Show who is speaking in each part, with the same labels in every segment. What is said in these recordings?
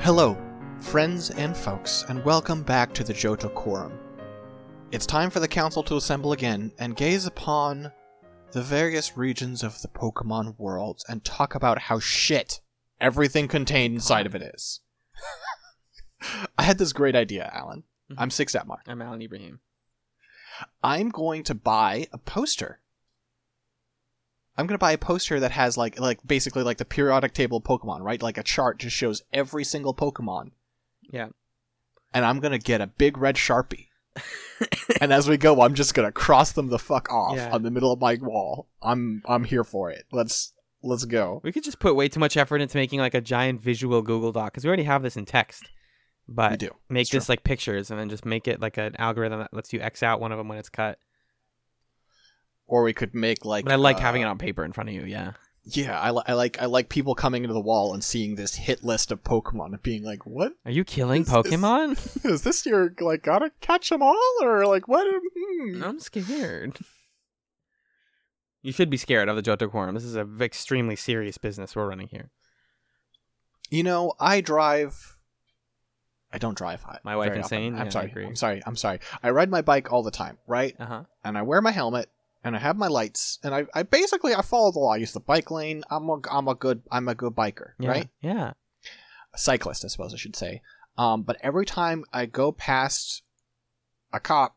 Speaker 1: Hello, friends and folks, and welcome back to the Johto Quorum. It's time for the Council to assemble again and gaze upon the various regions of the Pokemon worlds and talk about how shit everything contained inside of it is. I had this great idea, Alan. I'm Six Atmar.
Speaker 2: I'm Alan Ibrahim.
Speaker 1: I'm going to buy a poster. I'm gonna buy a poster that has like like basically like the periodic table of Pokemon, right? Like a chart just shows every single Pokemon.
Speaker 2: Yeah.
Speaker 1: And I'm gonna get a big red Sharpie. and as we go, I'm just gonna cross them the fuck off
Speaker 2: Yeah.
Speaker 1: on the middle of my wall. I'm I'm here for it. Let's let's go.
Speaker 2: We could just put way too much effort into making like a giant visual Google Doc because we already have this in text.
Speaker 1: we
Speaker 2: But
Speaker 1: do.
Speaker 2: make
Speaker 1: It's true.
Speaker 2: this like pictures and then just make it like an algorithm that lets you X out one of them when it's cut.
Speaker 1: Or we could make like
Speaker 2: but I like
Speaker 1: uh,
Speaker 2: having it on paper in front of you. Yeah.
Speaker 1: Yeah, I, li- I like I like people coming into the wall and seeing this hit list of Pokemon and being like, "What
Speaker 2: Are you killing
Speaker 1: Is- is-
Speaker 2: Pokemon?
Speaker 1: is this? Your like gotta catch them all or like what?" Hmm.
Speaker 2: I'm scared. You should be scared of the Johto Quorum. This is a v- extremely serious business we're running here.
Speaker 1: You know, I drive. I don't drive. I-
Speaker 2: My wife
Speaker 1: very often.
Speaker 2: insane?
Speaker 1: I'm
Speaker 2: Yeah, I
Speaker 1: sorry.
Speaker 2: agree.
Speaker 1: I'm sorry. I'm sorry. I ride my bike all the time, right?
Speaker 2: Uh huh.
Speaker 1: And I wear my helmet, and I have my lights, and I, I basically I follow the law. I use the bike lane. I'm a I'm a good I'm a good biker,
Speaker 2: Yeah.
Speaker 1: right?
Speaker 2: Yeah.
Speaker 1: A cyclist, I suppose I should say. Um, but every time I go past a cop,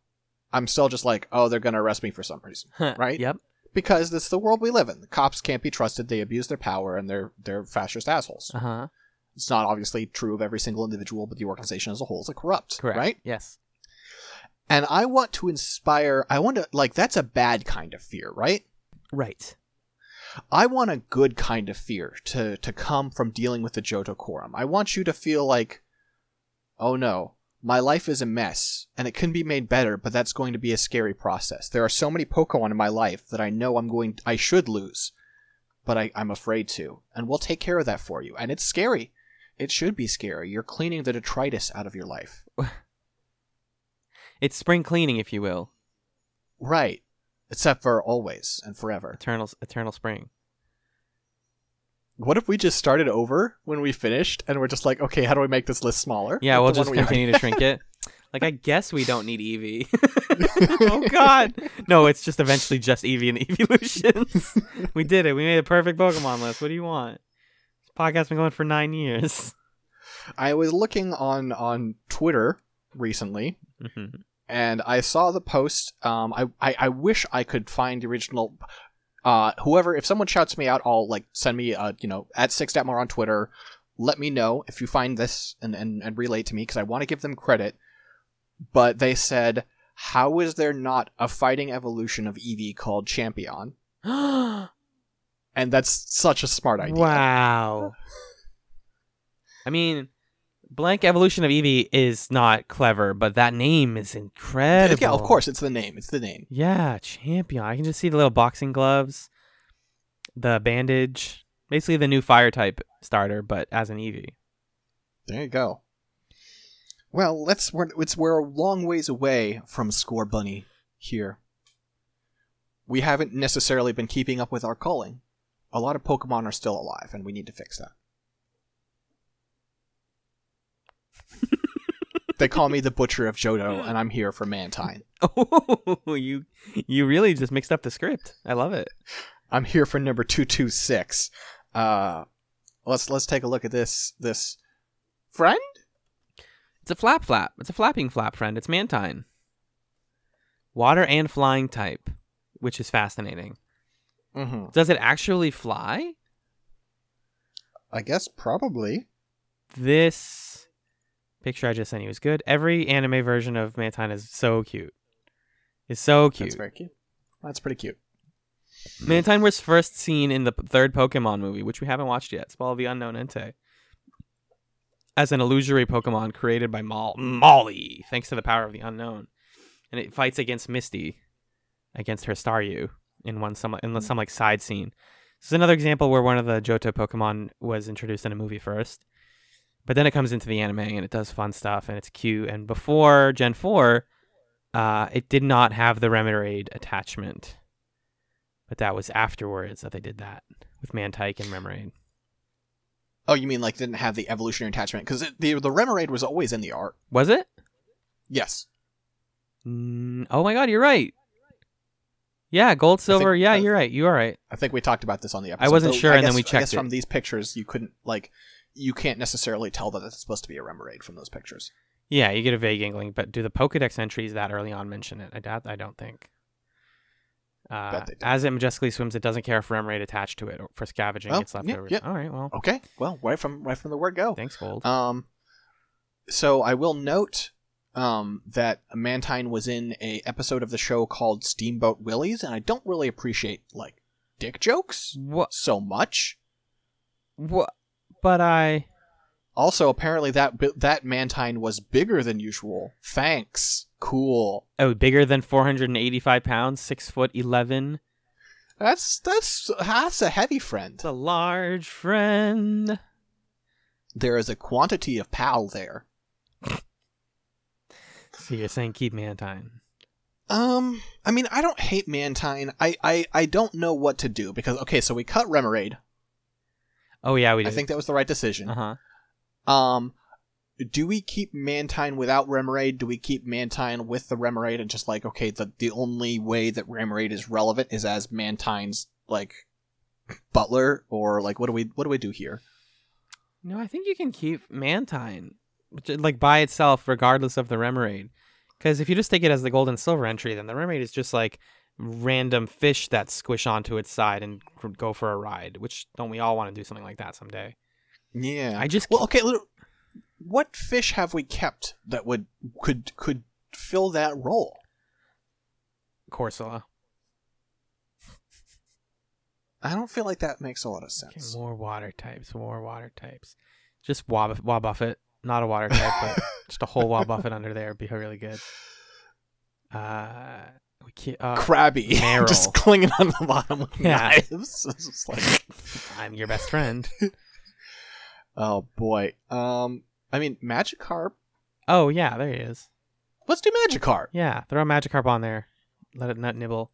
Speaker 1: I'm still just like, oh, they're gonna arrest me for some reason, Right?
Speaker 2: Yep.
Speaker 1: because that's the world we live in. The cops can't be trusted. They abuse their power, and they're they're fascist assholes.
Speaker 2: Uh huh.
Speaker 1: It's not obviously true of every single individual, but the organization as a whole is a corrupt,
Speaker 2: Correct.
Speaker 1: right?
Speaker 2: Yes.
Speaker 1: And I want to inspire. I want to like that's a bad kind of fear, right?
Speaker 2: Right.
Speaker 1: I want a good kind of fear to to come from dealing with the Johto Quorum. I want you to feel like, oh no, my life is a mess, and it can be made better, but that's going to be a scary process. There are so many Pokemon in my life that I know I'm going, I should lose, but I, I'm afraid to, and we'll take care of that for you. And it's scary. It should be scary. You're cleaning the detritus out of your life.
Speaker 2: It's spring cleaning, if you will.
Speaker 1: Right. Except for always and forever.
Speaker 2: Eternal, eternal spring.
Speaker 1: What if we just started over when we finished and we're just like, okay, how do we make this list smaller?
Speaker 2: Yeah, we'll
Speaker 1: Like the
Speaker 2: just
Speaker 1: one we already-
Speaker 2: continue to shrink it. Like I guess we don't need Eevee. oh God, no! It's just eventually just Eevee and the Evolutions. we did it. We made a perfect Pokemon list. What do you want? This podcast's been going for nine years.
Speaker 1: I was looking on on Twitter recently Mm-hmm.
Speaker 2: Mhm.
Speaker 1: and I saw the post. Um, I, I I wish I could find the original. Uh, whoever, if someone shouts me out, I'll like send me uh you know at six more on Twitter. Let me know if you find this and and, and relay to me because I want to give them credit. But they said, how is there not a fighting evolution of Eevee called Champion? And that's such a smart idea.
Speaker 2: wow. I mean, blank evolution of Eevee is not clever, but that name is incredible.
Speaker 1: Yeah, of course, it's the name. It's the name.
Speaker 2: Yeah, champion. I can just see the little boxing gloves, the bandage, basically the new fire type starter, but as an E Eevee.
Speaker 1: There you go. Well, let's we're, it's we're a long ways away from Score Bunny here. We haven't necessarily been keeping up with our calling. A lot of Pokemon are still alive, and we need to fix that. they call me the Butcher of Johto, and I'm here for Mantine.
Speaker 2: Oh, you you really just mixed up the script. I love it.
Speaker 1: I'm here for number two two six. Uh, let's let's take a look at this this friend.
Speaker 2: It's a flap flap. It's a flapping flap friend. It's Mantine. Water and flying type, which is fascinating.
Speaker 1: Mm-hmm.
Speaker 2: Does it actually fly?
Speaker 1: I guess probably.
Speaker 2: This picture I just sent you is good. Every anime version of Mantine is so cute. Is so cute.
Speaker 1: That's very cute. That's pretty cute.
Speaker 2: Mantine was first seen in the p- third Pokemon movie, which we haven't watched yet, Spell of the Unknown Entei, as an illusory Pokemon created by Mol- Molly, thanks to the power of the unknown. And it fights against Misty, against her Staryu, in one some in some like side scene. This is another example where one of the Johto Pokemon was introduced in a movie first, but then it comes into the anime and it does fun stuff and it's cute. And before Gen Four, uh, it did not have the Remoraid attachment but that was afterwards that they did that with Mantike and Remoraid.
Speaker 1: Oh, you mean like didn't have the evolutionary attachment because the the Remoraid was always in the art.
Speaker 2: Was it?
Speaker 1: Yes.
Speaker 2: Mm, oh my god, you're right. Yeah, gold, silver. yeah,
Speaker 1: uh,
Speaker 2: you're right. You are right.
Speaker 1: I think we talked about this on the episode.
Speaker 2: wasn't
Speaker 1: though
Speaker 2: sure,
Speaker 1: I
Speaker 2: and then
Speaker 1: guess-
Speaker 2: we
Speaker 1: I guess
Speaker 2: checked
Speaker 1: from
Speaker 2: it.
Speaker 1: these pictures, you couldn't like you can't necessarily tell that it's supposed to be a Remoraid from those pictures.
Speaker 2: Yeah, you get a vague inkling, but do the Pokedex entries that early on mention it? I doubt. I don't think. Uh,
Speaker 1: Bet they do.
Speaker 2: as it majestically swims, it doesn't care if Remoraid attached to it or for scavenging
Speaker 1: Well,
Speaker 2: its
Speaker 1: Oh, yeah,
Speaker 2: leftovers.
Speaker 1: yeah.
Speaker 2: All right, well,
Speaker 1: Okay. Well, right from right from the word go.
Speaker 2: thanks, Gold.
Speaker 1: Um, so I will note um, that Mantine was in a episode of the show called Steamboat Willies, and I don't really appreciate like dick jokes
Speaker 2: what?
Speaker 1: so much.
Speaker 2: What? But I.
Speaker 1: Also, apparently that bi- that Mantine was bigger than usual. Thanks. Cool.
Speaker 2: Oh, bigger than 485 pounds, six foot eleven.
Speaker 1: That's that's that's a heavy friend.
Speaker 2: It's a large friend.
Speaker 1: There is a quantity of pal there.
Speaker 2: So you're saying keep Mantine?
Speaker 1: Um, I mean, I don't hate Mantine. I I I don't know what to do because okay, so we cut Remoraid.
Speaker 2: Oh yeah, we
Speaker 1: I
Speaker 2: did.
Speaker 1: think that was the right decision.
Speaker 2: Uh huh.
Speaker 1: Um, do we keep Mantine without Remoraid? Do we keep Mantine with the Remoraid and just like okay, the the only way that Remoraid is relevant is as Mantine's like butler or like what do we what do we do here?
Speaker 2: No, I think you can keep Mantine, which, like by itself, regardless of the Remoraid. Because if you just take it as the gold and silver entry, then the Remoraid is just like random fish that squish onto its side and gr- go for a ride. Which don't we all want to do something like that someday?
Speaker 1: Yeah.
Speaker 2: I just
Speaker 1: well, okay. little- What fish have we kept that would could could fill that role?
Speaker 2: Corsola.
Speaker 1: I don't feel like that makes a lot of
Speaker 2: Okay,
Speaker 1: sense.
Speaker 2: more water types. More water types. Just Wab Wabuffet. Not a water type, but just a whole Wabuffet under there would be really good. Uh, we can't, uh,
Speaker 1: Crabby,
Speaker 2: Merrill.
Speaker 1: just clinging on the bottom with
Speaker 2: Yeah.
Speaker 1: knives. It's just like-
Speaker 2: I'm your best friend.
Speaker 1: oh boy. Um, I mean, Magikarp.
Speaker 2: Oh yeah, there he is.
Speaker 1: Let's do Magikarp.
Speaker 2: Yeah, throw a Magikarp on there. Let it nut nibble.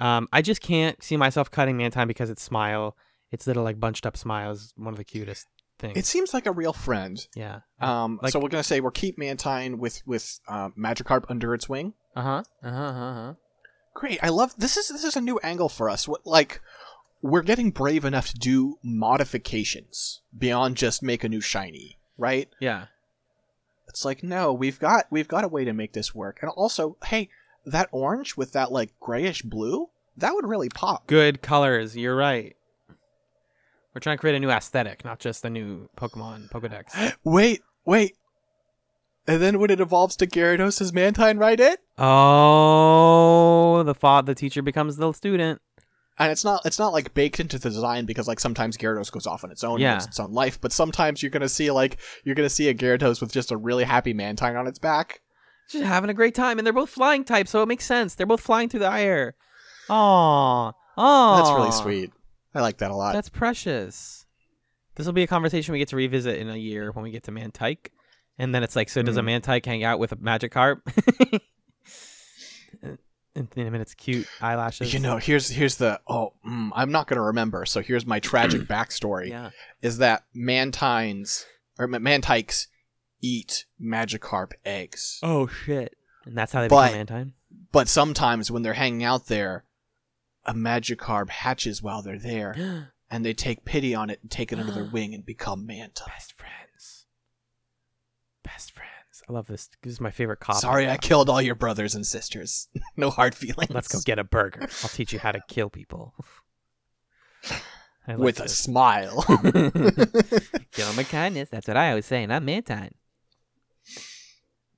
Speaker 2: Um, I just can't see myself cutting Mantine because its smile, its little like bunched up smile is one of the cutest things.
Speaker 1: It seems like a real friend.
Speaker 2: yeah.
Speaker 1: Um,
Speaker 2: Like-
Speaker 1: so we're gonna say we'll keep Mantine with with uh, Magikarp under its wing.
Speaker 2: Uh huh. Uh huh. Uh-huh.
Speaker 1: Great, I love this. Is this is a new angle for us? What like we're getting brave enough to do modifications beyond just make a new shiny, right?
Speaker 2: Yeah.
Speaker 1: It's like no, we've got we've got a way to make this work. And also, hey, that orange with that like grayish blue that would really pop.
Speaker 2: Good colors. You're right. We're trying to create a new aesthetic, not just a new Pokemon Pokedex.
Speaker 1: Wait, wait. And then when it evolves to Gyarados, is Mantine right in?
Speaker 2: Oh, the thought the teacher becomes the student.
Speaker 1: and it's not it's not like baked into the design because like sometimes Gyarados goes off on its own,
Speaker 2: Yeah.
Speaker 1: yeah. its own life. But sometimes you're gonna see like you're gonna see a Gyarados with just a really happy Mantine on its back.
Speaker 2: Just having a great time, and they're both flying types, so it makes sense. They're both flying through the air. Aw. Aw.
Speaker 1: That's really sweet. I like that a lot.
Speaker 2: That's precious. This will be a conversation we get to revisit in a year when we get to Mantike. And then it's like, so does a Mantike hang out with a Magikarp? and then it's cute eyelashes.
Speaker 1: you know, here's here's the oh, mm, I'm not gonna remember. So here's my tragic backstory:
Speaker 2: yeah.
Speaker 1: is that Mantines or Ma- Mantikes eat Magikarp eggs,
Speaker 2: Oh, shit. And that's how they
Speaker 1: But-
Speaker 2: become Mantine?
Speaker 1: but sometimes when they're hanging out there, a Magikarp hatches while they're there, and they take pity on it and take it under their wing and become Mantine.
Speaker 2: Best friends. Best friends. I love this. This is my favorite cop.
Speaker 1: Sorry, I killed all your brothers and sisters. no hard feelings.
Speaker 2: Let's go get a burger. I'll teach you how to kill people. I like
Speaker 1: with a
Speaker 2: this.
Speaker 1: smile.
Speaker 2: Kill 'em with kindness. That's what I always say, and I'm Mantine.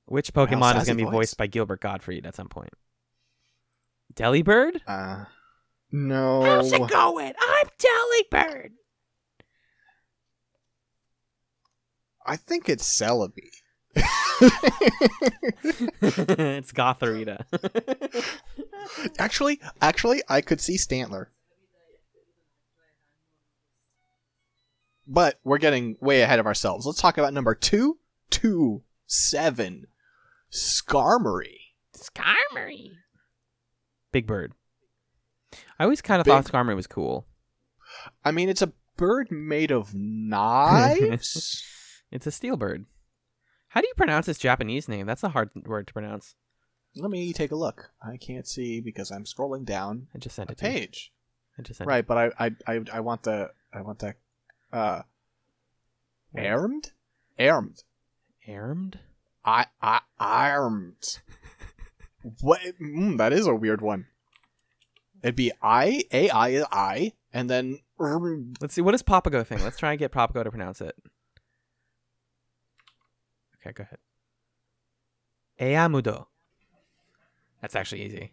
Speaker 2: Which Pokemon is
Speaker 1: sassy
Speaker 2: going to be
Speaker 1: voice.
Speaker 2: voiced by Gilbert Gottfried at some point? Delibird?
Speaker 1: uh, no.
Speaker 2: going? I'm Delibird.
Speaker 1: I think it's Celebi.
Speaker 2: it's Gotharita.
Speaker 1: actually, actually, I could see Stantler. But we're getting way ahead of ourselves. Let's talk about number two, two, seven, Skarmory.
Speaker 2: Skarmory. Big Bird. I always kind of
Speaker 1: Big-
Speaker 2: thought Skarmory was cool.
Speaker 1: I mean, it's a bird made of knives?
Speaker 2: It's a steel bird. How do you pronounce its Japanese name? That's a hard word to pronounce.
Speaker 1: Let me take a look. I can't see because I'm scrolling down
Speaker 2: I just sent
Speaker 1: a
Speaker 2: it to you.
Speaker 1: page.
Speaker 2: I just sent it.
Speaker 1: Right, but I, I I I want the I want the uh armed? Armed.
Speaker 2: Armed?
Speaker 1: I I armed. what mm, that is a weird one. It'd be I A I is I and then armed.
Speaker 2: Let's see. What is Papago thing? Let's try and get Papago to pronounce it. Okay, go ahead. Eamudo. That's actually easy.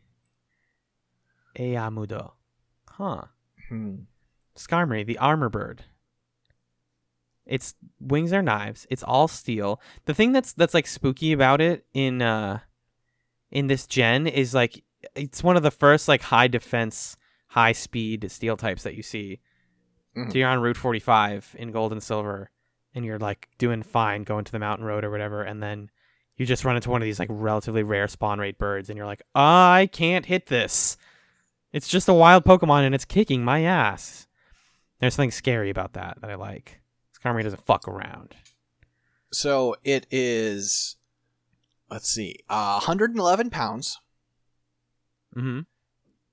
Speaker 2: Eamudo. Huh.
Speaker 1: Hmm.
Speaker 2: Skarmory, the armor bird. Its wings are knives. It's all steel. The thing that's that's like spooky about it in uh in this gen is like it's one of the first like high defense, high speed steel types that you see.
Speaker 1: Mhm.
Speaker 2: So you're on Route 45 in gold and silver, and you're like doing fine going to the mountain road or whatever, and then you just run into one of these like relatively rare spawn rate birds, and you're like, I can't hit this. It's just a wild Pokemon, and it's kicking my ass. There's something scary about that that I like. Skarmory doesn't fuck around.
Speaker 1: So it is let's see. Uh, 111 pounds
Speaker 2: Mm-hmm.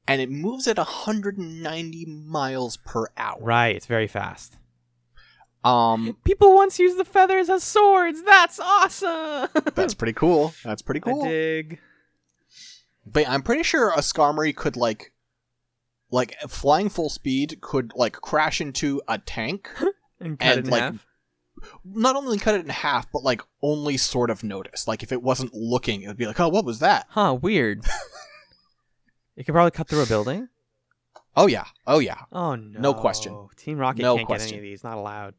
Speaker 1: and it moves at 190 miles per hour.
Speaker 2: Right, it's very fast.
Speaker 1: Um
Speaker 2: People once used the feathers as swords. That's awesome.
Speaker 1: that's pretty cool. That's pretty cool.
Speaker 2: I dig.
Speaker 1: But I'm pretty sure a Skarmory could like like flying full speed could like crash into a tank.
Speaker 2: And cut
Speaker 1: And,
Speaker 2: it in
Speaker 1: like,
Speaker 2: half.
Speaker 1: Not only cut it in half, but like only sort of notice. Like if it wasn't looking, it would be like, "Oh, what was that?"
Speaker 2: Huh, weird. it could probably cut through a building.
Speaker 1: Oh yeah. Oh yeah.
Speaker 2: Oh no.
Speaker 1: question.
Speaker 2: Team Rocket
Speaker 1: No
Speaker 2: can't get
Speaker 1: question.
Speaker 2: any of these. Not allowed.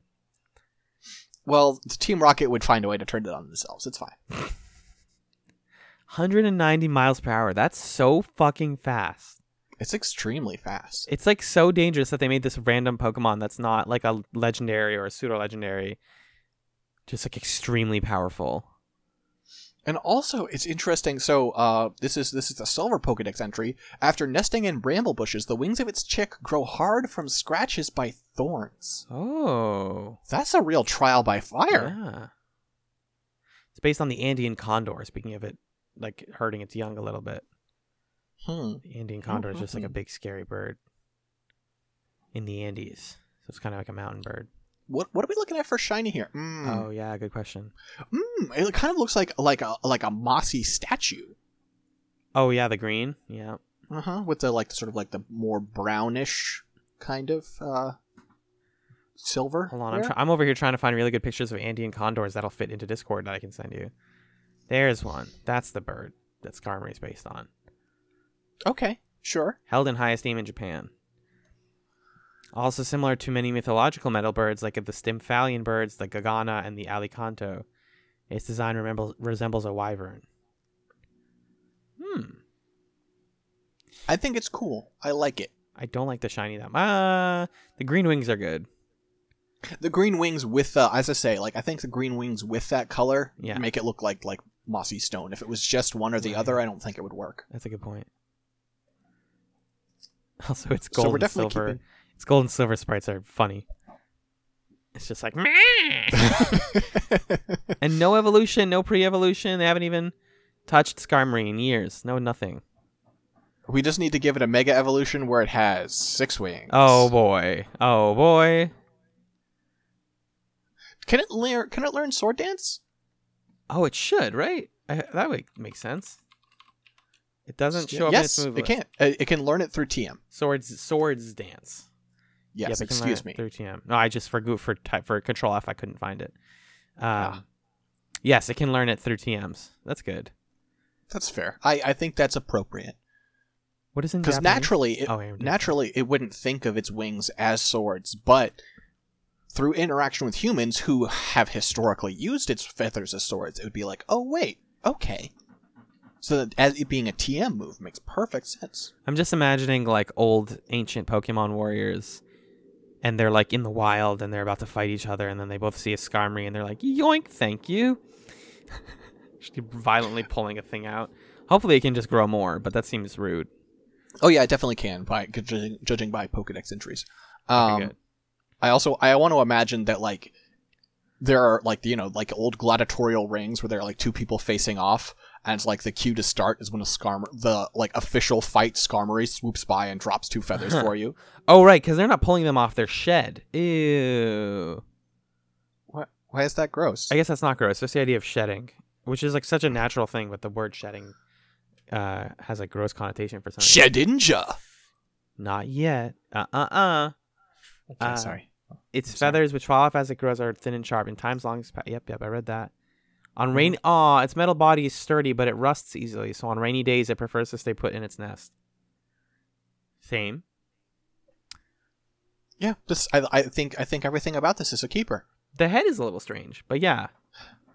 Speaker 1: Well, the Team Rocket would find a way to turn it on themselves. It's fine.
Speaker 2: 190 miles per hour. That's so fucking fast.
Speaker 1: It's extremely fast.
Speaker 2: It's like so dangerous that they made this random Pokemon that's not like a legendary or a pseudo legendary. Just like extremely powerful.
Speaker 1: And also, it's interesting. So, uh, this is this is a silver Pokedex entry. After nesting in bramble bushes, the wings of its chick grow hard from scratches by thorns.
Speaker 2: Oh.
Speaker 1: That's a real trial by fire.
Speaker 2: Yeah. It's based on the Andean condor, speaking of it like hurting its young a little bit.
Speaker 1: Hmm.
Speaker 2: The Andean condor is just like a big scary bird in the Andes. So it's kind of like a mountain bird.
Speaker 1: What what are we looking at for shiny here? Mm.
Speaker 2: Oh yeah, good question.
Speaker 1: Mm, it kind of looks like like a like a mossy statue.
Speaker 2: Oh yeah, the green. Yeah.
Speaker 1: Uh
Speaker 2: Uh-huh.
Speaker 1: huh. With the like the sort of like the more brownish kind of uh silver.
Speaker 2: Hold on, I'm
Speaker 1: there.
Speaker 2: try- I'm over here trying to find really good pictures of Andean condors that'll fit into Discord that I can send you. There's one. That's the bird that Skarmory is based on.
Speaker 1: okay, sure.
Speaker 2: Held in high esteem in Japan. Also similar to many mythological metal birds like the Stymphalian birds, the Gagana, and the Alicanto. Its design remembles- resembles a wyvern. Hmm.
Speaker 1: I think it's cool. I like it.
Speaker 2: I don't like the shiny that much. Uh, the green wings are good.
Speaker 1: The green wings with uh, as I say, like I think the green wings with that color
Speaker 2: Yeah.
Speaker 1: make it look like like mossy stone. If it was just one or the
Speaker 2: Right.
Speaker 1: other, I don't think it would work.
Speaker 2: That's a good point. Also, it's
Speaker 1: So
Speaker 2: gold
Speaker 1: we're
Speaker 2: and
Speaker 1: definitely
Speaker 2: silver.
Speaker 1: keeping-
Speaker 2: It's gold and silver sprites are funny. It's just like meh. and no evolution, no pre-evolution. They haven't even touched Skarmory in years. No nothing.
Speaker 1: we just need to give it a mega evolution where it has six wings.
Speaker 2: Oh boy. Oh boy.
Speaker 1: can it learn? Can it learn sword dance?
Speaker 2: Oh, it should right. I, that would make sense. It doesn't show up
Speaker 1: yes,
Speaker 2: in its move
Speaker 1: it
Speaker 2: list.
Speaker 1: can. Uh, It, it can learn it through TM.
Speaker 2: Swords, swords dance.
Speaker 1: Yes,
Speaker 2: Yep, I can learn
Speaker 1: excuse
Speaker 2: it
Speaker 1: me.
Speaker 2: Through TM. No, I just for Go- for type for Control F, I couldn't find it. Um,
Speaker 1: Ah.
Speaker 2: Yes, it can learn it through TMs. That's good.
Speaker 1: That's fair. I, I think that's appropriate
Speaker 2: What is in
Speaker 1: because
Speaker 2: Japanese?
Speaker 1: naturally, it,
Speaker 2: Oh, I already-
Speaker 1: naturally, it wouldn't think of its wings as swords, but through interaction with humans who have historically used its feathers as swords, it would be like, oh wait, okay. So that as it being a TM move makes perfect sense.
Speaker 2: I'm just imagining like old ancient Pokemon warriors, and they're like in the wild and they're about to fight each other, and then they both see a Skarmory and they're like, "Yoink, thank you." just violently pulling a thing out. Hopefully, it can just grow more, but that seems rude.
Speaker 1: Oh yeah, it definitely can by judging, judging by Pokedex entries.
Speaker 2: Okay,
Speaker 1: Um,
Speaker 2: good.
Speaker 1: I also I want to imagine that like there are like you know like old gladiatorial rings where there are like two people facing off and it's like the cue to start is when a scarmer the like official fight skarmory swoops by and drops two feathers for you.
Speaker 2: Oh right, because they're not pulling them off their shed. Ew.
Speaker 1: What? Why is that gross?
Speaker 2: I guess that's not gross. That's the idea of shedding, which is like such a natural thing, but the word shedding uh, has a gross connotation for something.
Speaker 1: Shedinja.
Speaker 2: Not yet. Uh uh uh.
Speaker 1: Okay,
Speaker 2: Uh,
Speaker 1: sorry.
Speaker 2: Its
Speaker 1: I'm sorry.
Speaker 2: feathers, which fall off as it grows, are thin and sharp, and times long. As pa- yep, yep, I read that. On rain, ah, its metal body is sturdy, but it rusts easily. So on rainy days, it prefers to stay put in its nest. Same.
Speaker 1: Yeah, this I, I think I think everything about this is a keeper.
Speaker 2: The head is a little strange, but yeah,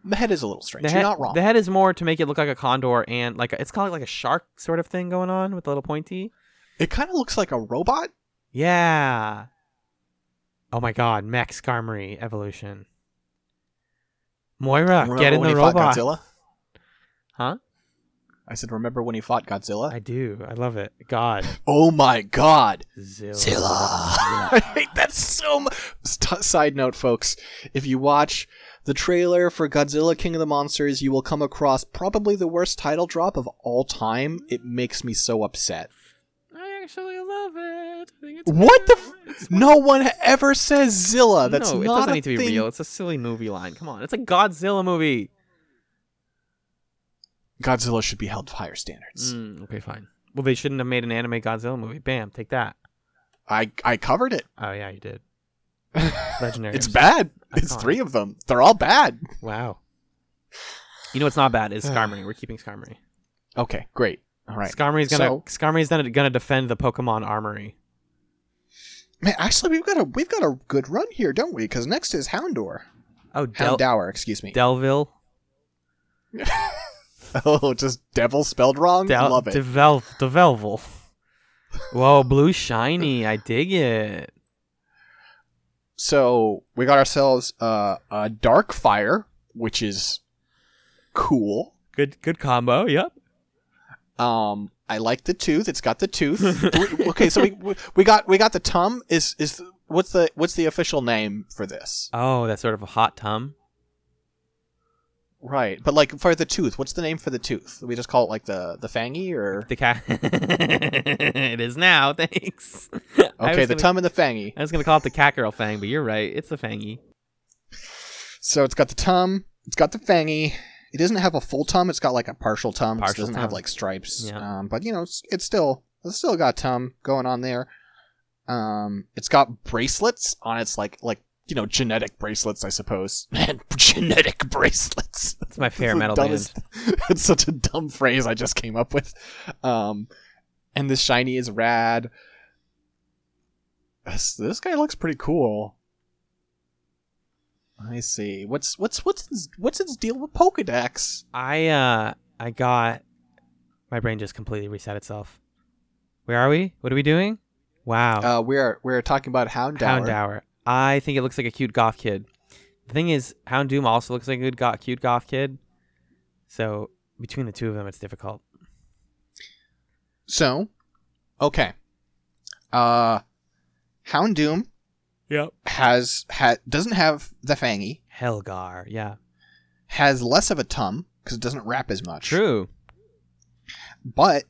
Speaker 1: The head is a little strange.
Speaker 2: the
Speaker 1: You're
Speaker 2: head,
Speaker 1: not wrong.
Speaker 2: the head is more to make it look like a condor and like a, it's kind of like a shark sort of thing going on with a little pointy.
Speaker 1: it kind of looks like a robot.
Speaker 2: Yeah. Oh my God, Max Skarmory evolution. Moira,
Speaker 1: Remember
Speaker 2: Ah, get in
Speaker 1: when he
Speaker 2: the
Speaker 1: fought
Speaker 2: robot,
Speaker 1: Godzilla?
Speaker 2: huh?
Speaker 1: I said, remember when he fought Godzilla?
Speaker 2: I do. I love it. God.
Speaker 1: oh my god,
Speaker 2: Zilla.
Speaker 1: Zilla! I hate that so much. Side note, folks, if you watch the trailer for Godzilla King of the Monsters, you will come across probably the worst title drop of all time. It makes me so upset.
Speaker 2: I actually love it. I think it's
Speaker 1: What the?
Speaker 2: good.
Speaker 1: F- no one ever says Zilla. That's
Speaker 2: no, it
Speaker 1: not
Speaker 2: doesn't
Speaker 1: a
Speaker 2: need to be
Speaker 1: thing.
Speaker 2: real. It's a silly movie line. Come on, it's a Godzilla movie.
Speaker 1: Godzilla should be held to higher standards.
Speaker 2: Mm, okay, fine. Well, they shouldn't have made an anime Godzilla movie. Bam, take that.
Speaker 1: I I covered it.
Speaker 2: Oh yeah, you did. Legendary.
Speaker 1: It's
Speaker 2: episode.
Speaker 1: bad. It's
Speaker 2: Iconic.
Speaker 1: three of them. They're all bad.
Speaker 2: Wow. You know what's not bad is Skarmory. We're keeping Skarmory.
Speaker 1: Okay, great. All right.
Speaker 2: Skarmory's gonna
Speaker 1: So-
Speaker 2: Skarmory's gonna, gonna defend the Pokemon armory.
Speaker 1: Man, actually, we've got a we've got a good run here, don't we? Because next is Houndour.
Speaker 2: Oh, Del-
Speaker 1: Houndour, excuse me.
Speaker 2: Delville.
Speaker 1: oh, just devil spelled wrong.
Speaker 2: Del-
Speaker 1: Love it.
Speaker 2: Devel- Develville. Whoa, blue shiny. I dig it.
Speaker 1: so we got ourselves uh, a dark fire, which is cool.
Speaker 2: Good good combo. Yep.
Speaker 1: Um, I like the tooth. It's got the tooth. We- okay, so we- we we got we got the tum. Is is what's the what's the official name for this?
Speaker 2: Oh, that's sort of a hot tum.
Speaker 1: Right, but like for the tooth, what's the name for the tooth? We just call it like the the fangy or
Speaker 2: The cat. it is now. Thanks. I
Speaker 1: okay,
Speaker 2: was
Speaker 1: the
Speaker 2: gonna-
Speaker 1: tum and the fangy.
Speaker 2: I was gonna call it the cat girl fang, but you're right. It's the fangy.
Speaker 1: So it's got the tum, it's got the fangy. It doesn't have a full tum; it's got like a partial tum. so it
Speaker 2: Partial
Speaker 1: doesn't have
Speaker 2: tum.
Speaker 1: like stripes.
Speaker 2: Yeah.
Speaker 1: Um, but you know, it's, it's still it's still got tum going on there. Um, it's got bracelets on its like like you know genetic bracelets, I suppose. Man, genetic bracelets.
Speaker 2: It's my fair
Speaker 1: It's the
Speaker 2: metal band.
Speaker 1: dumbest- it's such a dumb phrase I just came up with. Um, and this shiny is rad. This, this guy looks pretty cool. I see. What's what's what's his, what's its deal with Pokedex?
Speaker 2: I uh I got my brain just completely reset itself. Where are we? What are we doing? Wow.
Speaker 1: Uh, we're we're talking about Houndour.
Speaker 2: Oh. Houndour. I think it looks like a cute goth kid. The thing is, Houndoom also looks like a good go- cute goth kid. So between the two of them, it's difficult.
Speaker 1: So, okay. Uh, Houndoom
Speaker 2: Yep.
Speaker 1: has ha- doesn't have the fangy,
Speaker 2: Helgar. Yeah.
Speaker 1: has less of a tum because it doesn't wrap as much.
Speaker 2: True.
Speaker 1: But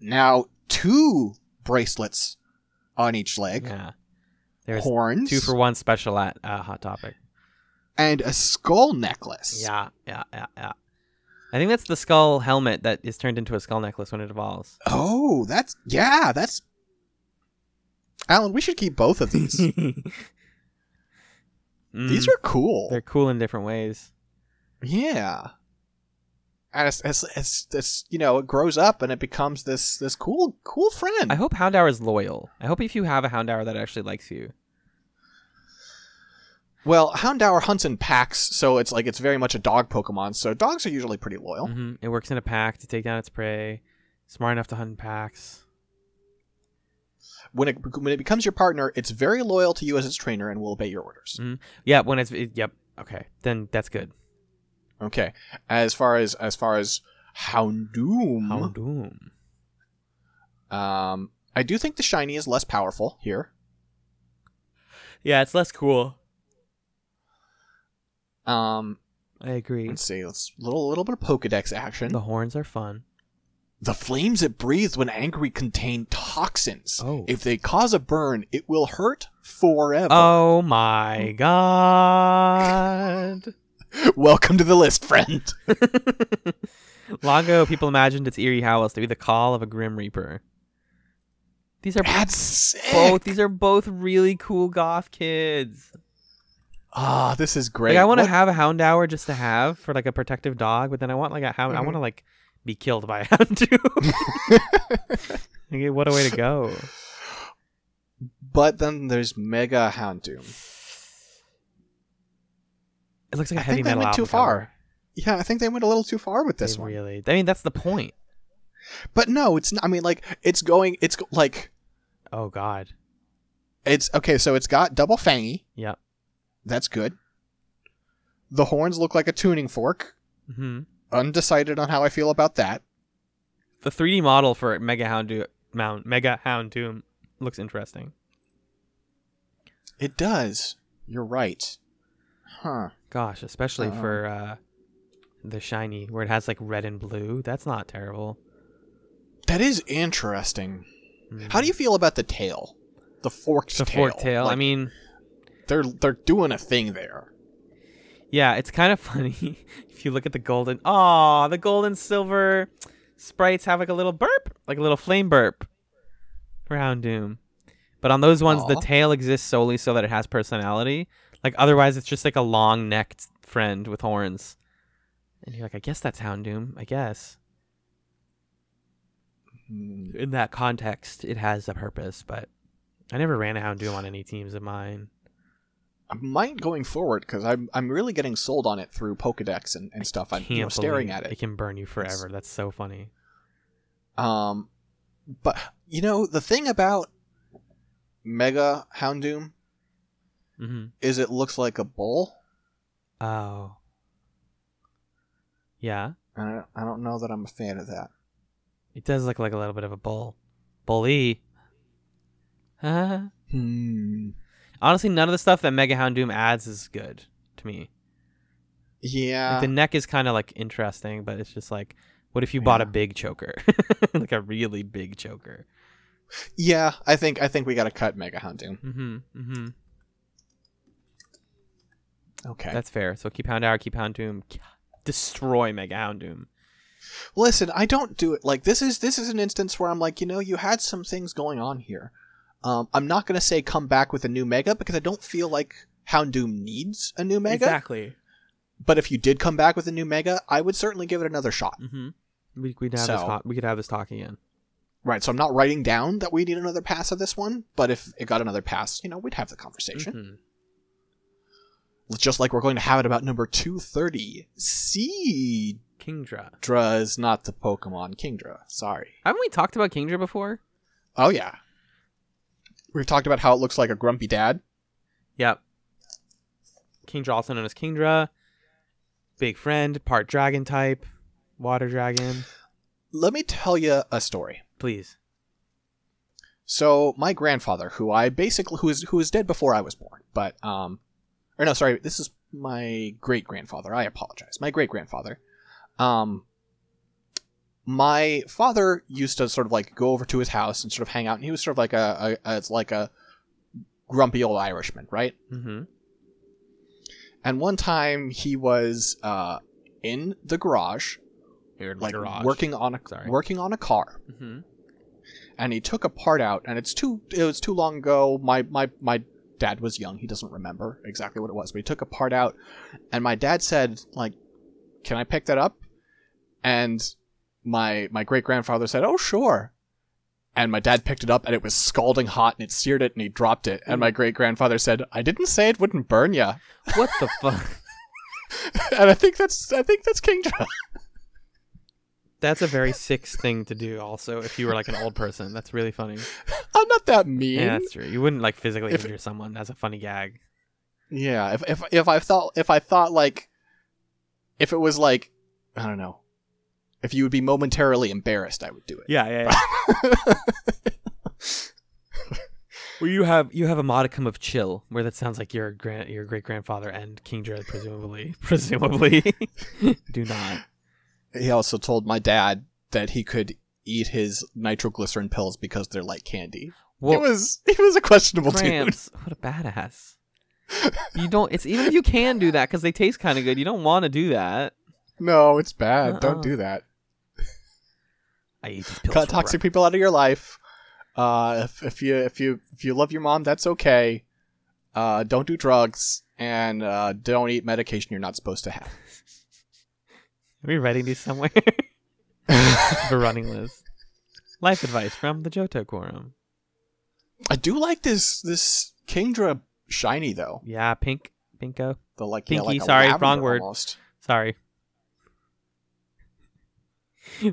Speaker 1: now two bracelets on each leg,
Speaker 2: Yeah. There's
Speaker 1: horns,
Speaker 2: two for one special at uh, Hot Topic.
Speaker 1: and a skull necklace.
Speaker 2: Yeah. Yeah. Yeah. Yeah. I think that's the skull helmet that is turned into a skull necklace when it evolves.
Speaker 1: Oh, that's yeah, that's Alan, we should keep both of these.
Speaker 2: Mm,
Speaker 1: these are cool.
Speaker 2: they're cool in different ways.
Speaker 1: Yeah. And it's, it's, it's, it's, you know, it grows up and it becomes this this cool cool friend.
Speaker 2: I hope Houndour is loyal. I hope if you have a Houndour that actually likes you.
Speaker 1: well, Houndour hunts in packs, so it's like it's very much a dog Pokemon. So dogs are usually pretty loyal.
Speaker 2: Mhm. It works in a pack to take down its prey. Smart enough to hunt in packs.
Speaker 1: When it when it becomes your partner, it's very loyal to you as its trainer and will obey your orders.
Speaker 2: Yeah, when it's it, yep. Okay, then that's good. Mm.
Speaker 1: Okay. As far as as far as Houndoom,
Speaker 2: Houndoom.
Speaker 1: um, I do think the shiny is less powerful here.
Speaker 2: Yeah, it's less cool.
Speaker 1: Um,
Speaker 2: I agree.
Speaker 1: let's see. Let's little little bit of Pokedex action.
Speaker 2: The horns are fun.
Speaker 1: The flames it breathes when angry contain toxins.
Speaker 2: Oh.
Speaker 1: If they cause a burn, it will hurt forever.
Speaker 2: Oh my god.
Speaker 1: Welcome to the list, friend.
Speaker 2: Long ago, people imagined its eerie howls to be the call of a grim reaper. These are
Speaker 1: That's sick.
Speaker 2: both. These are both really cool goth kids.
Speaker 1: Ah, this is great.
Speaker 2: Like I want to
Speaker 1: What-
Speaker 2: have a hound hour just to have for like a protective dog, but then I want like a hound. I
Speaker 1: Mhm.
Speaker 2: want to like be killed by a hound too. Okay, what a way to go.
Speaker 1: But then there's Mega Houndoom.
Speaker 2: It looks like a
Speaker 1: I
Speaker 2: heavy
Speaker 1: think they
Speaker 2: metal
Speaker 1: went too
Speaker 2: album
Speaker 1: far.
Speaker 2: cover.
Speaker 1: Yeah, I think they went a little too far with this
Speaker 2: They
Speaker 1: one.
Speaker 2: really. I mean, that's the point.
Speaker 1: But no, it's. Not, I mean, like it's going. It's go- like
Speaker 2: Oh God.
Speaker 1: it's okay. So it's got double fangy.
Speaker 2: Yep.
Speaker 1: That's good. The horns look like a tuning fork.
Speaker 2: hmm
Speaker 1: Undecided on how I feel about that.
Speaker 2: The 3D model for Mega Houndoom, Mount Mega Houndoom looks interesting.
Speaker 1: It does. You're right. Huh.
Speaker 2: Gosh, especially
Speaker 1: Uh-oh.
Speaker 2: for uh, the shiny where it has like red and blue. That's not terrible.
Speaker 1: That is interesting. How do you feel about the tail? The forked
Speaker 2: Mm. the
Speaker 1: tail.
Speaker 2: fork tail? I
Speaker 1: Like,
Speaker 2: mean,
Speaker 1: they're they're doing a thing there.
Speaker 2: yeah, it's kind of funny if you look at the golden. Aw, the golden silver sprites have like a little burp, like a little flame burp for Houndoom. But on those ones, the
Speaker 1: Aw.
Speaker 2: tail exists solely so that it has personality. Like otherwise, it's just like a long-necked friend with horns. And you're like, I guess that's Houndoom. I guess.
Speaker 1: Hmm.
Speaker 2: in that context, it has a purpose, but I never ran a Houndoom on any teams of mine.
Speaker 1: I might going forward because I'm I'm really getting sold on it through Pokedex and, and stuff. I'm you know,
Speaker 2: Can't
Speaker 1: staring
Speaker 2: believe
Speaker 1: at it.
Speaker 2: It can burn you forever. That's so funny.
Speaker 1: Um, but you know the thing about Mega Houndoom
Speaker 2: hmm
Speaker 1: is it looks like a bull,
Speaker 2: Oh. Yeah.
Speaker 1: and I, I don't know that I'm a fan of that.
Speaker 2: It does look like a little bit of a bull. Bully. Huh?
Speaker 1: Hmm.
Speaker 2: Honestly, none of the stuff that Mega Houndoom adds is good to me.
Speaker 1: Yeah.
Speaker 2: Like, the neck is kind of like interesting, but it's just like, what if you bought a
Speaker 1: Yeah.
Speaker 2: big choker? like a really big choker.
Speaker 1: yeah. I think I think we got to cut Mega Houndoom.
Speaker 2: Mm-hmm. Mm-hmm.
Speaker 1: Okay.
Speaker 2: That's fair. So keep Hound Hour, keep Hound Doom, k- destroy Mega Hound Doom.
Speaker 1: Listen, I don't do it like this is this is an instance where I'm like, you know, you had some things going on here. Um, I'm not gonna say come back with a new mega because I don't feel like Houndoom needs a new mega.
Speaker 2: Exactly.
Speaker 1: But if you did come back with a new mega, I would certainly give it another shot.
Speaker 2: hmm We we'd have this
Speaker 1: So-
Speaker 2: talk, we could have this talk again.
Speaker 1: Right. So I'm not writing down that we need another pass of this one, but if it got another pass, you know, we'd have the conversation.
Speaker 2: Mhm.
Speaker 1: Just like we're going to have it about number two thirty. Seedra
Speaker 2: Kingdra.
Speaker 1: is not the Pokemon Kingdra. Sorry.
Speaker 2: Haven't we talked about Kingdra before?
Speaker 1: Oh yeah. We've talked about how it looks like a grumpy dad.
Speaker 2: Yep. Kingdra, also known as Kingdra, big friend, part dragon type, water dragon.
Speaker 1: Let me tell you a story.
Speaker 2: Please.
Speaker 1: So my grandfather, who I basically who is who is dead before I was born, but um, or no, sorry, this is my great grandfather. I apologize. My great grandfather. Um, my father used to sort of like go over to his house and sort of hang out, and he was sort of like a, a, a it's like a grumpy old Irishman, right?
Speaker 2: Mm-hmm.
Speaker 1: And one time he was uh in the garage,
Speaker 2: Here
Speaker 1: like working on a
Speaker 2: Sorry.
Speaker 1: working on a car,
Speaker 2: Mm-hmm.
Speaker 1: and he took a part out and it's too it was too long ago my my my dad was young he doesn't remember exactly what it was but he took a part out and my dad said like can i pick that up and my my great grandfather said oh sure and my dad picked it up and it was scalding hot and it seared it and he dropped it and my great grandfather said i didn't say it wouldn't burn ya
Speaker 2: What the fuck?
Speaker 1: and i think that's i think that's kingdra
Speaker 2: That's a very sick thing to do. Also, if you were like an old person, that's really funny.
Speaker 1: i'm not that mean
Speaker 2: Yeah, that's true. You wouldn't like physically
Speaker 1: If-
Speaker 2: injure someone. That's a funny gag.
Speaker 1: Yeah, if if if I thought if I thought like if it was like I don't know. If you would be momentarily embarrassed, I would do it.
Speaker 2: Yeah, yeah. Where you have you have a modicum of chill, where that sounds like your grand your great grandfather and King Jared presumably presumably do not.
Speaker 1: He also told my dad that he could eat his nitroglycerin pills because they're like candy.
Speaker 2: Well,
Speaker 1: it was it was a questionable dude.
Speaker 2: Gramps, what a badass. You don't. It's even if you can do that because they taste kind of good. You don't want to do that.
Speaker 1: No, it's bad. Don't
Speaker 2: Uh-uh.
Speaker 1: do that.
Speaker 2: I eat these pills.
Speaker 1: Cut
Speaker 2: for
Speaker 1: toxic people out of your life. Uh, if, if you if you if you love your mom, that's okay. Uh, don't do drugs and uh, don't eat medication you're not supposed to have.
Speaker 2: breakfast. Are we writing these somewhere? the running list. Life advice from the Johto Quorum.
Speaker 1: I do like this this Kingdra shiny though.
Speaker 2: Yeah, pink, pinko.
Speaker 1: The like yeah,
Speaker 2: Pinky,
Speaker 1: like a
Speaker 2: sorry,
Speaker 1: lavender
Speaker 2: wrong word.
Speaker 1: Almost.
Speaker 2: Sorry.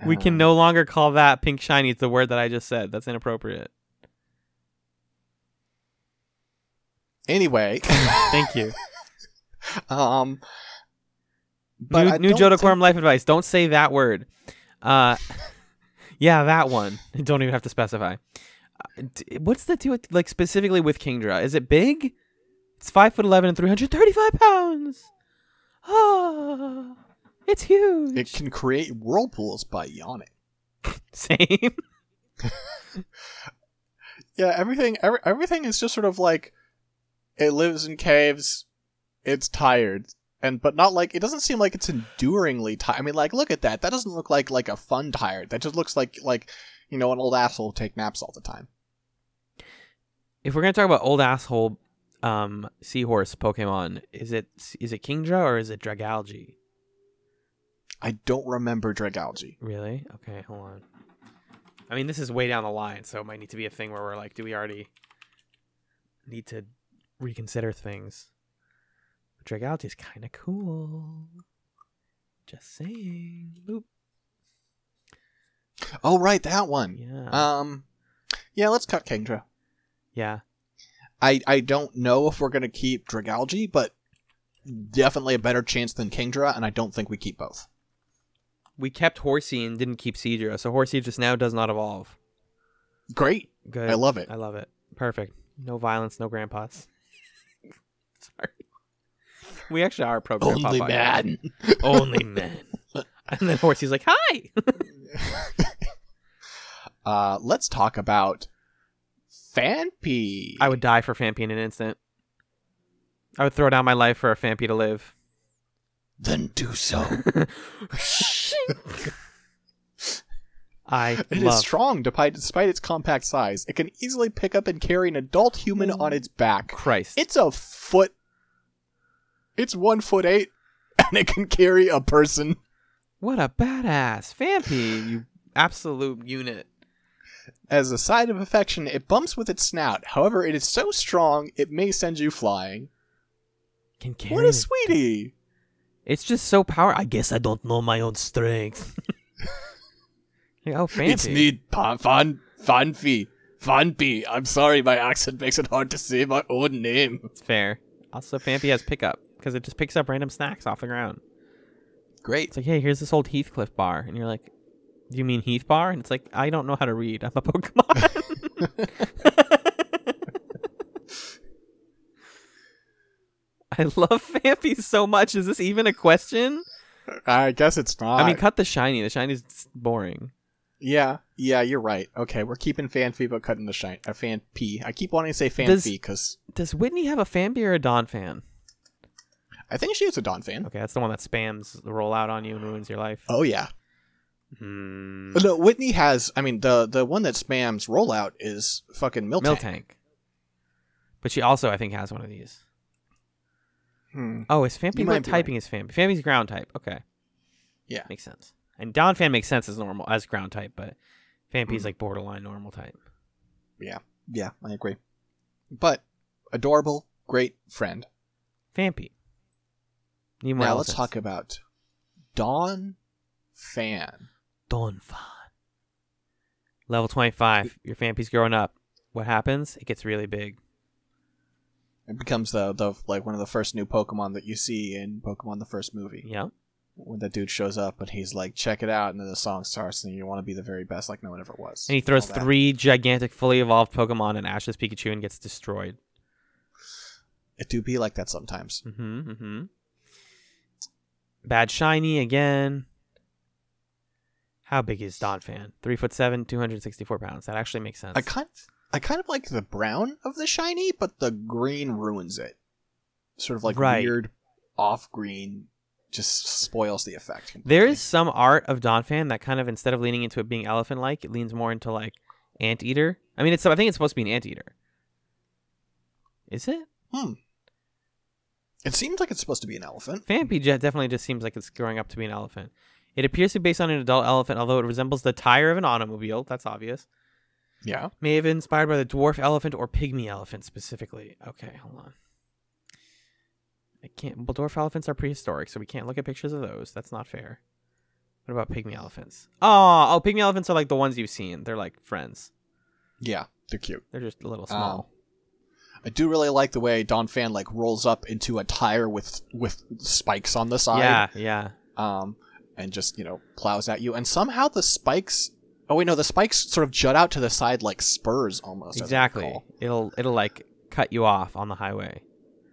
Speaker 2: we
Speaker 1: Uh.
Speaker 2: can no longer call that pink shiny. It's the word that I just said. That's inappropriate.
Speaker 1: Anyway,
Speaker 2: Thank you.
Speaker 1: um, but I
Speaker 2: new new
Speaker 1: don't
Speaker 2: Jodo
Speaker 1: think-
Speaker 2: Quorum life advice. Don't say that word. Uh, yeah, that one. Don't even have to specify. Uh, d- what's the deal with, like, specifically with Kingdra? Is it big? It's 5 foot 11 and 335 pounds. Ah, it's huge.
Speaker 1: it can create whirlpools by yawning.
Speaker 2: Same.
Speaker 1: yeah everything every, everything is just sort of like it lives in caves it's tired and but not like it doesn't seem like it's enduringly tired i mean like look at that that doesn't look like like a fun tired that just looks like like you know an old asshole will take naps all the time
Speaker 2: If we're gonna talk about old asshole, um, seahorse Pokemon, is it is it Kingdra or is it Dragalge?
Speaker 1: i don't remember dragalge
Speaker 2: Really? Okay, hold on. I mean, this is way down the line, so it might need to be a thing where we're like, do we already need to reconsider things? But Dragalge is kind of cool. Just saying. Boop.
Speaker 1: oh right that one
Speaker 2: Yeah.
Speaker 1: um yeah let's cut kingdra
Speaker 2: yeah.
Speaker 1: i i don't know if we're gonna keep dragalge but definitely a better chance than kingdra and i don't think we keep both
Speaker 2: We kept Horsey and didn't keep Seedra, so Horsey just now does not evolve.
Speaker 1: great
Speaker 2: Good.
Speaker 1: i love it
Speaker 2: I love it. Perfect. No violence, no grandpas. Sorry. We actually are pro grandpa.
Speaker 1: only
Speaker 2: podcast.
Speaker 1: man
Speaker 2: Only men. And then Horsey's like, hi.
Speaker 1: Uh, let's talk about Fanpy.
Speaker 2: I would die for Fampi in an instant. I would throw down my life for a Fampi to live.
Speaker 1: then do so.
Speaker 2: I
Speaker 1: It is
Speaker 2: love
Speaker 1: strong despite, despite its compact size. It can easily pick up and carry an adult human on its back.
Speaker 2: Christ.
Speaker 1: It's a foot. It's one foot eight, and it can carry a person.
Speaker 2: what a badass. Fampi, you absolute unit.
Speaker 1: As a sign of affection, it bumps with its snout. However, it is so strong it may send you flying.
Speaker 2: Can carry
Speaker 1: What a
Speaker 2: it.
Speaker 1: sweetie!
Speaker 2: It's just so powerful. I guess I don't know my own strength. like, oh, Fampi.
Speaker 1: It's me, Pa- Fan Fanpy. Fanpy. I'm sorry, my accent makes it hard to say my own name.
Speaker 2: It's fair. Also, Fampi has pickup because it just picks up random snacks off the ground.
Speaker 1: Great.
Speaker 2: It's like, hey, here's this old Heathcliff bar, and you're like, do you mean Heath bar? And it's like, I don't know how to read. I'm a Pokemon. I love Fampi so much. Is this even a question?
Speaker 1: I guess it's not.
Speaker 2: I mean, cut the shiny. The shiny's boring.
Speaker 1: yeah, yeah, you're right. Okay, we're keeping fan fee but cutting the shine. Uh, fan P. I keep wanting to say fan
Speaker 2: Does-
Speaker 1: because
Speaker 2: Does Whitney have a Fampi or a Don fan?
Speaker 1: I think she is a Don fan.
Speaker 2: Okay, that's the one that spams the rollout on you and ruins your life.
Speaker 1: Oh yeah.
Speaker 2: Hmm.
Speaker 1: No, Whitney has. I mean, the the one that spams rollout is fucking Miltank.
Speaker 2: Miltank. But she also, I think, has one of these.
Speaker 1: Hmm.
Speaker 2: Oh, is Fampi
Speaker 1: You
Speaker 2: what
Speaker 1: might be
Speaker 2: typing is Fampi? Fampi's ground type. Okay.
Speaker 1: Yeah.
Speaker 2: Makes sense. And Don Fan makes sense as normal as ground type, but
Speaker 1: Mm-hmm.
Speaker 2: Fampi's like borderline normal type.
Speaker 1: Yeah, I agree. But adorable, great friend.
Speaker 2: Fampi. Need more
Speaker 1: Now let's
Speaker 2: elephants.
Speaker 1: talk about Don Fan.
Speaker 2: Don Fan. Level twenty five. Your Fampi's growing up. What happens? It gets really big.
Speaker 1: It becomes the the like one of the first new Pokemon that you see in Pokemon the first movie.
Speaker 2: Yep.
Speaker 1: when that dude shows up and he's like, "Check it out," and then the song starts, and you want to be the very best, like no one ever was.
Speaker 2: And he throws
Speaker 1: All that.
Speaker 2: three gigantic, fully evolved Pokemon and Ash's Pikachu and gets destroyed.
Speaker 1: It do be like that sometimes.
Speaker 2: hmm hmm Bad shiny again. How big is Don Fan? Three foot seven, two hundred sixty-four pounds. That actually makes sense.
Speaker 1: I kind of, I kind of like the brown of the shiny, but the green ruins it. Sort of like
Speaker 2: Right.
Speaker 1: weird off green, just spoils the effect. completely.
Speaker 2: There is some art of Don Fan that kind of instead of leaning into it being elephant like, it leans more into like anteater. I mean, it's I think it's supposed to be an anteater. Is it?
Speaker 1: Hmm. It seems like it's supposed to be an elephant.
Speaker 2: Fanpy jet definitely just seems like it's growing up to be an elephant. It appears to be based on an adult elephant, although it resembles the tire of an automobile. That's obvious.
Speaker 1: Yeah.
Speaker 2: May have been inspired by the dwarf elephant or pygmy elephant specifically. Okay, hold on. I can't. Well, dwarf elephants are prehistoric, so we can't look at pictures of those. That's not fair. What about pygmy elephants? Oh, oh, pygmy elephants are like the ones you've seen. They're like friends.
Speaker 1: Yeah. They're cute.
Speaker 2: They're just a little small.
Speaker 1: I do really like the way Don Fan like rolls up into a tire with with spikes on the side.
Speaker 2: yeah, yeah.
Speaker 1: Um, and just you know plows at you, and somehow the spikes. Oh wait, no, the spikes sort of jut out to the side like spurs almost. as I
Speaker 2: exactly.
Speaker 1: recall.
Speaker 2: It'll it'll like cut you off on the highway.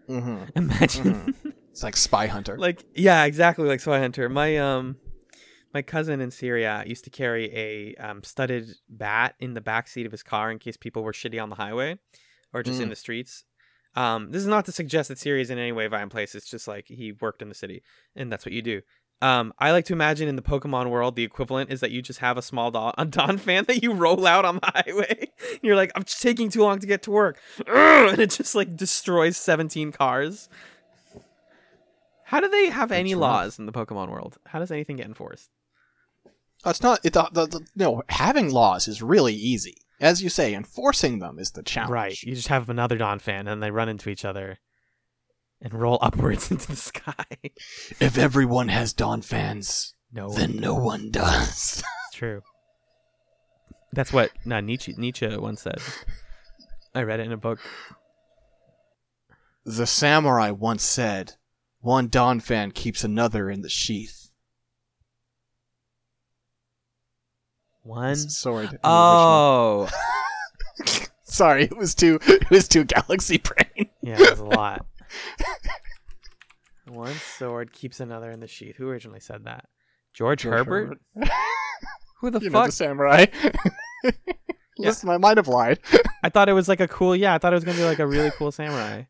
Speaker 1: Mhm.
Speaker 2: Imagine.
Speaker 1: It's like Spy Hunter.
Speaker 2: like yeah exactly like spy hunter my um my cousin in syria used to carry a um, studded bat in the back seat of his car in case people were shitty on the highway or just in
Speaker 1: Mm.
Speaker 2: the streets um this is not to suggest that syria is in any way a violent place it's just like he worked in the city and that's what you do um, I like to imagine in the Pokemon world, the equivalent is that you just have a small Don, a Don fan that you roll out on the highway. And you're like, I'm just taking too long to get to work. Urgh! And it just like destroys 17 cars. How do they have any
Speaker 1: rough.
Speaker 2: laws in the Pokemon world? How does anything get enforced?
Speaker 1: It's not. It, the, the, the- no, having laws is really easy, as you say. Enforcing them is the challenge.
Speaker 2: You just have another Don fan and they run into each other and roll upwards into the sky.
Speaker 1: If everyone has Don fans,
Speaker 2: no,
Speaker 1: then no one does.
Speaker 2: It's true. That's what no, Nietzsche Nietzsche once said. I read it in a book.
Speaker 1: the samurai once said, "One Don fan keeps another in the sheath."
Speaker 2: One.
Speaker 1: Sword. in the
Speaker 2: Oh,
Speaker 1: original. Sorry, it was too. It was too galaxy brain.
Speaker 2: yeah, that's a lot. One sword keeps another in the sheath. Who originally said that? George, Herbert? Who the
Speaker 1: you know
Speaker 2: fuck?
Speaker 1: the samurai. Listen, I might have lied.
Speaker 2: I thought it was like a cool. Yeah, I thought it was gonna be like a really cool samurai.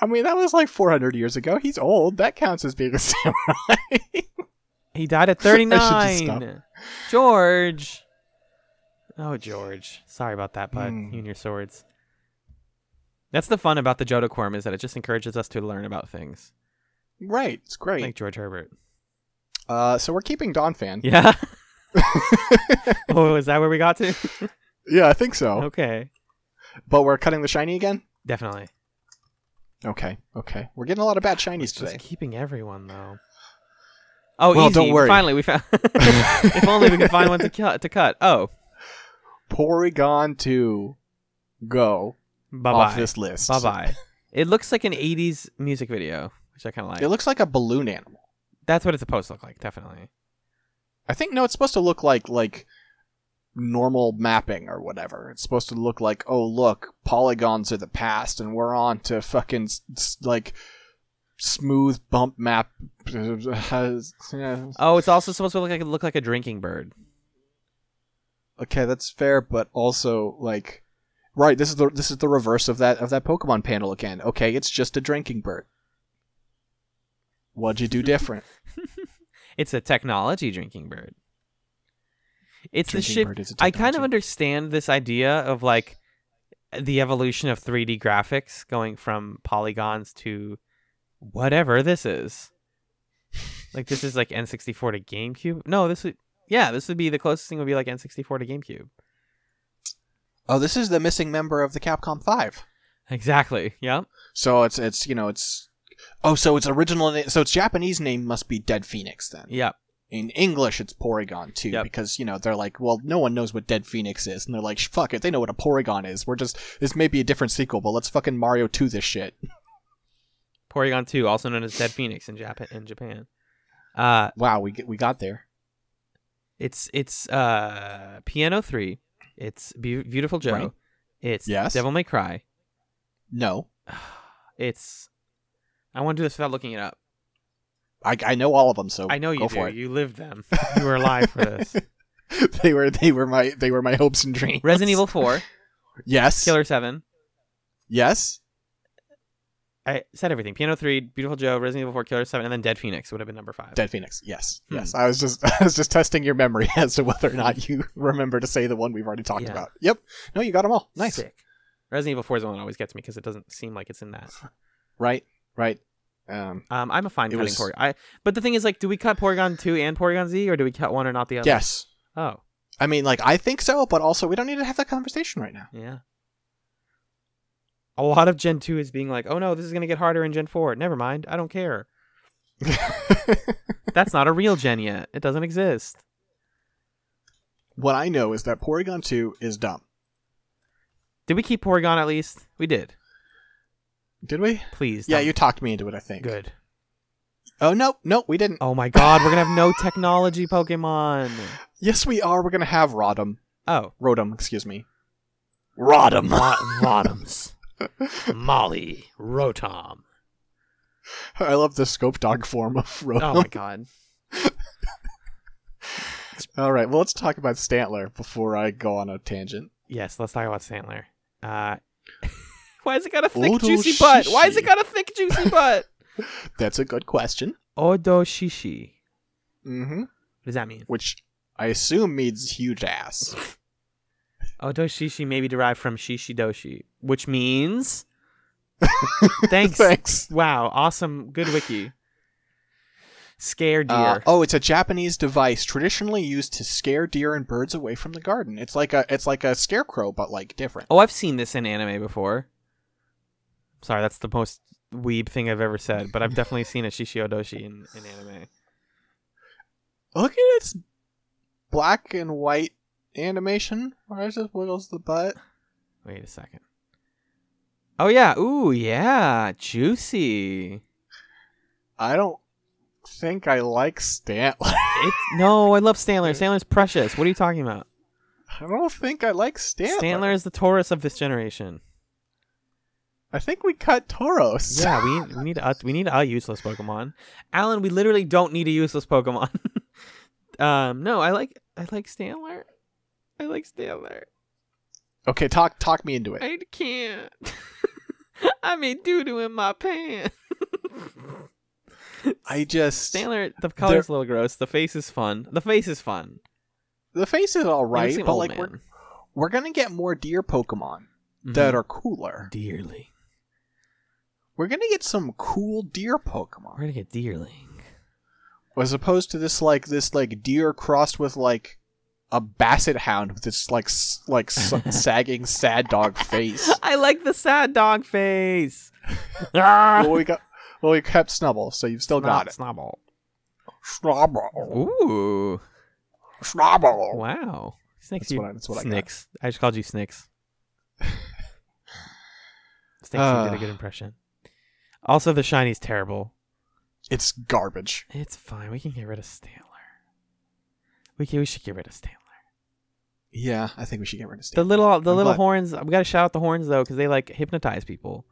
Speaker 1: I mean, that was like 400 years ago. He's old. That counts as being a samurai.
Speaker 2: He died at
Speaker 1: I should just stop.
Speaker 2: 39. George. Oh, George. Sorry about that, bud.
Speaker 1: Hmm.
Speaker 2: You and your swords. That's the fun about the Jodo Quorum is that it just encourages us to learn about things.
Speaker 1: right. It's great.
Speaker 2: Like George Herbert.
Speaker 1: Uh, so we're keeping Don fan.
Speaker 2: Yeah. oh, is that where we got to?
Speaker 1: Yeah, I think
Speaker 2: Oh.
Speaker 1: so.
Speaker 2: Okay.
Speaker 1: But we're cutting the shiny again.
Speaker 2: Definitely.
Speaker 1: Okay. Okay. We're getting a lot of bad
Speaker 2: He's
Speaker 1: shinies
Speaker 2: just
Speaker 1: today.
Speaker 2: keeping everyone though. Oh,
Speaker 1: Well,
Speaker 2: easy.
Speaker 1: don't worry.
Speaker 2: Finally, we found. if only we could find one to cut. To cut. Oh,
Speaker 1: Porygon to go
Speaker 2: bye
Speaker 1: off
Speaker 2: bye.
Speaker 1: this list.
Speaker 2: Bye bye. It looks like an '80s music video, which I kind of like.
Speaker 1: It looks like a balloon animal.
Speaker 2: That's what it's supposed to look like, definitely.
Speaker 1: I think no, it's supposed to look like like normal mapping or whatever. It's supposed to look like oh look, polygons are the past, and we're on to fucking s- s- like smooth bump map. okay,
Speaker 2: Oh, it's also supposed to look like look like a drinking bird.
Speaker 1: that's fair, but also like right. This is the this is the reverse of that of that Pokemon panel again. Okay, it's just a drinking bird. What'd you do different?
Speaker 2: It's a technology drinking bird. It's
Speaker 1: Drinking
Speaker 2: the
Speaker 1: bird is a
Speaker 2: ship. I kind of
Speaker 1: technology.
Speaker 2: understand this idea of like the evolution of 3D graphics going from polygons to whatever this is. Like this is like N64 to GameCube. No, this would yeah, this would be the closest thing would be like N64 to GameCube.
Speaker 1: Oh, this is the missing member of the Capcom Five.
Speaker 2: Exactly. Yeah.
Speaker 1: So it's it's you know it's oh so its original na- so its Japanese name must be Dead Phoenix then.
Speaker 2: Yeah.
Speaker 1: In English, it's Porygon too
Speaker 2: Yep.
Speaker 1: because you know they're like, well, no one knows what Dead Phoenix is, and they're like, fuck it, they know what a Porygon is. We're just this may be a different sequel, but let's fucking Mario two this shit.
Speaker 2: Porygon 2, also known as Dead Phoenix in Japan in Japan. Uh,
Speaker 1: Wow, we get, we got there.
Speaker 2: it's it's uh, Piano Three. It's Beau Beautiful Joe.
Speaker 1: Right.
Speaker 2: It's
Speaker 1: Yes.
Speaker 2: Devil May Cry.
Speaker 1: No,
Speaker 2: It's. I want to do this without looking it up.
Speaker 1: I, I know all of them, so
Speaker 2: I know you
Speaker 1: Oh, go
Speaker 2: do.
Speaker 1: for it.
Speaker 2: You lived them. You were alive for this.
Speaker 1: they were they were my they were my hopes and dreams.
Speaker 2: Resident Evil Four,
Speaker 1: Yes.
Speaker 2: Killer Seven.
Speaker 1: Yes.
Speaker 2: I said everything. Piano Three, Beautiful Joe, Resident Evil Four, Killer Seven, and then Dead Phoenix would have been number five.
Speaker 1: Dead Phoenix. Yes.
Speaker 2: Hmm.
Speaker 1: Yes. I was just I was just testing your memory as to whether or not you remember to say the one we've already talked
Speaker 2: Yeah.
Speaker 1: about. Yep. No, you got them all. Nice.
Speaker 2: Sick. Resident Evil Four is the one that always gets me because it doesn't seem like it's in that.
Speaker 1: Right. Right. Um.
Speaker 2: Um, I'm a fine
Speaker 1: It
Speaker 2: cutting
Speaker 1: was-
Speaker 2: Porygon. I, but the thing is, like, do we cut Porygon two and Porygon Z, or do we cut one or not the other?
Speaker 1: Yes.
Speaker 2: Oh,
Speaker 1: I mean, like I think so, but also we don't need to have that conversation right now.
Speaker 2: yeah. A lot of Gen two is being like, oh no, this is gonna get harder in Gen four. Never mind, I don't care. That's not a real Gen yet. It doesn't exist.
Speaker 1: what I know is that Porygon Two is dumb.
Speaker 2: Did we keep Porygon at least? We did.
Speaker 1: Did we?
Speaker 2: Please.
Speaker 1: Yeah,
Speaker 2: tell
Speaker 1: you
Speaker 2: me.
Speaker 1: talked me into it. I think.
Speaker 2: good.
Speaker 1: Oh no, no, we didn't.
Speaker 2: Oh my God, we're gonna have no technology Pokemon.
Speaker 1: Yes, we are. We're gonna have Rodom.
Speaker 2: Oh,
Speaker 1: Rodom, excuse me. Rodom.
Speaker 2: Vodums, Molly, Rotom.
Speaker 1: I love the scope dog form of
Speaker 2: Oh
Speaker 1: Rodom.
Speaker 2: my God.
Speaker 1: All right, well, let's talk about Stantler before I go on a tangent.
Speaker 2: Yes, let's talk about Sandler. Uh, why has it got a thick,
Speaker 1: Odo
Speaker 2: juicy butt? Why has it
Speaker 1: Shishi.
Speaker 2: got a thick, juicy butt?
Speaker 1: That's a good question.
Speaker 2: Odoshishi.
Speaker 1: Mm-hmm.
Speaker 2: What does that mean?
Speaker 1: Which I assume means huge ass.
Speaker 2: Odoshishi may be derived from Shishidoshi, which means. Thanks.
Speaker 1: Thanks.
Speaker 2: Wow, awesome. Good wiki. Scare deer.
Speaker 1: Uh, oh, it's a Japanese device traditionally used to scare deer and birds away from the garden. It's like a it's like a scarecrow, but like different.
Speaker 2: Oh, I've seen this in anime before. Sorry, that's the most weeb thing I've ever said, but I've definitely seen a Shishi Odoshi in, in anime.
Speaker 1: Look at its black and white animation. Where it just wiggles the butt.
Speaker 2: Wait a second. Oh yeah, ooh yeah, juicy.
Speaker 1: I don't think I like Stantler.
Speaker 2: It, no, I love Stantler. Stantler's precious. What are you talking about?
Speaker 1: I don't think I like Stantler.
Speaker 2: Stantler is the Taurus of this generation.
Speaker 1: I think we cut Tauros.
Speaker 2: Yeah, we we need a we need a useless Pokemon. Alan, we literally don't need a useless Pokemon. um, no, I like I like Stantler. I like Stantler.
Speaker 1: Okay, talk talk me into it.
Speaker 2: I can't. I made doo doo in my pants.
Speaker 1: I just
Speaker 2: Stantler, the color's a little gross. The face is fun. The face is fun.
Speaker 1: the face is all
Speaker 2: Makes
Speaker 1: right,
Speaker 2: him
Speaker 1: but
Speaker 2: old
Speaker 1: like
Speaker 2: man.
Speaker 1: we're we're gonna get more deer Pokemon
Speaker 2: Mhm.
Speaker 1: that are cooler.
Speaker 2: dearly.
Speaker 1: We're gonna get some cool deer Pokemon
Speaker 2: We're gonna get deerling.
Speaker 1: as opposed to this like this like deer crossed with like a basset hound with this like s- like s- sagging sad dog face.
Speaker 2: I like the sad dog face.
Speaker 1: well, we got well we kept Snubble, so you've still got it.
Speaker 2: Snobble.
Speaker 1: Snubble,
Speaker 2: Ooh.
Speaker 1: Snubble.
Speaker 2: Wow. Snicks.
Speaker 1: That's
Speaker 2: you-
Speaker 1: what I- that's what I got.
Speaker 2: Snicks. I, just called you Snicks. Snicks you
Speaker 1: Uh.
Speaker 2: did a good impression. Also, the shiny's terrible.
Speaker 1: It's garbage.
Speaker 2: It's fine. We can get rid of Stantler. We can, we should get rid of Stantler.
Speaker 1: Yeah, I think we should get rid of Stantler.
Speaker 2: The little the
Speaker 1: I'm
Speaker 2: little
Speaker 1: glad-
Speaker 2: horns. We gotta shout out the horns though, because they like hypnotize people.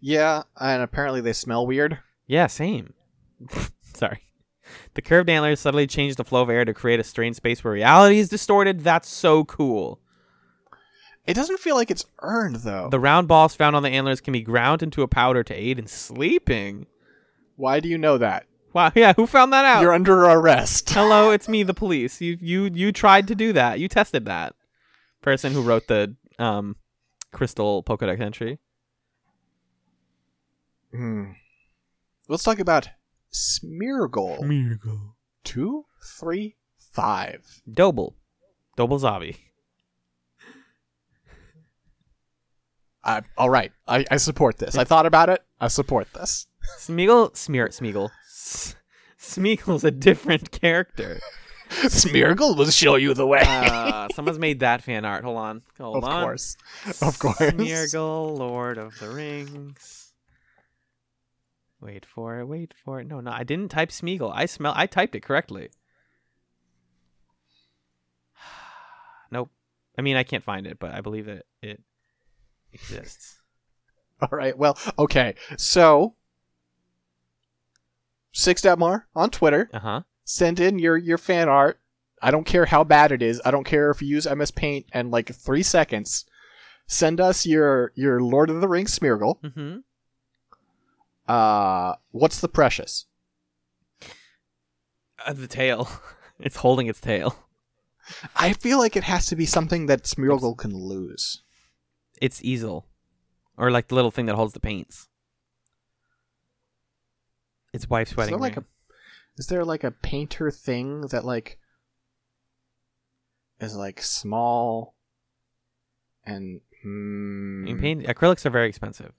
Speaker 1: Yeah, and apparently they smell weird.
Speaker 2: Yeah, same. Sorry. The curved antlers subtly change the flow of air to create a strange space where reality is distorted. That's so cool.
Speaker 1: It doesn't feel like it's earned though.
Speaker 2: The round balls found on the antlers can be ground into a powder to aid in sleeping.
Speaker 1: Why do you know that?
Speaker 2: Wow, yeah, who found that out?
Speaker 1: You're under arrest.
Speaker 2: Hello, it's me, the police. You you you tried to do that. You tested that. Person who wrote the um crystal Pokedex entry.
Speaker 1: Hmm. Let's talk about Smeargle.
Speaker 2: Miracle.
Speaker 1: Two, three, five.
Speaker 2: Doble. Doble Zabi.
Speaker 1: I, all right, I, I support this. I thought about it. I support this.
Speaker 2: Smeagol Smear Smeagol. S- Smeagol's a different character.
Speaker 1: Smeargle will show you the way.
Speaker 2: Uh, someone's made that fan art. Hold on. Hold
Speaker 1: of
Speaker 2: on.
Speaker 1: course, of course.
Speaker 2: Smeargle, Lord of the Rings. Wait for it. Wait for it. No, no, I didn't type Smeagol. I smell. I typed it correctly. nope. I mean, I can't find it, but I believe that it exists.
Speaker 1: All right. Well, okay. So, Six Detmar on Twitter,
Speaker 2: Uh huh.
Speaker 1: send in your your fan art. I don't care how bad it is. I don't care if you use MS Paint and like three seconds. Send us your your Lord of the Rings Smeargle.
Speaker 2: Mm-hmm.
Speaker 1: Uh, what's the precious?
Speaker 2: Uh, the tail. it's holding its tail.
Speaker 1: I feel like it has to be something that Smeargle can lose.
Speaker 2: It's easel, or like the little thing that holds the paints. It's wife's wedding
Speaker 1: is there like
Speaker 2: ring.
Speaker 1: a is there like a painter thing that like is like small and
Speaker 2: I
Speaker 1: hmm.
Speaker 2: mean, paint acrylics are very expensive.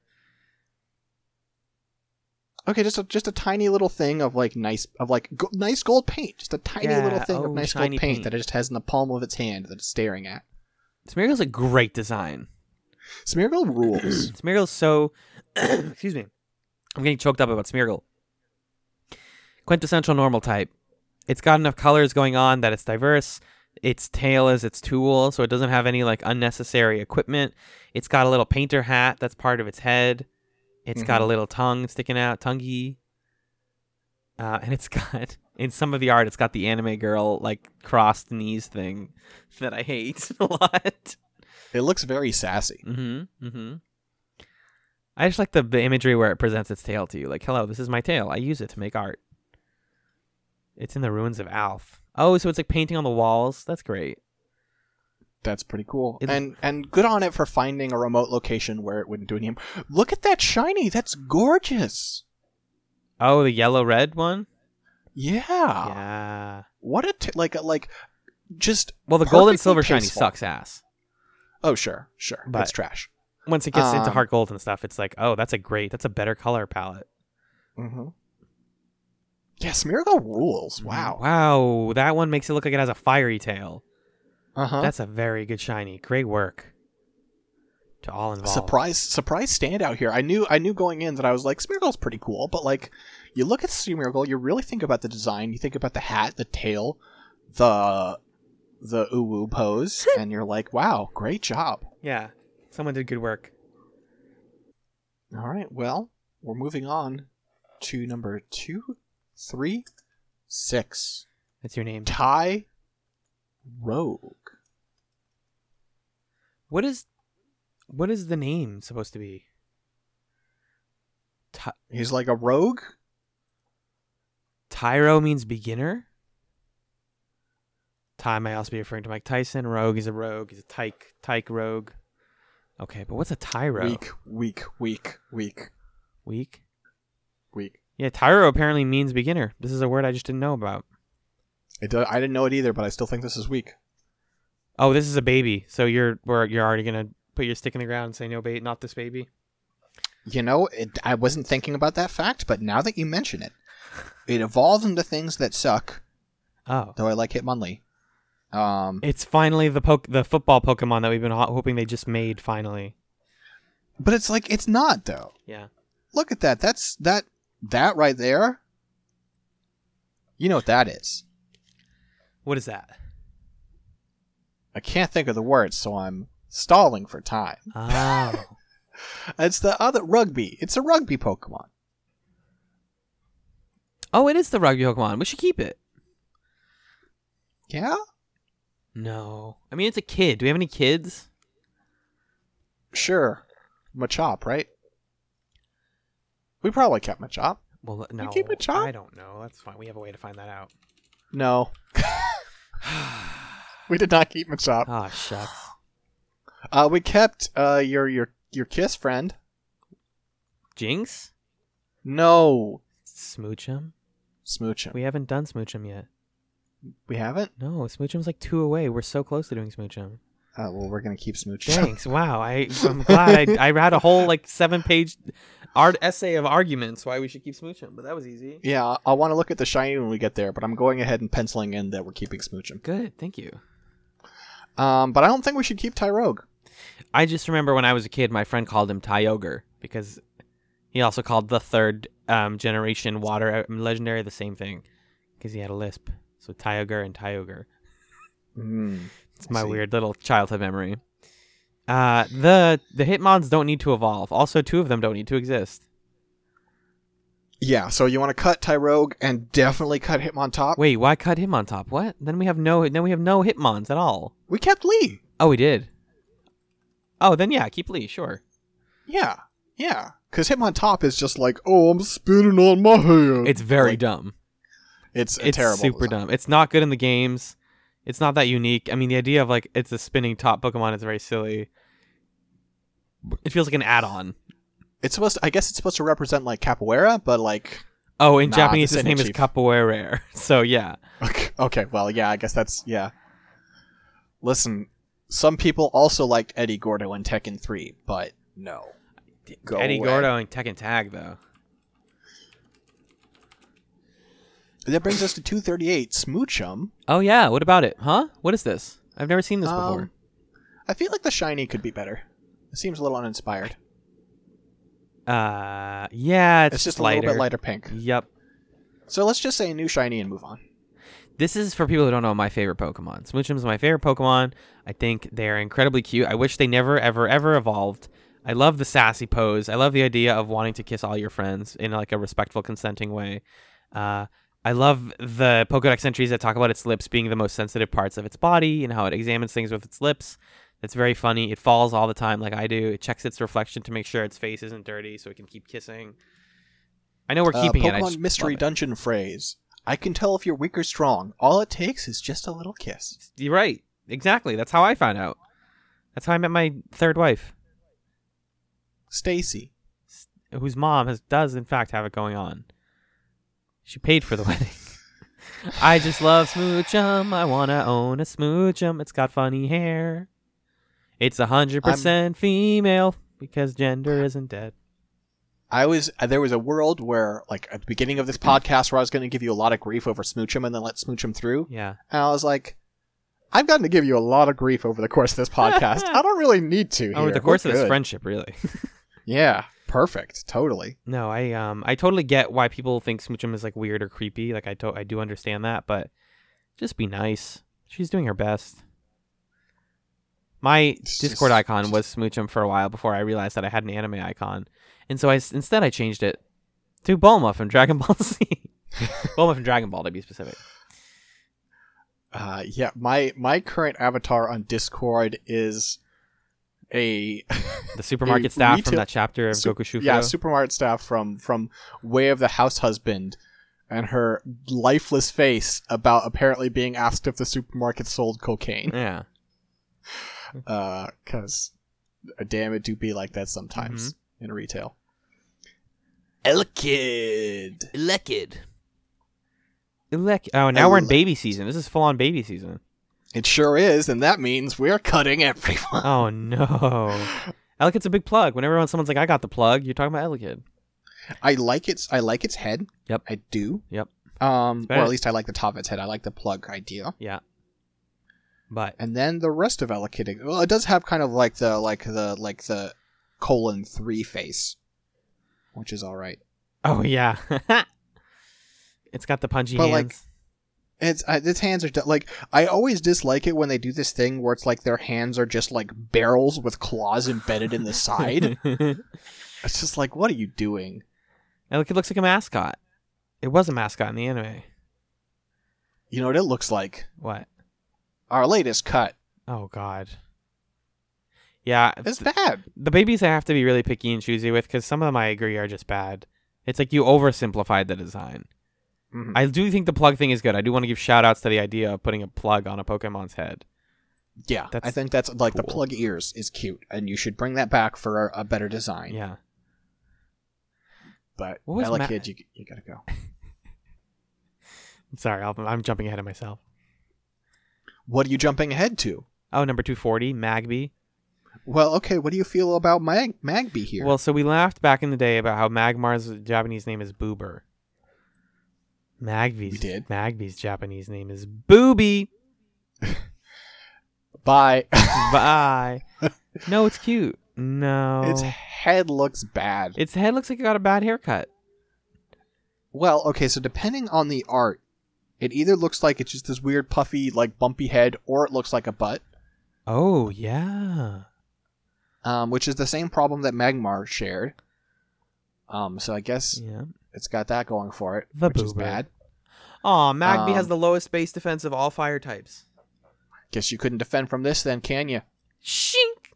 Speaker 1: okay just a, just a tiny little thing of like nice of like go- nice gold paint just a tiny
Speaker 2: Yeah,
Speaker 1: little thing of
Speaker 2: oh,
Speaker 1: nice gold
Speaker 2: shiny
Speaker 1: paint,
Speaker 2: paint.
Speaker 1: that it just has in the palm of its hand that it's staring at
Speaker 2: Smeargle's a great design.
Speaker 1: Smeargle rules
Speaker 2: Smeargle's so excuse me. I'm getting choked up about Smeargle. Quintessential normal type. It's got enough colors going on that it's diverse. Its tail is its tool, so it doesn't have any like unnecessary equipment. It's got a little painter hat that's part of its head. It's got a little tongue sticking out, tonguey. Uh, and it's got in some of the art, it's got the anime girl like crossed knees thing that I hate a lot.
Speaker 1: it looks very sassy
Speaker 2: Mm-hmm. Mm-hmm. I just like the, the imagery where it presents its tail to you. Like, hello, this is my tail. I use it to make art. It's in the ruins of Alf. Oh, so it's like painting on the walls. That's great.
Speaker 1: that's pretty cool
Speaker 2: It-
Speaker 1: and and good on it for finding a remote location where it wouldn't do any harm look at that shiny that's gorgeous
Speaker 2: Oh, the yellow red one.
Speaker 1: yeah
Speaker 2: Yeah.
Speaker 1: What a t- like a- like just
Speaker 2: Well, the gold and
Speaker 1: perfectly
Speaker 2: silver shiny
Speaker 1: tasteful.
Speaker 2: sucks ass.
Speaker 1: oh sure sure
Speaker 2: But-
Speaker 1: it's trash.
Speaker 2: Once it gets into
Speaker 1: Um,
Speaker 2: heart gold and stuff, it's like, oh, that's a great. That's a better color palette.
Speaker 1: Mm-hmm. Yeah, Smeargle rules.
Speaker 2: Mm-hmm.
Speaker 1: Wow.
Speaker 2: Wow, that one makes it look like it has a fiery tail.
Speaker 1: Uh huh.
Speaker 2: That's a very good shiny. Great work. To all involved.
Speaker 1: Surprise surprise standout here. I knew I knew going in that I was like Smeargle's pretty cool, but like you look at Smeargle, you really think about the design, you think about the hat, the tail, the the uwu pose, and you're like, wow, great job.
Speaker 2: Yeah, someone did good work.
Speaker 1: All right, well, we're moving on to number two, three, six.
Speaker 2: That's your name.
Speaker 1: Ty Rogue.
Speaker 2: What is, what is the name supposed to be? Ty-
Speaker 1: He's like a rogue.
Speaker 2: Tyro means beginner. Ty may also be referring to Mike Tyson. Rogue is a rogue. He's a tyke. Tyke rogue. Okay, but what's a Tyro?
Speaker 1: Weak, weak, weak, weak,
Speaker 2: Weak?
Speaker 1: weak.
Speaker 2: Yeah, Tyro apparently means beginner. This is a word I just didn't know about.
Speaker 1: It do- I didn't know it either, but I still think this is weak.
Speaker 2: Oh, this is a baby. So you're we're, you're already gonna put your stick in the ground and say no, bait, not this baby.
Speaker 1: You know, it, I wasn't thinking about that fact, but now that you mention it, it evolved into things that suck.
Speaker 2: Oh,
Speaker 1: Though I like Hitmonlee. Um,
Speaker 2: It's finally the poke the football Pokemon that we've been ho- hoping they just made finally.
Speaker 1: but it's like it's not though.
Speaker 2: Yeah.
Speaker 1: Look at that. That's that that right there. You know what that is?
Speaker 2: What is that?
Speaker 1: I can't think of the words, so I'm stalling for time.
Speaker 2: Oh.
Speaker 1: It's the other rugby. It's a rugby Pokemon.
Speaker 2: oh, it is the rugby Pokemon. We should keep it.
Speaker 1: Yeah.
Speaker 2: No. I mean, it's a kid. Do we have any kids?
Speaker 1: Sure. Machop, right? We probably kept Machop.
Speaker 2: Well, no.
Speaker 1: keep it, Chop?
Speaker 2: I don't know. That's fine. We have a way to find that out.
Speaker 1: No, we did not keep Machop.
Speaker 2: Ah, shucks.
Speaker 1: Uh, we kept uh, your your your kiss friend.
Speaker 2: Jinx?
Speaker 1: No,
Speaker 2: Smoochum?
Speaker 1: Smoochum. We,
Speaker 2: We haven't done Smoochum yet.
Speaker 1: haven't.
Speaker 2: No, Smoochum's like two away. We're so close to doing Smoochum.
Speaker 1: Uh, well, we're gonna keep Smoochum.
Speaker 2: Thanks. Wow. I, I'm glad I, I had a whole like seven page art essay of arguments why we should keep Smoochum, but that was easy.
Speaker 1: Yeah, I- I want to look at the shiny when we get there, but I'm going ahead and penciling in that we're keeping Smoochum.
Speaker 2: Good. Thank you.
Speaker 1: Um, but I don't think we should keep Tyrogue.
Speaker 2: I just remember when I was a kid, my friend called him Tyogre because he also called the third um, generation water um, legendary the same thing because he had a lisp. So Kyogre and Kyogre.
Speaker 1: Mm.
Speaker 2: It's
Speaker 1: I
Speaker 2: my
Speaker 1: see.
Speaker 2: weird little childhood memory. Uh, the the Hitmons don't need to evolve. Also, two of them don't need to exist.
Speaker 1: Yeah, so you want to cut Tyrogue and definitely cut Hitmontop.
Speaker 2: Wait, why cut him on top? What? Then we have no then we have no Hitmons at all.
Speaker 1: We kept Lee.
Speaker 2: Oh, we did. Oh, then yeah, keep Lee, sure.
Speaker 1: Yeah, yeah. Because Hitmontop is just like, oh, I'm spitting on my hand.
Speaker 2: It's very
Speaker 1: Like,
Speaker 2: dumb.
Speaker 1: It's, a
Speaker 2: It's
Speaker 1: terrible.
Speaker 2: super
Speaker 1: design.
Speaker 2: dumb. It's not good in the games. It's not that unique. I mean, the idea of like it's a spinning top Pokemon is very silly. It feels like an add-on.
Speaker 1: It's supposed. To, I guess it's supposed to represent like capoeira, but like,
Speaker 2: Oh, in
Speaker 1: Nah,
Speaker 2: Japanese,
Speaker 1: this
Speaker 2: his
Speaker 1: ain't
Speaker 2: name
Speaker 1: it,
Speaker 2: is
Speaker 1: Chief.
Speaker 2: Capoeira. So yeah,
Speaker 1: okay, well, yeah. I guess that's yeah. Listen, some people also liked Eddie Gordo in Tekken Three, but no. Go
Speaker 2: Eddie
Speaker 1: away.
Speaker 2: Gordo and Tekken Tag though.
Speaker 1: That brings us to 238 Smoochum.
Speaker 2: Oh yeah, what about it? Huh? What is this? I've never seen this
Speaker 1: Um,
Speaker 2: before.
Speaker 1: I feel like the shiny could be better. It seems a little uninspired.
Speaker 2: Uh, yeah, it's,
Speaker 1: It's, just
Speaker 2: lighter. Mm-hmm.
Speaker 1: a little bit lighter pink.
Speaker 2: Yep.
Speaker 1: So let's just say new shiny and move on.
Speaker 2: This is for people who don't know my favorite Pokemon. Smoochum's my favorite Pokemon. I think they're incredibly cute. I wish they never, ever, ever evolved. I love the sassy pose. I love the idea of wanting to kiss all your friends in like a respectful, consenting way. Uh, I love the Pokedex entries that talk about its lips being the most sensitive parts of its body and how it examines things with its lips. That's very funny. It falls all the time, like I do. It checks its reflection to make sure its face isn't dirty, so it can keep kissing. I know we're
Speaker 1: Uh,
Speaker 2: keeping
Speaker 1: Pokemon
Speaker 2: it. I just
Speaker 1: mystery
Speaker 2: love it.
Speaker 1: dungeon phrase. I can tell if you're weak or strong. All it takes is just a little kiss.
Speaker 2: You're right. Exactly. That's how I found out. That's how I met my third wife,
Speaker 1: Stacy.
Speaker 2: whose mom has does in fact have it going on. She paid for the wedding. I just love Smoochum. I wanna own a Smoochum. It's got funny hair. It's a hundred percent female because gender isn't dead.
Speaker 1: I was uh, there was a world where like at the beginning of this podcast where I was going to give you a lot of grief over Smoochum and then let Smoochum through,
Speaker 2: Yeah.
Speaker 1: and I was like, I've gotten to give you a lot of grief over the course of this podcast. I don't really need to.
Speaker 2: Over
Speaker 1: here.
Speaker 2: the course
Speaker 1: We're
Speaker 2: of this
Speaker 1: good.
Speaker 2: friendship, really.
Speaker 1: Yeah, perfect. Totally.
Speaker 2: No, I um I totally get why people think Smoochum is like weird or creepy. Like I to- I do understand that, but just be nice. She's doing her best. My
Speaker 1: It's
Speaker 2: Discord
Speaker 1: just-
Speaker 2: icon was Smoochum for a while before I realized that I had an anime icon, and so I s- instead I changed it to Bulma from Dragon Ball Z. Bulma from Dragon Ball, to be specific.
Speaker 1: Uh, yeah, my my current avatar on Discord is a
Speaker 2: The supermarket
Speaker 1: Dude,
Speaker 2: staff from
Speaker 1: retail-
Speaker 2: that chapter of
Speaker 1: Sup-
Speaker 2: Goku Shufuro.
Speaker 1: yeah supermarket staff from from way of the house husband and her lifeless face about apparently being asked if the supermarket sold cocaine
Speaker 2: yeah. Mm.
Speaker 1: Uh 'cause because damn it do be like that sometimes
Speaker 2: Mm-hmm.
Speaker 1: in retail Elkid.
Speaker 2: Elected. Elec- oh, now we're in
Speaker 1: Elec-
Speaker 2: baby season. This is full on baby season.
Speaker 1: It sure is, and that means we're cutting everyone.
Speaker 2: Oh no. Elekid's a big plug. Whenever someone's like, I got the plug, you're talking about Elekid.
Speaker 1: I like its I like its head.
Speaker 2: Yep.
Speaker 1: I do.
Speaker 2: Yep.
Speaker 1: Um
Speaker 2: better.
Speaker 1: or at least I like the top of its head. I like the plug idea.
Speaker 2: Yeah. But
Speaker 1: and then the rest of Elekid. Well, it does have kind of like the like the like the colon three face, which is all right.
Speaker 2: oh yeah. it's got the punchy
Speaker 1: But, like,
Speaker 2: hands.
Speaker 1: It's uh, its hands are d- like I always dislike it when they do this thing where it's like their hands are just like barrels with claws embedded in the side. it's just like what are you doing?
Speaker 2: Elekid looks like a mascot. It was a mascot in the anime.
Speaker 1: You know what it looks like?
Speaker 2: What?
Speaker 1: Our latest cut.
Speaker 2: Oh god. Yeah.
Speaker 1: It's bad.
Speaker 2: the babies I have to be really picky and choosy with because some of them I agree are just bad. It's like you oversimplified the design.
Speaker 1: Mhm.
Speaker 2: I do think the plug thing is good. I do want to give shout outs to the idea of putting a plug on a Pokemon's head.
Speaker 1: Yeah,
Speaker 2: That's
Speaker 1: I think that's like the
Speaker 2: cool.
Speaker 1: plug ears is cute, and you should bring that back for a, a better design.
Speaker 2: Yeah.
Speaker 1: But
Speaker 2: What was Ma-
Speaker 1: Elekid, you you gotta go.
Speaker 2: Sorry, I'll, I'm jumping ahead of myself.
Speaker 1: What are you jumping ahead to?
Speaker 2: Oh, number 240, Magby.
Speaker 1: Well, okay, what do you feel about Mag- Magby here?
Speaker 2: Well, so we laughed back in the day about how Magmar's Japanese name is Boober. Magby's,
Speaker 1: We did.
Speaker 2: Magby's Japanese name is Booby.
Speaker 1: bye.
Speaker 2: Bye. no, it's cute. No.
Speaker 1: its head looks bad.
Speaker 2: its head looks like it got a bad haircut.
Speaker 1: Well, okay, so depending on the art, it either looks like it's just this weird puffy, like bumpy head, or it looks like a butt,
Speaker 2: Oh yeah.
Speaker 1: um, which is the same problem that Magmar shared. Um, so I guess
Speaker 2: Yeah.
Speaker 1: it's got that going for it,
Speaker 2: The
Speaker 1: which is
Speaker 2: boober.
Speaker 1: bad.
Speaker 2: Aw, Magby has
Speaker 1: Um,
Speaker 2: the lowest base defense of all fire types.
Speaker 1: Guess you couldn't defend from this, then, can you?
Speaker 2: Shink.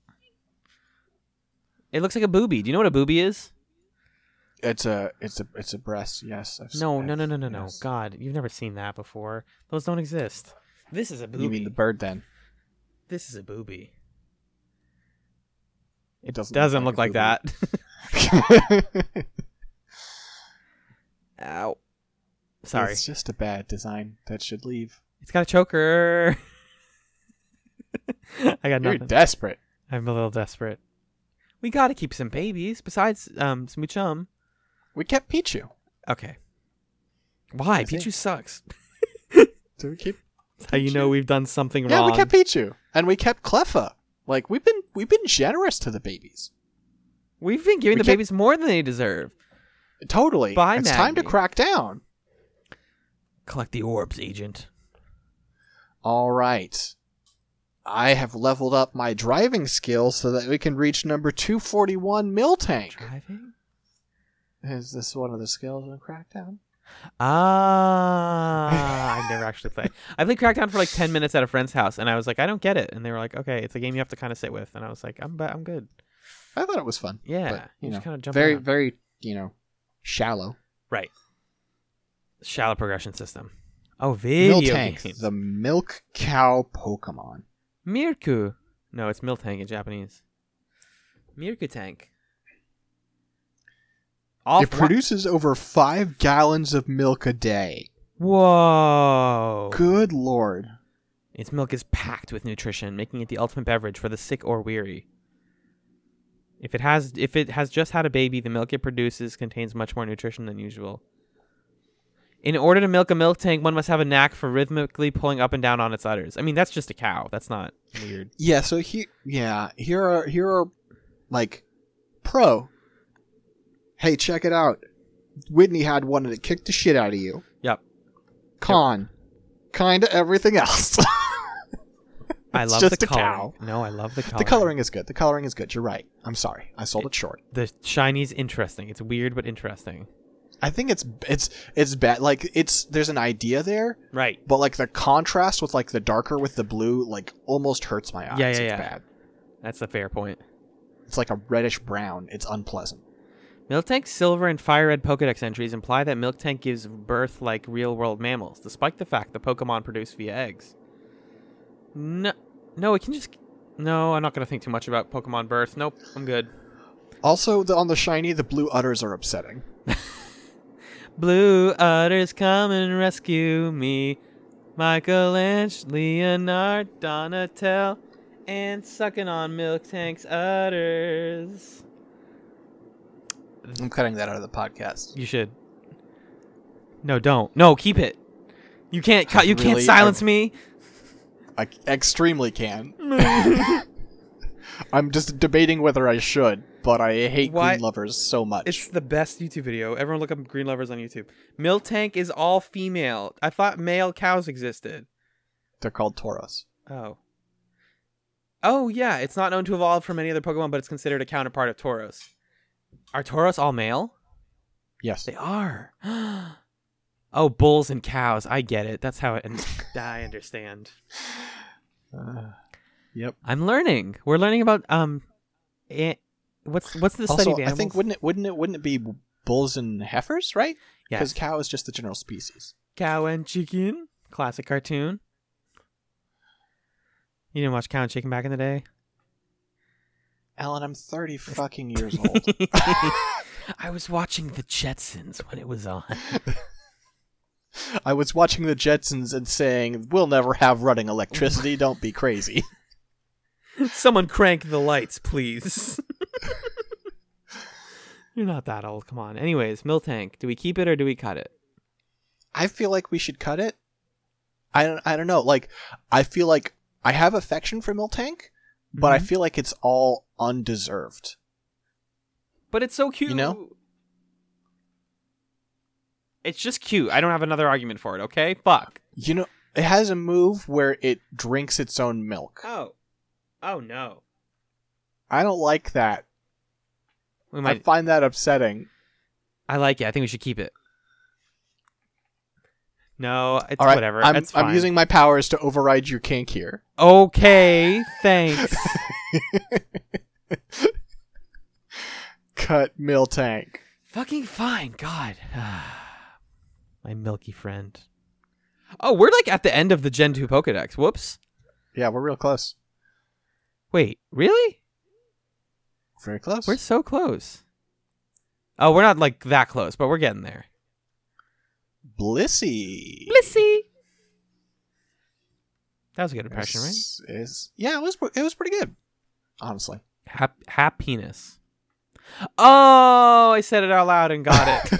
Speaker 2: It looks like a booby. Do you know what a booby is?
Speaker 1: It's a, it's a, it's a breast. Yes. I've
Speaker 2: No,
Speaker 1: I've-
Speaker 2: no, no, no, no, no.
Speaker 1: yes.
Speaker 2: God, you've never seen that before. Those don't exist. This is a booby.
Speaker 1: You mean the bird? Then
Speaker 2: this is a booby.
Speaker 1: it doesn't
Speaker 2: Doesn't look like
Speaker 1: a
Speaker 2: that.
Speaker 1: booby.
Speaker 2: Ow. Sorry.
Speaker 1: it's just a bad design that should leave.
Speaker 2: it's got a choker. I got
Speaker 1: You're
Speaker 2: nothing.
Speaker 1: desperate.
Speaker 2: I'm a little desperate. We gotta keep some babies. Besides, um, Smoochum.
Speaker 1: We kept Pichu.
Speaker 2: Okay. Why?
Speaker 1: I think-
Speaker 2: Pichu sucks.
Speaker 1: Did we keep?
Speaker 2: That's how you
Speaker 1: Pichu.
Speaker 2: know we've done something
Speaker 1: Yeah,
Speaker 2: wrong.
Speaker 1: we kept Pichu, and we kept Cleffa. Like we've been, we've been generous to the babies.
Speaker 2: We've been giving
Speaker 1: We
Speaker 2: the
Speaker 1: kept-
Speaker 2: babies more than they deserve.
Speaker 1: Totally.
Speaker 2: Bye,
Speaker 1: it's time to
Speaker 2: Magby.
Speaker 1: crack down.
Speaker 2: Collect the orbs, agent.
Speaker 1: All right. I have leveled up my driving skill so that we can reach number 241 Mill Tank.
Speaker 2: Driving?
Speaker 1: Is this one of the skills in Crackdown?
Speaker 2: Ah, I've never actually played. I played Crackdown for like ten minutes at a friend's house, and I was like, I don't get it, and they were like, Okay, it's a game you have to kind of sit with, and I was like, I'm, bu- I'm good.
Speaker 1: I thought it was fun.
Speaker 2: Yeah,
Speaker 1: But, you
Speaker 2: you
Speaker 1: know,
Speaker 2: just kind of jump
Speaker 1: very,
Speaker 2: around.
Speaker 1: very, you know, shallow.
Speaker 2: right. Shallow progression system. Oh,
Speaker 1: Mill
Speaker 2: video
Speaker 1: Tank,
Speaker 2: games.
Speaker 1: the milk cow Pokemon.
Speaker 2: Mirku. No, it's Miltank in Japanese. Mirku tank. Off
Speaker 1: it produces over five gallons of milk a day.
Speaker 2: Whoa.
Speaker 1: Good lord.
Speaker 2: Its milk is packed with nutrition, making it the ultimate beverage for the sick or weary. If it has if it has just had a baby, the milk it produces contains much more nutrition than usual. In order to milk a milk tank, one must have a knack for rhythmically pulling up and down on its udders. I mean, that's just a cow. That's not weird.
Speaker 1: Yeah. So here, yeah, here are here are like pro. Hey, check it out. Whitney had one and it kicked the shit out of you.
Speaker 2: Yep.
Speaker 1: Con, kinda everything else.
Speaker 2: I
Speaker 1: It's
Speaker 2: love
Speaker 1: just
Speaker 2: the
Speaker 1: a
Speaker 2: color.
Speaker 1: cow.
Speaker 2: No, I love the color.
Speaker 1: the coloring is good. The coloring is good. You're right. I'm sorry. I sold it short.
Speaker 2: The shiny's interesting. It's weird but interesting.
Speaker 1: I think it's it's it's bad. Like it's there's an idea there,
Speaker 2: Right.
Speaker 1: but like the contrast with like the darker with the blue like almost hurts my eyes.
Speaker 2: Yeah, yeah,
Speaker 1: it's
Speaker 2: yeah.
Speaker 1: bad.
Speaker 2: That's a fair point.
Speaker 1: It's like a reddish brown. It's unpleasant.
Speaker 2: Miltank's silver and fire red Pokedex entries imply that Miltank gives birth like real world mammals, despite the fact the Pokemon produce via eggs. No, no, it can just. No, I'm not going to think too much about Pokemon birth. Nope, I'm good.
Speaker 1: Also, the, on the shiny, the blue udders are upsetting.
Speaker 2: Blue udders come and rescue me. Michelangelo, Leonard, Donatello, and sucking on Miltank's udders.
Speaker 1: I'm cutting that out of the podcast.
Speaker 2: You should. No, don't. No, keep it. You can't cut. You can't
Speaker 1: Really,
Speaker 2: silence me.
Speaker 1: I extremely can. I'm just debating whether I should, but I hate
Speaker 2: Why-
Speaker 1: green lovers so much.
Speaker 2: It's the best YouTube video. Everyone look up Green Lovers on YouTube. Miltank is all female. I thought male cows existed.
Speaker 1: They're called Tauros.
Speaker 2: Oh. Oh yeah, it's not known to evolve from any other Pokemon, but it's considered a counterpart of Tauros. Are Tauros all male?
Speaker 1: Yes.
Speaker 2: They are. oh, bulls and cows. I get it. That's how it. I understand.
Speaker 1: Uh, yep.
Speaker 2: I'm learning. We're learning about um, eh, what's what's the
Speaker 1: Also,
Speaker 2: study of
Speaker 1: I
Speaker 2: animals?
Speaker 1: think wouldn't it wouldn't it wouldn't it be bulls and heifers, right? Because
Speaker 2: yes.
Speaker 1: cow is just the general species.
Speaker 2: Cow and Chicken, classic cartoon. You didn't watch Cow and Chicken back in the day?
Speaker 1: Alan, I'm thirty fucking years old.
Speaker 2: I was watching The Jetsons when it was on.
Speaker 1: I was watching the Jetsons and saying, "We'll never have running electricity. Don't be crazy."
Speaker 2: Someone crank the lights, please. You're not that old. Come on. Anyways, Miltank, do we keep it or do we cut it?
Speaker 1: I feel like we should cut it. I don't, I don't know. Like, I feel like I have affection for Miltank, but I
Speaker 2: Mhm.
Speaker 1: feel like it's all undeserved.
Speaker 2: But it's so cute.
Speaker 1: know?
Speaker 2: It's just cute. I don't have another argument for it. Okay, fuck.
Speaker 1: You know, it has a move where it drinks its own milk.
Speaker 2: Oh, oh no.
Speaker 1: I don't like that.
Speaker 2: We
Speaker 1: I
Speaker 2: might.
Speaker 1: find that upsetting.
Speaker 2: I like it. I think we should keep it. No, it's
Speaker 1: All right,
Speaker 2: whatever.
Speaker 1: I'm,
Speaker 2: it's
Speaker 1: I'm
Speaker 2: fine.
Speaker 1: using my powers to override your kink here.
Speaker 2: Okay, thanks.
Speaker 1: Cut mill tank.
Speaker 2: Fucking fine. God, my milky friend. Oh, we're like at the end of the Gen two Pokedex. Whoops.
Speaker 1: Yeah, we're real close.
Speaker 2: Wait, really?
Speaker 1: Very close.
Speaker 2: We're so close. Oh, we're not like that close, but we're getting there.
Speaker 1: Blissey.
Speaker 2: Blissy. That was a good impression, right?
Speaker 1: Is- is- yeah, it was it was pretty good, honestly.
Speaker 2: Hap- happiness. Oh, I said it out loud and got it.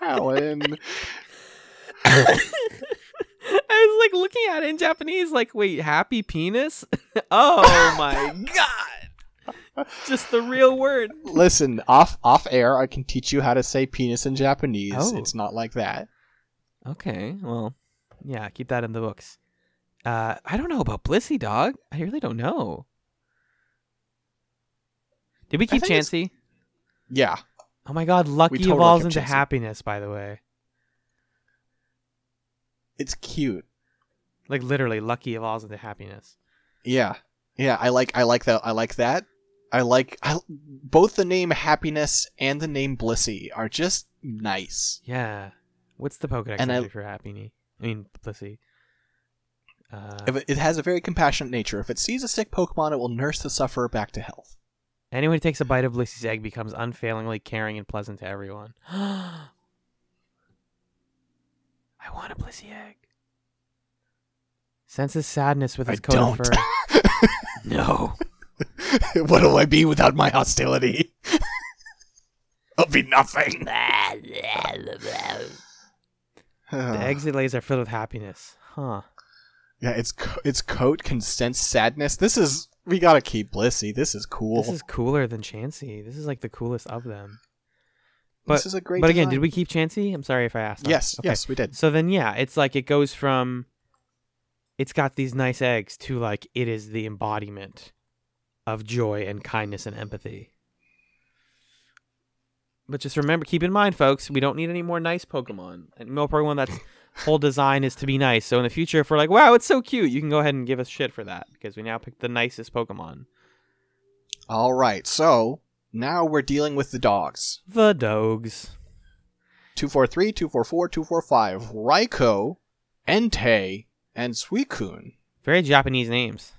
Speaker 1: Alan,
Speaker 2: I was like looking at it in Japanese, like, wait, happy penis? oh my god. Just the real word.
Speaker 1: listen off off air. I can teach you how to say penis in Japanese.
Speaker 2: Oh.
Speaker 1: It's not like that.
Speaker 2: Okay, well, yeah, keep that in the books. Uh, I don't know about Blissey, dog. I really don't know. Did we keep
Speaker 1: think it's-
Speaker 2: Chansey?
Speaker 1: Yeah,
Speaker 2: Oh my god, Lucky
Speaker 1: totally
Speaker 2: evolves
Speaker 1: kept
Speaker 2: into
Speaker 1: Chansey.
Speaker 2: happiness, by the way.
Speaker 1: it's cute.
Speaker 2: Like literally, Lucky evolves into happiness.
Speaker 1: Yeah, yeah. I like I like that. I like that. I like I, both the name happiness and the name Blissey are just nice.
Speaker 2: Yeah. What's the Pokedex
Speaker 1: And I-
Speaker 2: entry for Happiny? I mean, Blissey. Uh,
Speaker 1: If it- It has a very compassionate nature. If it sees a sick Pokemon, it will nurse the sufferer back to health.
Speaker 2: anyone who takes a bite of Blissey's egg becomes unfailingly caring and pleasant to everyone. I want a Blissey egg. Senses sadness with his
Speaker 1: I
Speaker 2: coat
Speaker 1: don't.
Speaker 2: of fur. no.
Speaker 1: what will I be without my hostility? I'll be nothing.
Speaker 2: the eggs it lays are filled with happiness. Huh.
Speaker 1: Yeah, its co- its coat can sense sadness. This is we gotta keep Blissey. This is cool.
Speaker 2: This is cooler than Chansey. This is like the coolest of them.
Speaker 1: This is a great.
Speaker 2: But again,
Speaker 1: design.
Speaker 2: did we keep Chansey? I'm sorry if I asked. that.
Speaker 1: Yes,
Speaker 2: Okay.
Speaker 1: yes, we did.
Speaker 2: So then, yeah, it's like it goes from it's got these nice eggs to like it is the embodiment of joy and kindness and empathy. But just remember, keep in mind, folks, we don't need any more nice Pokemon. And more Pokemon that's whole design is to be nice. So in the future, if we're like, wow, it's so cute, you can go ahead and give us shit for that because we now picked the nicest Pokemon,
Speaker 1: All right, so now we're dealing with the dogs.
Speaker 2: the Dogs.
Speaker 1: 243, 244, 245, Raikou, Entei, and Suicune.
Speaker 2: Very Japanese names.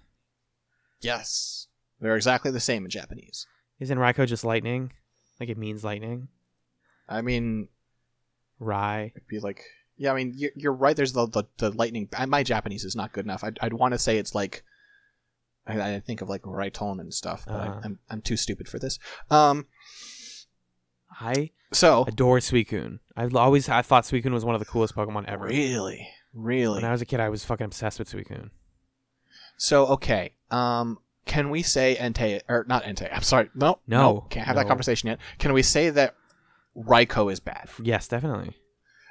Speaker 1: Yes, they're exactly the same in Japanese.
Speaker 2: Isn't Raikou just lightning? Like it means lightning.
Speaker 1: I mean,
Speaker 2: Rai.
Speaker 1: it'd be like, yeah, I mean, you're, you're right. There's the, the the lightning. uh, My Japanese is not good enough. I'd, I'd want to say it's like, I, I think of like Raiton and stuff, but
Speaker 2: Uh-huh.
Speaker 1: I, I'm I'm too stupid for this. Um,
Speaker 2: I
Speaker 1: so
Speaker 2: adore Suicune. I've always I thought Suicune was one of the coolest Pokemon ever.
Speaker 1: really, really,
Speaker 2: When I was a kid, I was fucking obsessed with Suicune.
Speaker 1: So okay, um, can we say Entei or not Entei? I'm sorry, no,
Speaker 2: No,
Speaker 1: can't have that
Speaker 2: no.
Speaker 1: conversation yet. Can we say that Raikou is bad?
Speaker 2: Yes, definitely.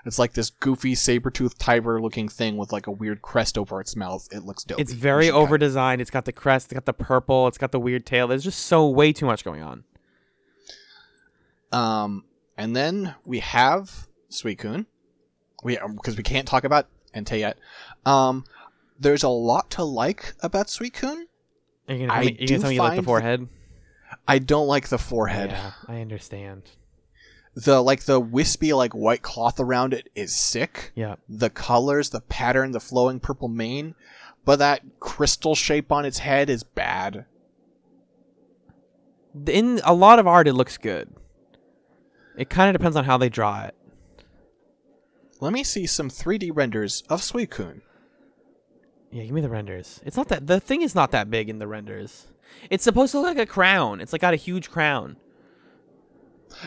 Speaker 1: It's like this goofy saber-toothed tiger-looking thing with like a weird crest over its mouth. It looks dope.
Speaker 2: It's very over designed. It's got the crest. It's got the purple. It's got the weird tail. There's just so way too much going on.
Speaker 1: Um, and then we have Suicune. We because we can't talk about Entei yet. Um, there's a lot to like about Suicune.
Speaker 2: Are you gonna,
Speaker 1: I
Speaker 2: tell me-
Speaker 1: do
Speaker 2: you gonna tell me you like the
Speaker 1: find-
Speaker 2: forehead?
Speaker 1: I don't like the forehead.
Speaker 2: Yeah, I understand.
Speaker 1: The like the wispy like white cloth around it is sick.
Speaker 2: Yeah,
Speaker 1: the colors, the pattern, the flowing purple mane, but that crystal shape on its head is bad.
Speaker 2: in a lot of art, it looks good. It kind of depends on how they draw it.
Speaker 1: Let me see some 3D renders of Suicune.
Speaker 2: Yeah, give me the renders. It's not that the thing is not that big in the renders. It's supposed to look like a crown. It's like got a huge crown.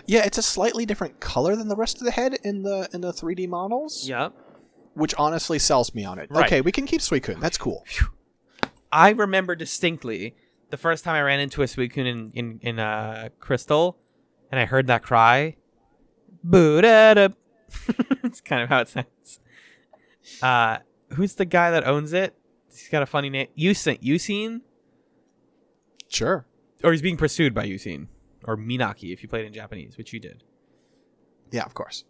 Speaker 1: Yeah, it's a slightly different color than the rest of the head in the in the 3D models,
Speaker 2: Yep.
Speaker 1: which honestly sells me on it.
Speaker 2: Right.
Speaker 1: Okay, we can keep Suicune. That's cool.
Speaker 2: I remember distinctly the first time I ran into a Suicune in in, in uh, Crystal, and I heard that cry, Boo-da-da. It's kind of how it sounds. Uh, who's the guy that owns it? He's got a funny name. Usain, Usain,
Speaker 1: Sure.
Speaker 2: or he's being pursued by Usain, or Minaki if you played in Japanese, which you did.
Speaker 1: Yeah, of course.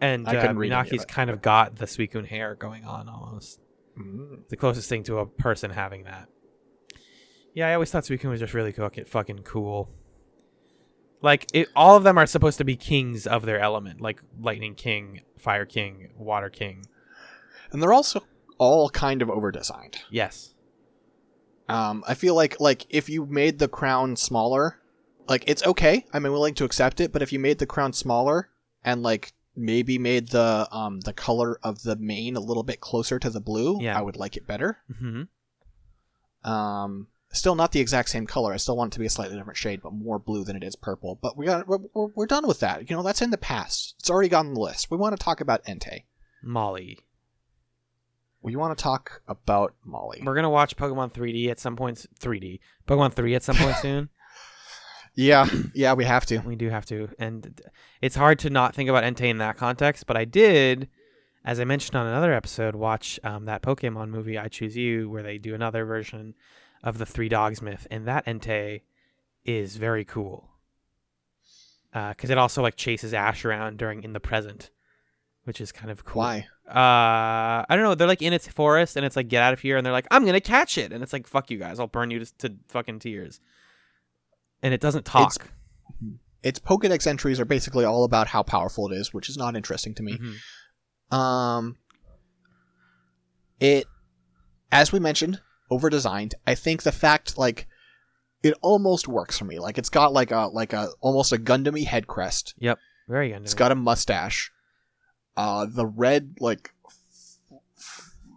Speaker 2: And uh,
Speaker 1: I couldn't read any of
Speaker 2: Minaki's
Speaker 1: it.
Speaker 2: kind of got the Suicune hair going on almost. the closest thing to a person having that. Yeah, I always thought Suicune was just really fucking fucking cool. Like it, all of them are supposed to be kings of their element, like Lightning King, Fire King, Water King.
Speaker 1: And they're also all kind of overdesigned.
Speaker 2: Yes,
Speaker 1: Um, I feel like like if you made the crown smaller, like it's okay. I'm willing to accept it. But if you made the crown smaller and like maybe made the um the color of the mane a little bit closer to the blue,
Speaker 2: Yeah.
Speaker 1: I would like it better.
Speaker 2: hmm
Speaker 1: Um, still not the exact same color. I still want it to be a slightly different shade, but more blue than it is purple. But we got we're, we're, we're done with that. You know that's in the past. It's already gone on the list. We want to talk about Entei.
Speaker 2: Molly.
Speaker 1: We want to talk about Molly.
Speaker 2: We're gonna watch Pokemon 3D at some point. s- 3D Pokemon 3 at some point soon.
Speaker 1: Yeah, yeah, we have to.
Speaker 2: We do have to, and it's hard to not think about Entei in that context. But I did, as I mentioned on another episode, watch um, that Pokemon movie "I Choose You," where they do another version of the Three Dogs myth, and that Entei is very cool because it also like chases Ash around during in the present, which is kind of cool.
Speaker 1: Why?
Speaker 2: Uh, I don't know. They're like in its forest, and it's like get out of here, and they're like I'm gonna catch it, and it's like fuck you guys, I'll burn you to, to fucking tears. And it doesn't talk.
Speaker 1: Its Pokedex entries are basically all about how powerful it is, which is not interesting to me.
Speaker 2: Mhm.
Speaker 1: Um, it, as we mentioned, overdesigned. I think the fact like it almost works for me. Like it's got like a like a almost a Gundamy head crest.
Speaker 2: Very good.
Speaker 1: It's got a mustache. Uh, the red like f-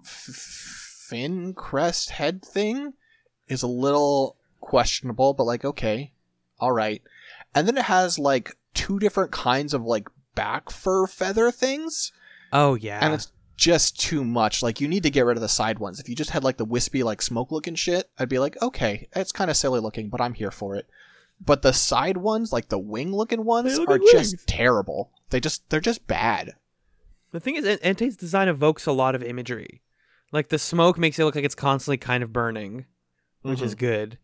Speaker 1: f- fin crest head thing is a little questionable, but like okay, all right. And then it has like two different kinds of like back fur feather things,
Speaker 2: Oh yeah,
Speaker 1: and it's just too much. Like you need to get rid of the side ones. If you just had like the wispy like smoke looking shit, I'd be like okay, it's kind of silly looking, but I'm here for it. But the side ones, like the wing looking ones,
Speaker 2: look
Speaker 1: are
Speaker 2: like wings.
Speaker 1: just terrible. They just they're just bad.
Speaker 2: the thing is, En- Entei's design evokes a lot of imagery. Like the smoke makes it look like it's constantly kind of burning, which
Speaker 1: Mm-hmm.
Speaker 2: is good.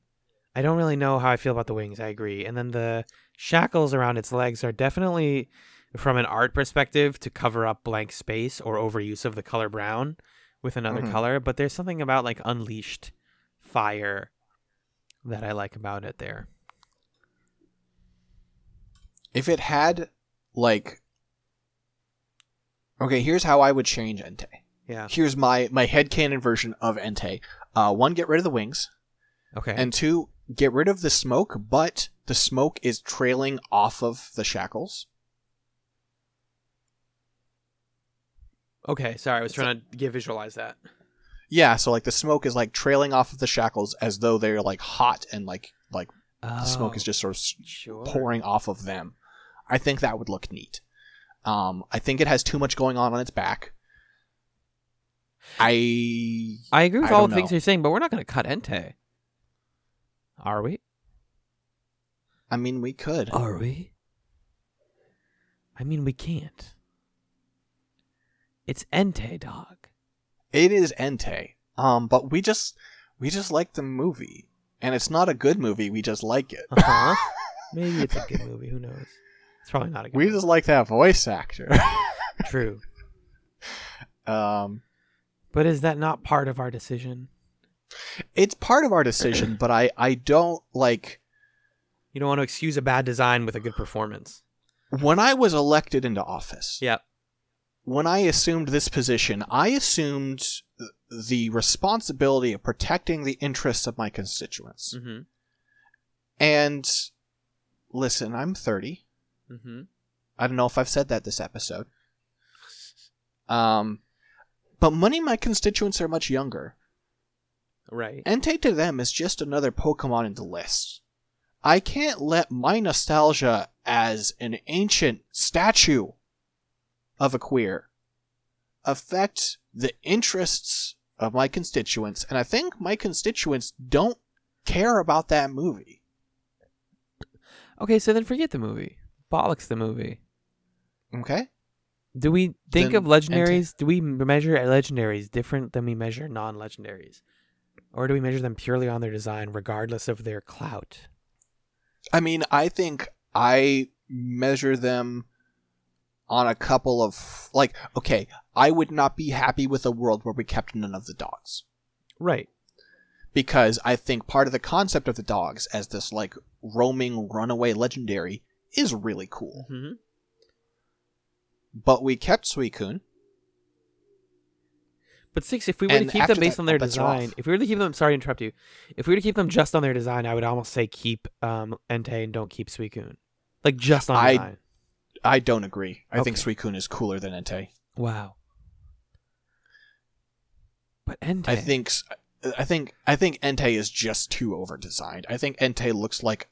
Speaker 2: I don't really know how I feel about the wings. I agree, and then the shackles around its legs are definitely, from an art perspective, to cover up blank space or overuse of the color brown with another
Speaker 1: Mhm.
Speaker 2: color. But there's something about like unleashed fire that I like about it there.
Speaker 1: if it had like Okay, here's how I would change Entei.
Speaker 2: Yeah.
Speaker 1: Here's my my headcanon version of Entei. Uh one, get rid of the wings,
Speaker 2: Okay.
Speaker 1: and two, get rid of the smoke, but the smoke is trailing off of the shackles.
Speaker 2: okay. Sorry, I was trying to get visualize that.
Speaker 1: Yeah, so like the smoke is like trailing off of the shackles as though they're like hot and like like the smoke
Speaker 2: Oh.
Speaker 1: is just sort of s-
Speaker 2: sure.
Speaker 1: pouring off of them. I think that would look neat. Um, I think it has too much going on on its back. I
Speaker 2: I agree with
Speaker 1: I
Speaker 2: all
Speaker 1: don't
Speaker 2: the things
Speaker 1: know.
Speaker 2: you're saying, but we're not going to cut Entei. Are we?
Speaker 1: I mean we could.
Speaker 2: Are we? I mean, we can't. It's Entei, dog.
Speaker 1: It is Entei. Um, but we just we just like the movie. And it's not a good movie, we just like it.
Speaker 2: Uh huh. Maybe it's a good movie. Who knows? It's probably not a good.
Speaker 1: We
Speaker 2: movie.
Speaker 1: just like that voice actor.
Speaker 2: true.
Speaker 1: um
Speaker 2: But is that not part of our decision?
Speaker 1: it's part of our decision, but I I don't like
Speaker 2: You don't want to excuse a bad design with a good performance.
Speaker 1: when I was elected into office.
Speaker 2: Yep.
Speaker 1: when I assumed this position, I assumed th- the responsibility of protecting the interests of my constituents.
Speaker 2: Mm-hmm.
Speaker 1: And listen, I'm 30.
Speaker 2: Mm-hmm.
Speaker 1: I don't know if I've said that this episode. Um, but many of my constituents are much younger.
Speaker 2: Right.
Speaker 1: Entei to them is just another Pokemon in the list. I can't let my nostalgia as an ancient statue of a queer affect the interests of my constituents, and I think my constituents don't care about that movie.
Speaker 2: Okay, so then forget the movie. Bollocks the movie.
Speaker 1: Okay.
Speaker 2: Do we think
Speaker 1: Then
Speaker 2: of legendaries? do we measure legendaries different than we measure non-legendaries, or do we measure them purely on their design, regardless of their clout?
Speaker 1: I mean, I think I measure them on a couple of like okay, I would not be happy with a world where we kept none of the dogs
Speaker 2: Right.
Speaker 1: because I think part of the concept of the dogs as this like roaming runaway legendary is really cool.
Speaker 2: Mm-hmm.
Speaker 1: But we kept Suicune.
Speaker 2: But six, if we were
Speaker 1: And
Speaker 2: to keep
Speaker 1: after
Speaker 2: them based
Speaker 1: that-
Speaker 2: on their
Speaker 1: oh, that's rough.
Speaker 2: design, if we were to keep them, sorry to interrupt you, if we were to keep them just on their design, I would almost say keep um Entei and don't keep Suicune, like just on
Speaker 1: I-
Speaker 2: design.
Speaker 1: I don't agree. I think
Speaker 2: Okay.
Speaker 1: Suicune is cooler than Entei.
Speaker 2: Wow. But Entei,
Speaker 1: I think s- I think I think Entei is just too over designed. I think Entei looks like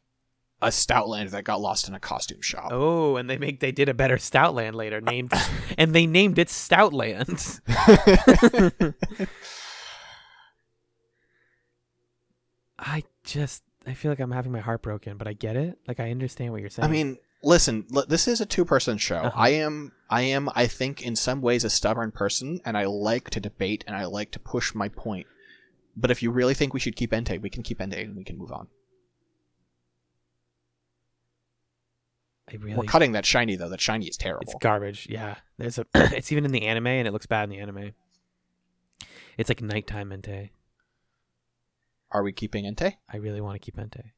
Speaker 1: a Stoutlander that got lost in a costume shop.
Speaker 2: Oh, and they make they did a better Stoutland later named, and they named it Stoutland. I just I feel like I'm having my heart broken, but I get it. Like I understand what you're saying.
Speaker 1: I mean, listen, l- this is a two-person show.
Speaker 2: Uh-huh.
Speaker 1: I am I am I think in some ways a stubborn person and I like to debate and I like to push my point. But if you really think we should keep Entei, we can keep Entei and we can move on.
Speaker 2: I really
Speaker 1: We're cutting that shiny though. That shiny is terrible.
Speaker 2: it's garbage. Yeah, there's a it's even in the anime, and it looks bad in the anime. It's like nighttime Entei.
Speaker 1: Are we keeping Entei?
Speaker 2: I really want to keep Entei.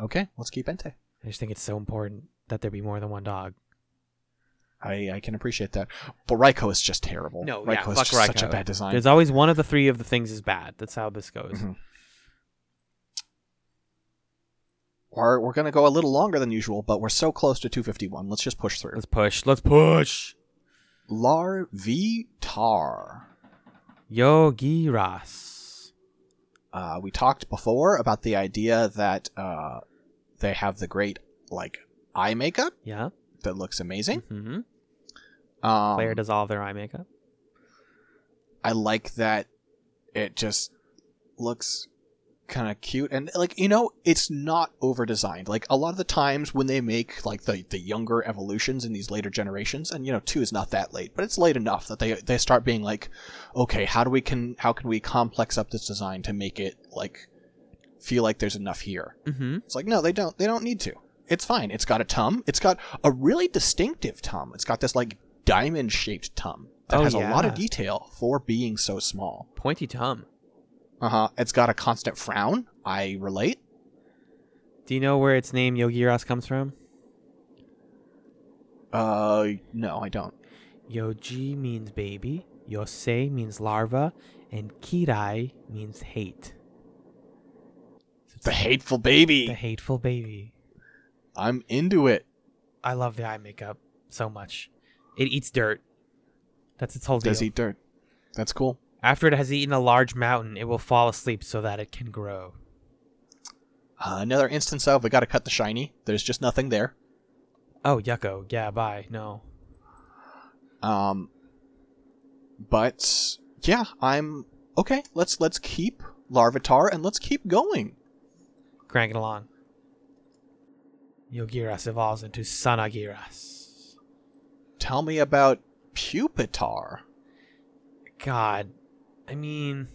Speaker 1: Okay, let's keep Entei.
Speaker 2: I just think it's so important that there be more than one dog.
Speaker 1: I, I can appreciate that. But Raikou is just terrible.
Speaker 2: No,
Speaker 1: Raikou
Speaker 2: yeah,
Speaker 1: is
Speaker 2: fuck
Speaker 1: just such a
Speaker 2: Raikou.
Speaker 1: bad design.
Speaker 2: There's always one of the three of the things is bad. That's how this goes.
Speaker 1: Mhm. We're, we're going to go a little longer than usual, but we're so close to 251. Let's just push through.
Speaker 2: Let's push. Let's push.
Speaker 1: Larvitar.
Speaker 2: Yogiras.
Speaker 1: Uh, we talked before about the idea that uh, they have the great, like, eye makeup
Speaker 2: Yeah.
Speaker 1: that looks amazing.
Speaker 2: Mm-hmm.
Speaker 1: Um,
Speaker 2: Player does all of their eye makeup.
Speaker 1: I like that it just looks kind of cute and like you know it's not over designed like a lot of the times when they make like the the younger evolutions in these later generations and you know 2 is not that late but it's late enough that they they start being like okay how do we can how can we complex up this design to make it like feel like there's enough here
Speaker 2: Mm-hmm.
Speaker 1: it's like no they don't they don't need to it's fine it's got a tum it's got a really distinctive tum it's got this like diamond shaped tum that
Speaker 2: Oh,
Speaker 1: has a lot of
Speaker 2: yeah.
Speaker 1: detail for being so small
Speaker 2: Pointy tum.
Speaker 1: uh-huh. It's got a constant frown. I relate.
Speaker 2: Do you know where its name Yogiras comes from?
Speaker 1: Uh no, I don't.
Speaker 2: Yoji means baby, Yosei means larva, and Kirai means hate. So it's
Speaker 1: The hateful
Speaker 2: the
Speaker 1: baby.
Speaker 2: hateful baby.
Speaker 1: I'm into it.
Speaker 2: I love the eye makeup so much. It eats dirt. That's its whole
Speaker 1: Does
Speaker 2: deal.
Speaker 1: eat dirt. That's cool.
Speaker 2: After it has eaten a large mountain, it will fall asleep so that it can grow.
Speaker 1: Uh, another instance of we got to cut the shiny. There's just nothing there.
Speaker 2: Oh, yucko. Yeah, bye. No.
Speaker 1: Um but yeah, I'm okay. Let's let's keep Larvitar and let's keep going.
Speaker 2: Crank it along. Yogiras evolves into Sanagiras.
Speaker 1: Tell me about Pupitar.
Speaker 2: God, I mean,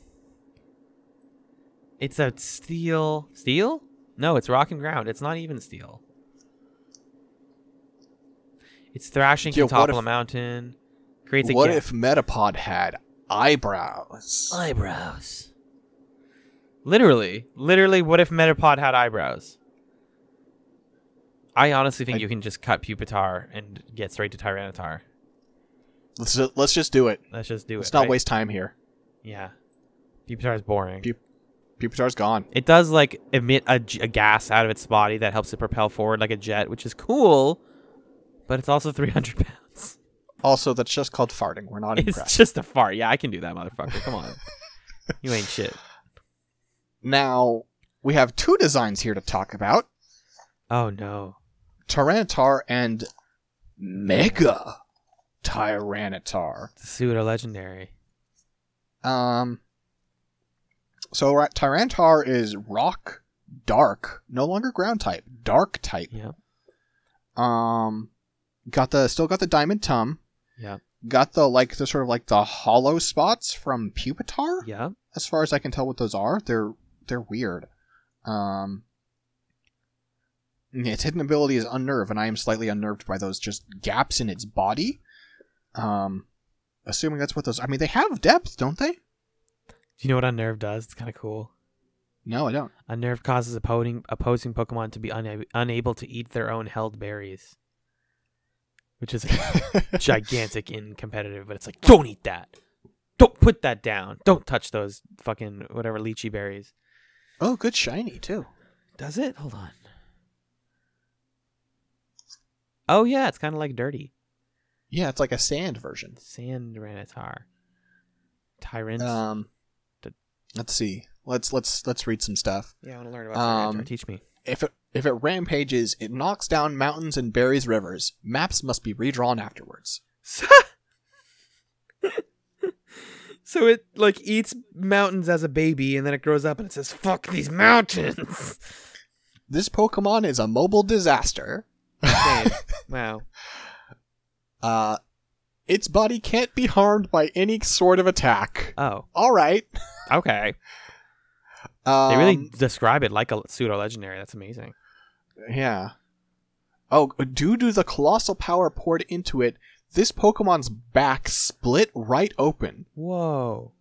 Speaker 2: it's a steel. Steel? No, it's rock and ground. It's not even steel. It's thrashing
Speaker 1: Yeah,
Speaker 2: can
Speaker 1: what
Speaker 2: topple
Speaker 1: if-
Speaker 2: a mountain. Creates a
Speaker 1: What
Speaker 2: gap.
Speaker 1: if Metapod had eyebrows?
Speaker 2: eyebrows? Literally, literally, what if Metapod had eyebrows? I honestly think
Speaker 1: I-
Speaker 2: you can just cut Pupitar and get straight to Tyranitar.
Speaker 1: Let's let's just do it.
Speaker 2: Let's just do it.
Speaker 1: Let's not
Speaker 2: right?
Speaker 1: waste time here.
Speaker 2: Yeah, Pupitar is boring.
Speaker 1: Pup- Pupitar's gone.
Speaker 2: It does like emit a, g- a gas out of its body that helps it propel forward like a jet, which is cool, but it's also 300 pounds.
Speaker 1: Also, that's just called farting. We're not impressed.
Speaker 2: It's just a fart. Yeah, I can do that, motherfucker. Come on. you ain't shit.
Speaker 1: Now, we have two designs here to talk about
Speaker 2: Oh, no.
Speaker 1: Tyranitar and Mega Tyranitar.
Speaker 2: It's a pseudo legendary.
Speaker 1: Um, so, Ra- Tyranitar is rock, dark, no longer ground type, dark type.
Speaker 2: Yep.
Speaker 1: Um, got the still got the diamond tum.
Speaker 2: Yeah.
Speaker 1: Got the like the sort of like the hollow spots from Pupitar.
Speaker 2: Yeah.
Speaker 1: As far as I can tell, what those are, they're they're weird. Um, its hidden ability is unnerve, and I am slightly unnerved by those just gaps in its body. Um, assuming that's what those. I mean, they have depth, don't they?
Speaker 2: Do you know what Unnerve does? It's kind of cool.
Speaker 1: No, I don't.
Speaker 2: Unnerve causes opposing opposing Pokemon to be una- unable to eat their own held berries, which is gigantic in competitive. But it's like, don't eat that. Don't put that down. Don't touch those fucking whatever lychee berries.
Speaker 1: oh, good shiny too.
Speaker 2: Does it? Hold on. Oh yeah, it's kind of like dirty
Speaker 1: Yeah, it's like a sand version.
Speaker 2: sand Ranitar. Tyrant.
Speaker 1: Um,
Speaker 2: Did-
Speaker 1: let's see. Let's let's let's read some stuff.
Speaker 2: yeah, I want to learn about
Speaker 1: um,
Speaker 2: Tyranitar. Teach me.
Speaker 1: If it if it rampages, it knocks down mountains and buries rivers. Maps must be redrawn afterwards.
Speaker 2: so it like eats mountains as a baby and then it grows up and it says fuck these mountains
Speaker 1: This Pokemon is a mobile disaster.
Speaker 2: Damn. wow
Speaker 1: Uh, its body can't be harmed by any sort of attack.
Speaker 2: oh
Speaker 1: All right.
Speaker 2: okay
Speaker 1: Um,
Speaker 2: they really describe it like a pseudo legendary that's amazing
Speaker 1: Yeah. Oh, due to the colossal power poured into it, this Pokemon's back split right open.
Speaker 2: whoa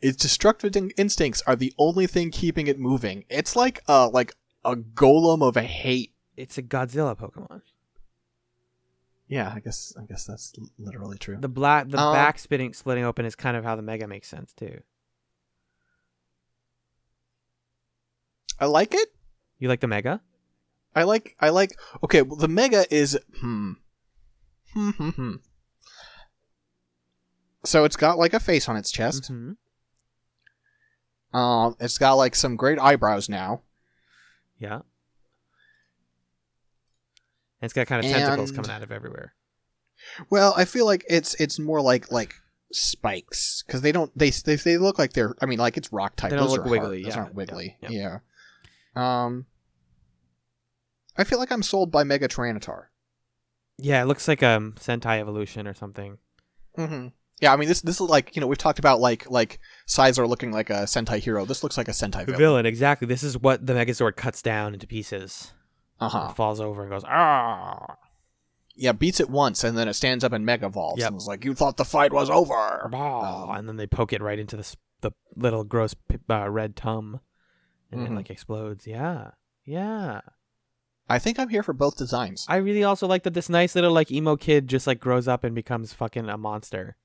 Speaker 1: Its destructive in- instincts are the only thing keeping it moving. It's like a like a golem of hate.
Speaker 2: it's a godzilla pokemon
Speaker 1: Yeah, I guess I guess that's l- literally true.
Speaker 2: the black the
Speaker 1: Um,
Speaker 2: back spitting splitting open is kind of how the mega makes sense too
Speaker 1: I like it.
Speaker 2: you like the mega
Speaker 1: I like I like okay, well the mega is hmm. Hmm hmm hmm. So it's got like a face on its chest.
Speaker 2: Mhm.
Speaker 1: Um it's got like some great eyebrows now.
Speaker 2: yeah and it's got kind of tentacles
Speaker 1: And-
Speaker 2: coming out of everywhere
Speaker 1: Well, I feel like it's it's more like like spikes because they don't they, they they look like they're I mean like it's rock type.
Speaker 2: They don't
Speaker 1: Those
Speaker 2: look
Speaker 1: are
Speaker 2: wiggly,
Speaker 1: Hard. Those
Speaker 2: yeah,
Speaker 1: aren't wiggly.
Speaker 2: yeah,
Speaker 1: Yeah. Um. I feel like I'm sold by Mega Tyranitar.
Speaker 2: yeah it looks like um sentai evolution or something
Speaker 1: Mm-hmm. Yeah, I mean this this is like you know we've talked about like like Sizor looking like a Sentai hero. This looks like a Sentai
Speaker 2: The
Speaker 1: villain.
Speaker 2: villain, exactly. This is what the Megazord cuts down into pieces.
Speaker 1: Uh
Speaker 2: It
Speaker 1: huh.
Speaker 2: falls over and goes, ah,
Speaker 1: Yeah, beats it once and then it stands up and Mega evolves
Speaker 2: Yep.
Speaker 1: and is like, "You thought the fight was over."
Speaker 2: bah," Oh, and then they poke it right into the s- the little gross p- uh, red tum, and it
Speaker 1: Mhm.
Speaker 2: like explodes. Yeah, yeah.
Speaker 1: I think I'm here for both designs.
Speaker 2: I really also like that this nice little like emo kid just like grows up and becomes fucking a monster.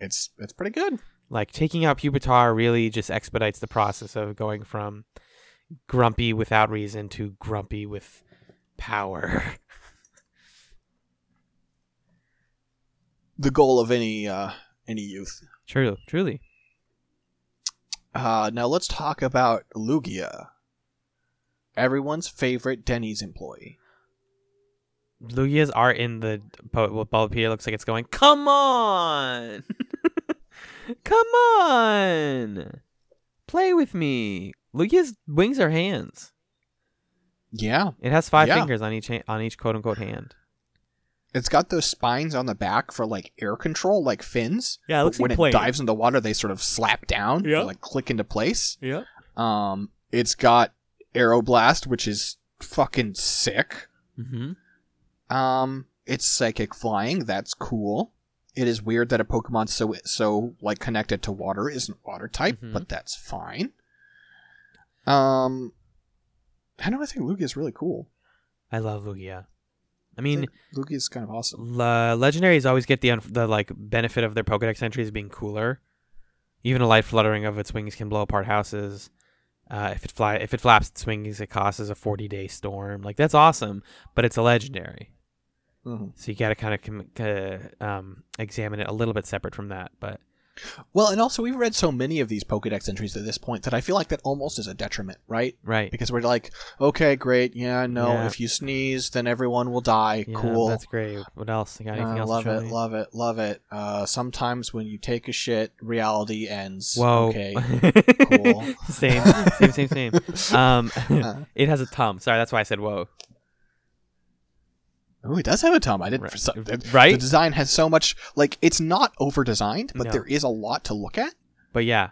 Speaker 1: It's it's pretty good.
Speaker 2: Like taking out Pupitar really just expedites the process of going from grumpy without reason to grumpy with power.
Speaker 1: The goal of any uh any youth.
Speaker 2: True, truly.
Speaker 1: Uh, now let's talk about Lugia, everyone's favorite Denny's employee.
Speaker 2: Lugia's art in the poet with Bulbapedia looks like it's going, come on! come on! Play with me. Lugia's wings are hands.
Speaker 1: Yeah,
Speaker 2: It has five
Speaker 1: Yeah.
Speaker 2: fingers on each hand, on each quote unquote hand.
Speaker 1: it's got those spines on the back for like air control, like fins.
Speaker 2: Yeah,
Speaker 1: But when it dives into water, they sort of slap down,
Speaker 2: Yeah.
Speaker 1: they, like click into place.
Speaker 2: Yeah.
Speaker 1: Um, it's got Aeroblast, which is fucking sick.
Speaker 2: Mm-hmm.
Speaker 1: Um, it's psychic flying. That's cool. It is weird that a Pokemon so so like connected to water isn't water type,
Speaker 2: Mhm.
Speaker 1: but that's fine. Um, I don't know, I think Lugia is really cool.
Speaker 2: I love Lugia.
Speaker 1: I
Speaker 2: I mean,
Speaker 1: think Lugia is kind of awesome.
Speaker 2: le- legendaries always get the un- the like benefit of their Pokedex entries being cooler. Even a light fluttering of its wings can blow apart houses. Uh, if it fly if it flaps its wings, it causes a forty day storm. Like that's awesome, but it's a legendary,
Speaker 1: Mhm.
Speaker 2: so you got to kind of com- ca- um, examine it a little bit separate from that. But
Speaker 1: Well, and also we've read so many of these Pokedex entries at this point that I feel like that almost is a detriment, right?
Speaker 2: right,
Speaker 1: Because we're like, okay, great, yeah, no,
Speaker 2: Yeah.
Speaker 1: if you sneeze, then everyone will die.
Speaker 2: yeah,
Speaker 1: cool,
Speaker 2: That's great. What else? You got anything
Speaker 1: I
Speaker 2: else? to
Speaker 1: love
Speaker 2: show
Speaker 1: it,
Speaker 2: me?
Speaker 1: love it, love it. Uh, sometimes when you take a shit, reality ends.
Speaker 2: Whoa.
Speaker 1: Okay.
Speaker 2: same, Um, same, same, same. Um,
Speaker 1: Uh.
Speaker 2: it has a tum. Sorry, that's why I said whoa.
Speaker 1: Ooh, it does have a tom. I didn't.
Speaker 2: Right.
Speaker 1: For some, the,
Speaker 2: Right?
Speaker 1: The design has so much. Like it's not over designed, but
Speaker 2: No.
Speaker 1: there is a lot to look at
Speaker 2: But yeah,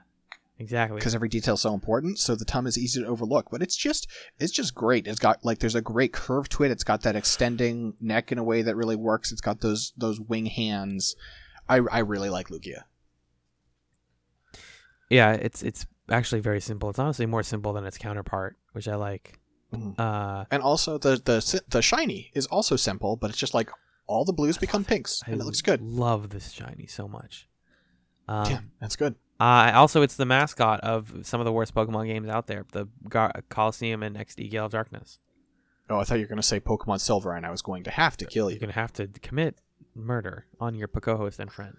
Speaker 2: exactly.
Speaker 1: because every detail is so important. So the tom is easy to overlook, but it's just it's just great. It's got like there's a great curve to it. It's got that extending neck in a way that really works. It's got those those wing hands. I I really like Lugia.
Speaker 2: Yeah, it's it's actually very simple. It's honestly more simple than its counterpart, which I like.
Speaker 1: Mhm.
Speaker 2: Uh,
Speaker 1: And also the the si- the shiny is also simple, but it's just like all the blues become pinks,
Speaker 2: I
Speaker 1: and it looks good.
Speaker 2: Love this shiny so much. Um,
Speaker 1: yeah, that's good.
Speaker 2: Uh, also, it's the mascot of some of the worst Pokemon games out there: the Gar- Coliseum and XD Gale of Darkness.
Speaker 1: Oh, I thought you were gonna say Pokemon Silver, and I was going to have to kill
Speaker 2: You're
Speaker 1: you.
Speaker 2: gonna have to commit murder on your co-host and friend.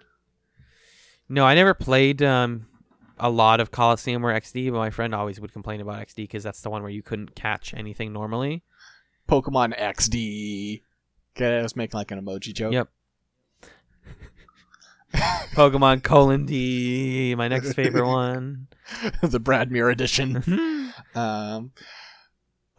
Speaker 2: No, I never played um, a lot of Coliseum or XD, but my friend always would complain about XD because that's the one where you couldn't catch anything normally.
Speaker 1: Pokemon XD. Get it? I was making like an emoji joke.
Speaker 2: Yep. Pokemon colon D, my next favorite one.
Speaker 1: the Brad Muir edition.
Speaker 2: Mhm.
Speaker 1: Um,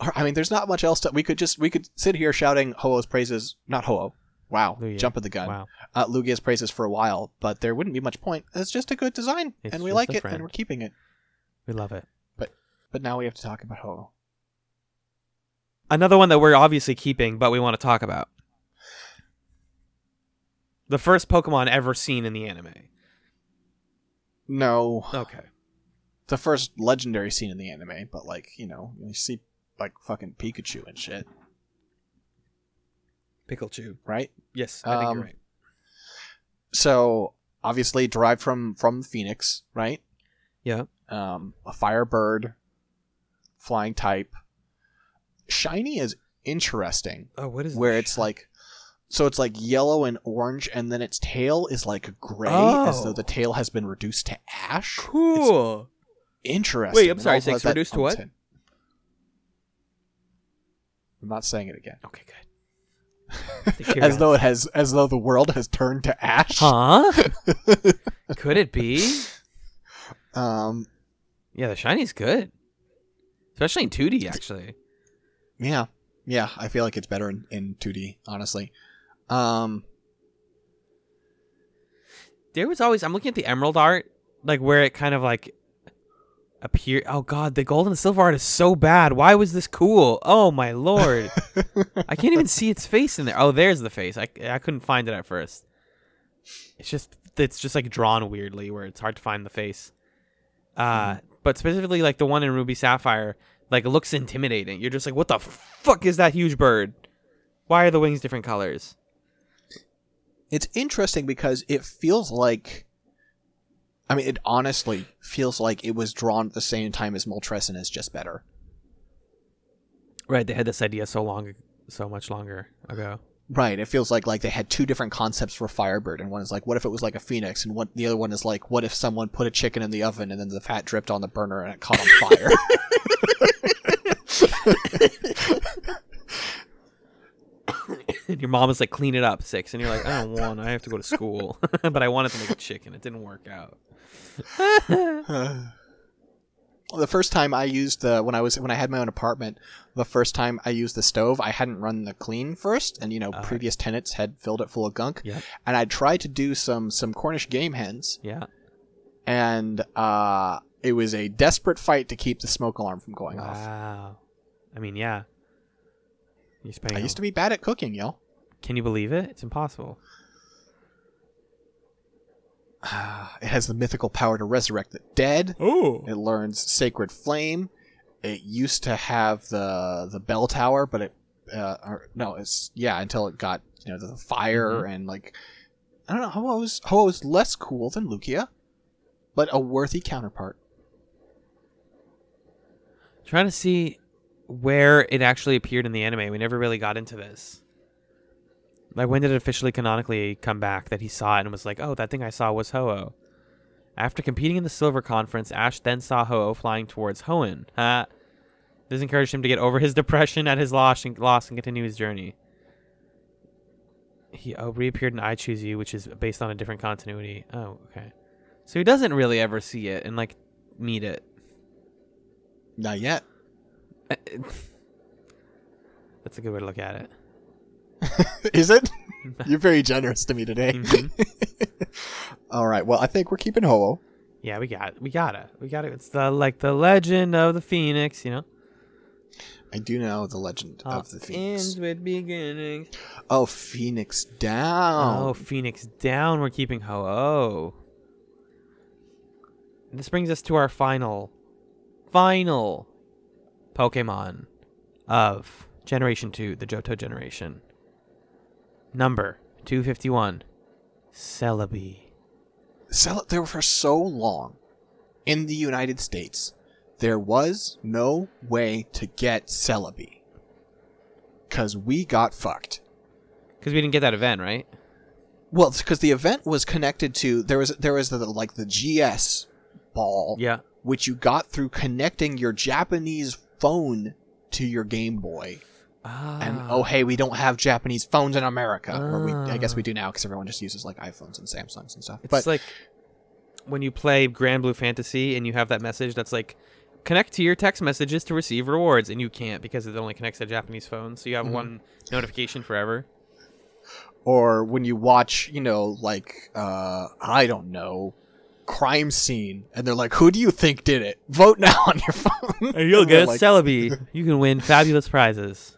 Speaker 1: or- I mean, there's not much else to. We could just we could sit here shouting Ho-Oh's praises. Not Ho-Oh. Wow,
Speaker 2: Lugia.
Speaker 1: jump at the gun.
Speaker 2: wow.
Speaker 1: Uh, Lugia's praises for a while, but there wouldn't be much point. It's just a good design,
Speaker 2: It's
Speaker 1: and we
Speaker 2: just
Speaker 1: like
Speaker 2: a
Speaker 1: it,
Speaker 2: friend.
Speaker 1: and we're keeping it.
Speaker 2: We love it.
Speaker 1: But now we have to talk about Ho-Oh.
Speaker 2: Another one that we're obviously keeping, but we want to talk about. The first Pokemon ever seen in the anime.
Speaker 1: No,
Speaker 2: Okay.
Speaker 1: the first legendary scene in the anime, but like you know, you see like fucking Pikachu and shit,
Speaker 2: Pikachu.
Speaker 1: right?
Speaker 2: Yes, I think
Speaker 1: Um,
Speaker 2: you're right.
Speaker 1: so obviously derived from from phoenix right
Speaker 2: Yeah.
Speaker 1: um a firebird flying type shiny is interesting
Speaker 2: Oh, what is
Speaker 1: where
Speaker 2: this
Speaker 1: it's
Speaker 2: shit?
Speaker 1: like so it's like yellow and orange and then its tail is like gray as though
Speaker 2: Oh.
Speaker 1: the tail has been reduced to ash
Speaker 2: cool.
Speaker 1: interesting
Speaker 2: Wait, I'm
Speaker 1: It
Speaker 2: sorry,
Speaker 1: also
Speaker 2: so
Speaker 1: has
Speaker 2: it's
Speaker 1: that
Speaker 2: reduced to what?
Speaker 1: umph in. i'm not saying it again
Speaker 2: Okay, good.
Speaker 1: as though it has as though the world has turned to ash
Speaker 2: huh? Could it be?
Speaker 1: um
Speaker 2: Yeah, the shiny's good, especially in 2D. Actually,
Speaker 1: Yeah. Yeah, I feel like it's better in, in 2D, honestly. Um
Speaker 2: there was always I'm looking at the emerald art, like where it kind of like appear. Oh god, the gold and the silver art is so bad. Why was this cool? Oh my lord, I can't even see its face in there. Oh, there's the face. I I couldn't find it at first. It's just it's just like drawn weirdly, where it's hard to find the face. Uh, but specifically like the one in Ruby Sapphire, like it looks intimidating. You're just like, what the fuck is that huge bird? Why are the wings different colors?
Speaker 1: it's interesting because it feels like I mean, it honestly feels like it was drawn at the same time as Moltres is just better.
Speaker 2: Right, they had this idea so long, so much longer ago.
Speaker 1: Right. It feels like like they had two different concepts for Firebird, and one is like, what if it was like a phoenix, and what the other one is like, what if someone put a chicken in the oven and then the fat dripped on the burner and it caught on fire.
Speaker 2: And your mom is like, "Clean it up, six. and you're like, "I don't want. I have to go to school." but I wanted to make a chicken. It didn't work out.
Speaker 1: the first time I used the when I was when I had my own apartment, the first time I used the stove, I hadn't run the clean first, and you know
Speaker 2: Uh-huh.
Speaker 1: previous tenants had filled it full of gunk,
Speaker 2: Yep.
Speaker 1: and I tried to do some some Cornish game hens,
Speaker 2: Yeah.
Speaker 1: and uh, it was a desperate fight to keep the smoke alarm from going off.
Speaker 2: Wow. I mean, yeah. You're
Speaker 1: I
Speaker 2: spending.
Speaker 1: used to be bad at cooking, yo.
Speaker 2: Can you believe it? It's impossible.
Speaker 1: Ah, It has the mythical power to resurrect the dead.
Speaker 2: Oh.
Speaker 1: It learns Sacred Flame. It used to have the the bell tower, but it uh, or, no, it's yeah until it got you know the fire
Speaker 2: Mm-hmm.
Speaker 1: and like I don't know. Ho was Ho was less cool than Lucia, but a worthy counterpart.
Speaker 2: Trying to see where it actually appeared in the anime. We never really got into this. Like, when did it officially canonically come back that he saw it and was like, oh, that thing I saw was Ho-Oh? After competing in the Silver Conference, Ash then saw Ho-Oh flying towards Hoenn. Ha! This encouraged him to get over his depression at his loss and, loss and continue his journey. He oh, reappeared in I Choose You, which is based on a different continuity. Oh, okay. So he doesn't really ever see it and, like, meet it.
Speaker 1: Not yet.
Speaker 2: That's a good way to look at it.
Speaker 1: Is it? You're very generous to me today.
Speaker 2: Mhm.
Speaker 1: All right. Well, I think we're keeping Ho.
Speaker 2: Yeah, we got we gotta we gotta. It's the like the legend of the phoenix, you know.
Speaker 1: I do know the legend
Speaker 2: Uh,
Speaker 1: of the Phoenix.
Speaker 2: Ends with beginnings.
Speaker 1: Oh, Phoenix
Speaker 2: Oh.
Speaker 1: Down.
Speaker 2: Phoenix down. We're keeping ho. Oh. This brings us to our final, final Pokemon of Generation 2, the Johto generation. Number 251, Celebi.
Speaker 1: Sell it there for so long in the United States. There was no way to get Celebi. Because we got fucked.
Speaker 2: Because we didn't get that event, right?
Speaker 1: Well, because the event was connected to there was there was the, like the GS ball,
Speaker 2: Yeah.
Speaker 1: which you got through connecting your Japanese phone to your Game Boy.
Speaker 2: Ah.
Speaker 1: and oh hey, we don't have Japanese phones in America, or we I guess
Speaker 2: Ah.
Speaker 1: we do now because everyone just uses like iPhones and Samsungs and stuff.
Speaker 2: It's
Speaker 1: but
Speaker 2: like when you play Grand Blue Fantasy and you have that message that's like connect to your text messages to receive rewards and you can't because it only connects to Japanese phones. So you have
Speaker 1: Mhm.
Speaker 2: one notification forever.
Speaker 1: or when you watch, you know, like uh, I don't know, crime scene, and they're like, who do you think did it? Vote now on your phone. And we're like,
Speaker 2: Celebi. You can win fabulous prizes.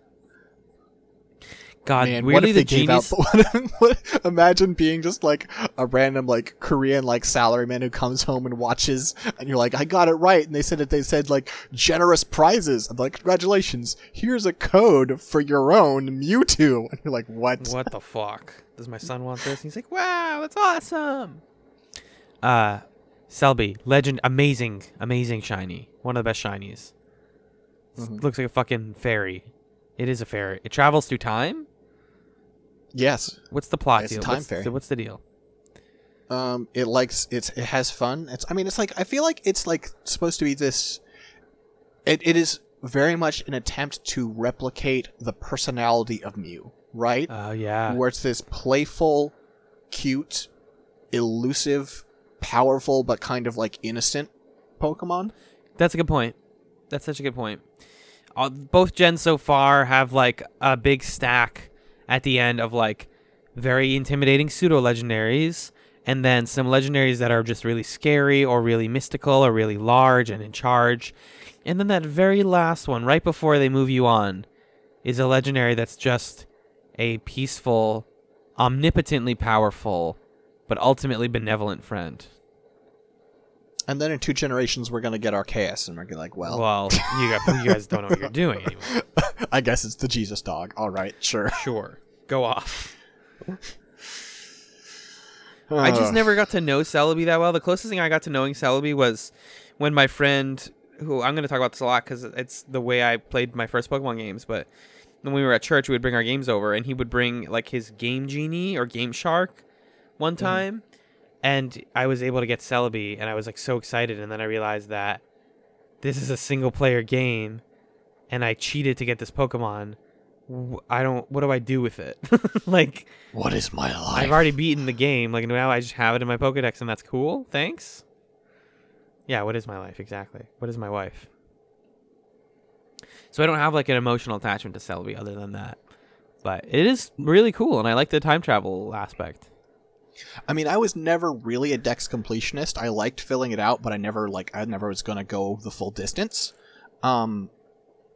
Speaker 2: God,
Speaker 1: Man, what
Speaker 2: weirdly
Speaker 1: if they
Speaker 2: the
Speaker 1: gave out?
Speaker 2: genies
Speaker 1: what- imagine being just like a random like Korean like salaryman who comes home and watches, and you're like, I got it right, and they said that they said like generous prizes. I'm like, congratulations, here's a code for your own Mewtwo, and you're like, what?
Speaker 2: What the fuck? Does my son want this? He's like, wow, that's awesome. Uh, Selby, legend, amazing, amazing shiny. One of the best shinies. S-
Speaker 1: Mhm.
Speaker 2: Looks like a fucking fairy. It is a fairy. It travels through time?
Speaker 1: Yes,
Speaker 2: What's the plot
Speaker 1: It's a
Speaker 2: deal?
Speaker 1: time
Speaker 2: what's,
Speaker 1: fairy.
Speaker 2: The, what's the deal?
Speaker 1: um, it likes it's it has fun. It's I mean, it's like I feel like it's like supposed to be this. It it is very much an attempt to replicate the personality of Mew, right?
Speaker 2: Oh, yeah.
Speaker 1: where it's this playful, cute, elusive, powerful, but kind of like innocent Pokemon.
Speaker 2: That's a good point. That's such a good point. Uh, both gens so far have like a big stack at the end of like very intimidating pseudo legendaries, and then some legendaries that are just really scary or really mystical or really large and in charge. And then that very last one, right before they move you on, is a legendary that's just a peaceful, omnipotently powerful, but ultimately benevolent friend.
Speaker 1: And then in two generations, we're gonna get Arceus, and we're gonna be like, well,
Speaker 2: Well, you, guys- you guys don't know what you're doing anymore.
Speaker 1: I guess it's the Jesus dog. All right, sure.
Speaker 2: Sure. Go off. I just
Speaker 1: Uh,
Speaker 2: never got to know Celebi that well. The closest thing I got to knowing Celebi was when my friend, who I'm going to talk about this a lot because it's the way I played my first Pokemon games, but when we were at church, we would bring our games over and he would bring like his Game Genie or Game Shark one time. And I was able to get Celebi and I was like so excited. And then I realized that this is a single player game and I cheated to get this Pokemon. W- I don't, what do I do with it? like,
Speaker 1: What is my life?
Speaker 2: I've already beaten the game. Like now, I just have it in my Pokedex, and that's cool. Thanks. Yeah, what is my life exactly? What is my wife? So I don't have like an emotional attachment to Celebi other than that, but it is really cool, and I like the time travel aspect.
Speaker 1: I mean, I was never really a Dex completionist. I liked filling it out, but I never like I never was gonna go the full distance. Um,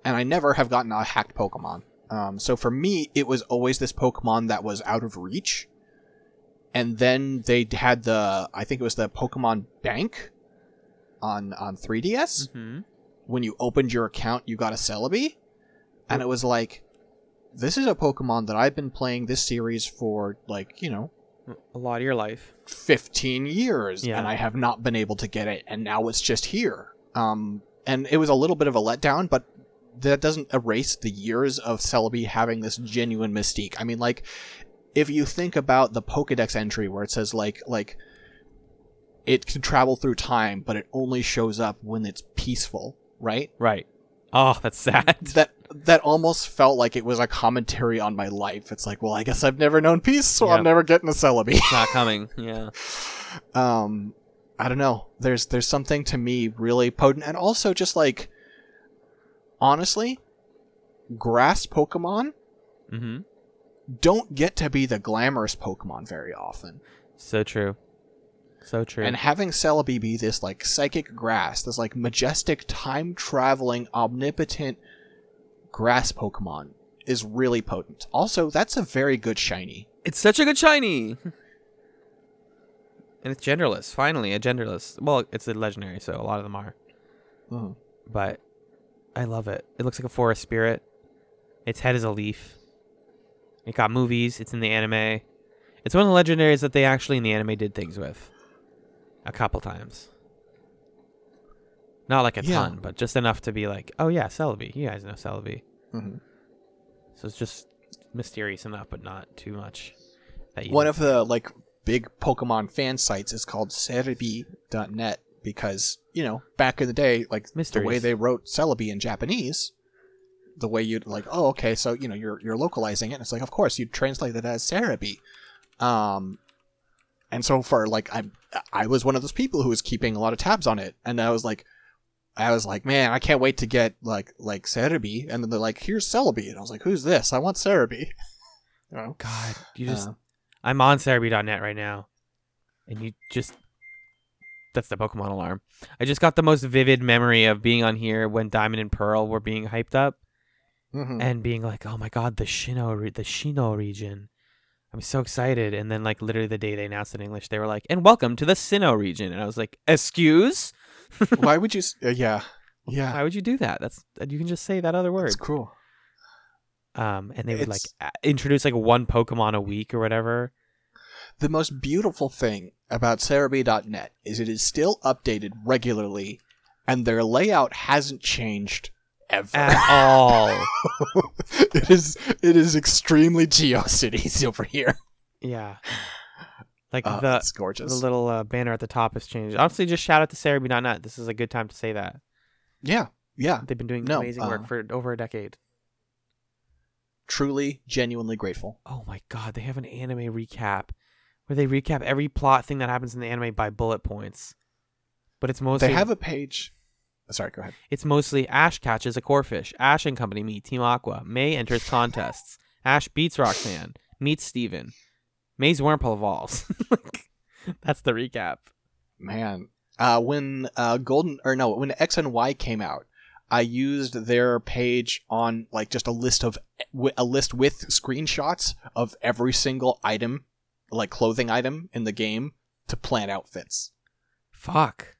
Speaker 1: and I never have gotten a hacked Pokemon. Um, so for me, it was always this Pokemon that was out of reach. And then they had the I think it was the Pokemon Bank on on 3DS.
Speaker 2: Mm-hmm.
Speaker 1: When you opened your account, you got a Celebi, and it was like, this is a Pokemon that I've been playing this series for like you know
Speaker 2: A lot of your life.
Speaker 1: 15 years
Speaker 2: Yeah.
Speaker 1: and I have not been able to get it and now it's just here. Um and it was a little bit of a letdown but that doesn't erase the years of Celebi having this genuine mystique. I mean like if you think about the Pokédex entry where it says like like it can travel through time but it only shows up when it's peaceful, right?
Speaker 2: Right. Oh, that's sad.
Speaker 1: That that almost felt like it was a commentary on my life. It's like, well, I guess I've never known peace, so
Speaker 2: Yeah.
Speaker 1: I'm never getting a Celebi.
Speaker 2: it's not coming. Yeah.
Speaker 1: um i don't know there's there's something to me really potent and also just like honestly grass pokemon
Speaker 2: Mm-hmm.
Speaker 1: don't get to be the glamorous Pokemon very often.
Speaker 2: So true. So true.
Speaker 1: And having Celebi be this like psychic grass, this like majestic time traveling omnipotent grass Pokemon is really potent. Also, that's a very good shiny.
Speaker 2: it's such a good shiny. And it's genderless. Finally, a genderless. Well, it's a legendary, so a lot of them are.
Speaker 1: Mhm.
Speaker 2: But I love it. It looks like a forest spirit. Its head is a leaf. It got movies. It's in the anime. It's one of the legendaries that they actually in the anime did things with. A couple times. Not like a
Speaker 1: Yeah.
Speaker 2: ton, but just enough to be like, oh yeah, Celebi. You guys know Celebi. Mm-hmm.
Speaker 1: Mhm.
Speaker 2: So it's just mysterious enough, but not too much. That
Speaker 1: One of the like big Pokemon fan sites is called Celebi.net because you know back in the day, like the way
Speaker 2: Mysteries.
Speaker 1: they wrote Celebi in Japanese, the way you'd like, oh okay, so you know you're you're localizing it. And it's like of course you'd translate it as Cerebi. Um, and so for like I I was one of those people who was keeping a lot of tabs on it, and I was like. I was like, man, I can't wait to get like like Cerebi, and then they're like, here's Celebi, and I was like, who's this? I want Cerebi. you know?
Speaker 2: God, you just.
Speaker 1: Uh,
Speaker 2: I'm on Cerebi.net right now, and you just. That's the Pokemon alarm. I just got the most vivid memory of being on here when Diamond and Pearl were being hyped up,
Speaker 1: mhm.
Speaker 2: and being like, "Oh my God, the Shino, re- the Shino region." I'm so excited, and then like literally the day they announced it in English, they were like, "And welcome to the Sinnoh region," and I was like, "Excuse?
Speaker 1: Why would you? s- Uh, yeah, yeah.
Speaker 2: Why would you do that? That's uh, you can just say that other word."
Speaker 1: It's cool.
Speaker 2: um, and they would like
Speaker 1: It's-
Speaker 2: a- introduce like one Pokemon a week or whatever.
Speaker 1: The most beautiful thing about Cerebi.net is it is still updated regularly, and their layout hasn't changed ever.
Speaker 2: At all,
Speaker 1: it is it is extremely GeoCities over here.
Speaker 2: yeah. Like
Speaker 1: Uh,
Speaker 2: the
Speaker 1: it's gorgeous.
Speaker 2: the little uh, banner at the top has changed. Honestly, just shout out to Cerebi.net. This is a good time to say that
Speaker 1: yeah, yeah.
Speaker 2: they've been doing
Speaker 1: No,
Speaker 2: amazing
Speaker 1: uh,
Speaker 2: work for over a decade.
Speaker 1: Truly, genuinely grateful.
Speaker 2: Oh my god, they have an anime recap where they recap every plot thing that happens in the anime by bullet points. But it's mostly
Speaker 1: they have a page. Sorry, go ahead.
Speaker 2: It's mostly Ash catches a core fish. Ash and company meet Team Aqua. May enters contests. Ash beats Roxanne. Meets Steven. May's wormhole evolves. Like, That's the recap.
Speaker 1: Man, uh, when uh, Golden or no, when X and Y came out, I used their page on like just a list of wi- a list with screenshots of every single item, like clothing item in the game to plan outfits.
Speaker 2: Fuck.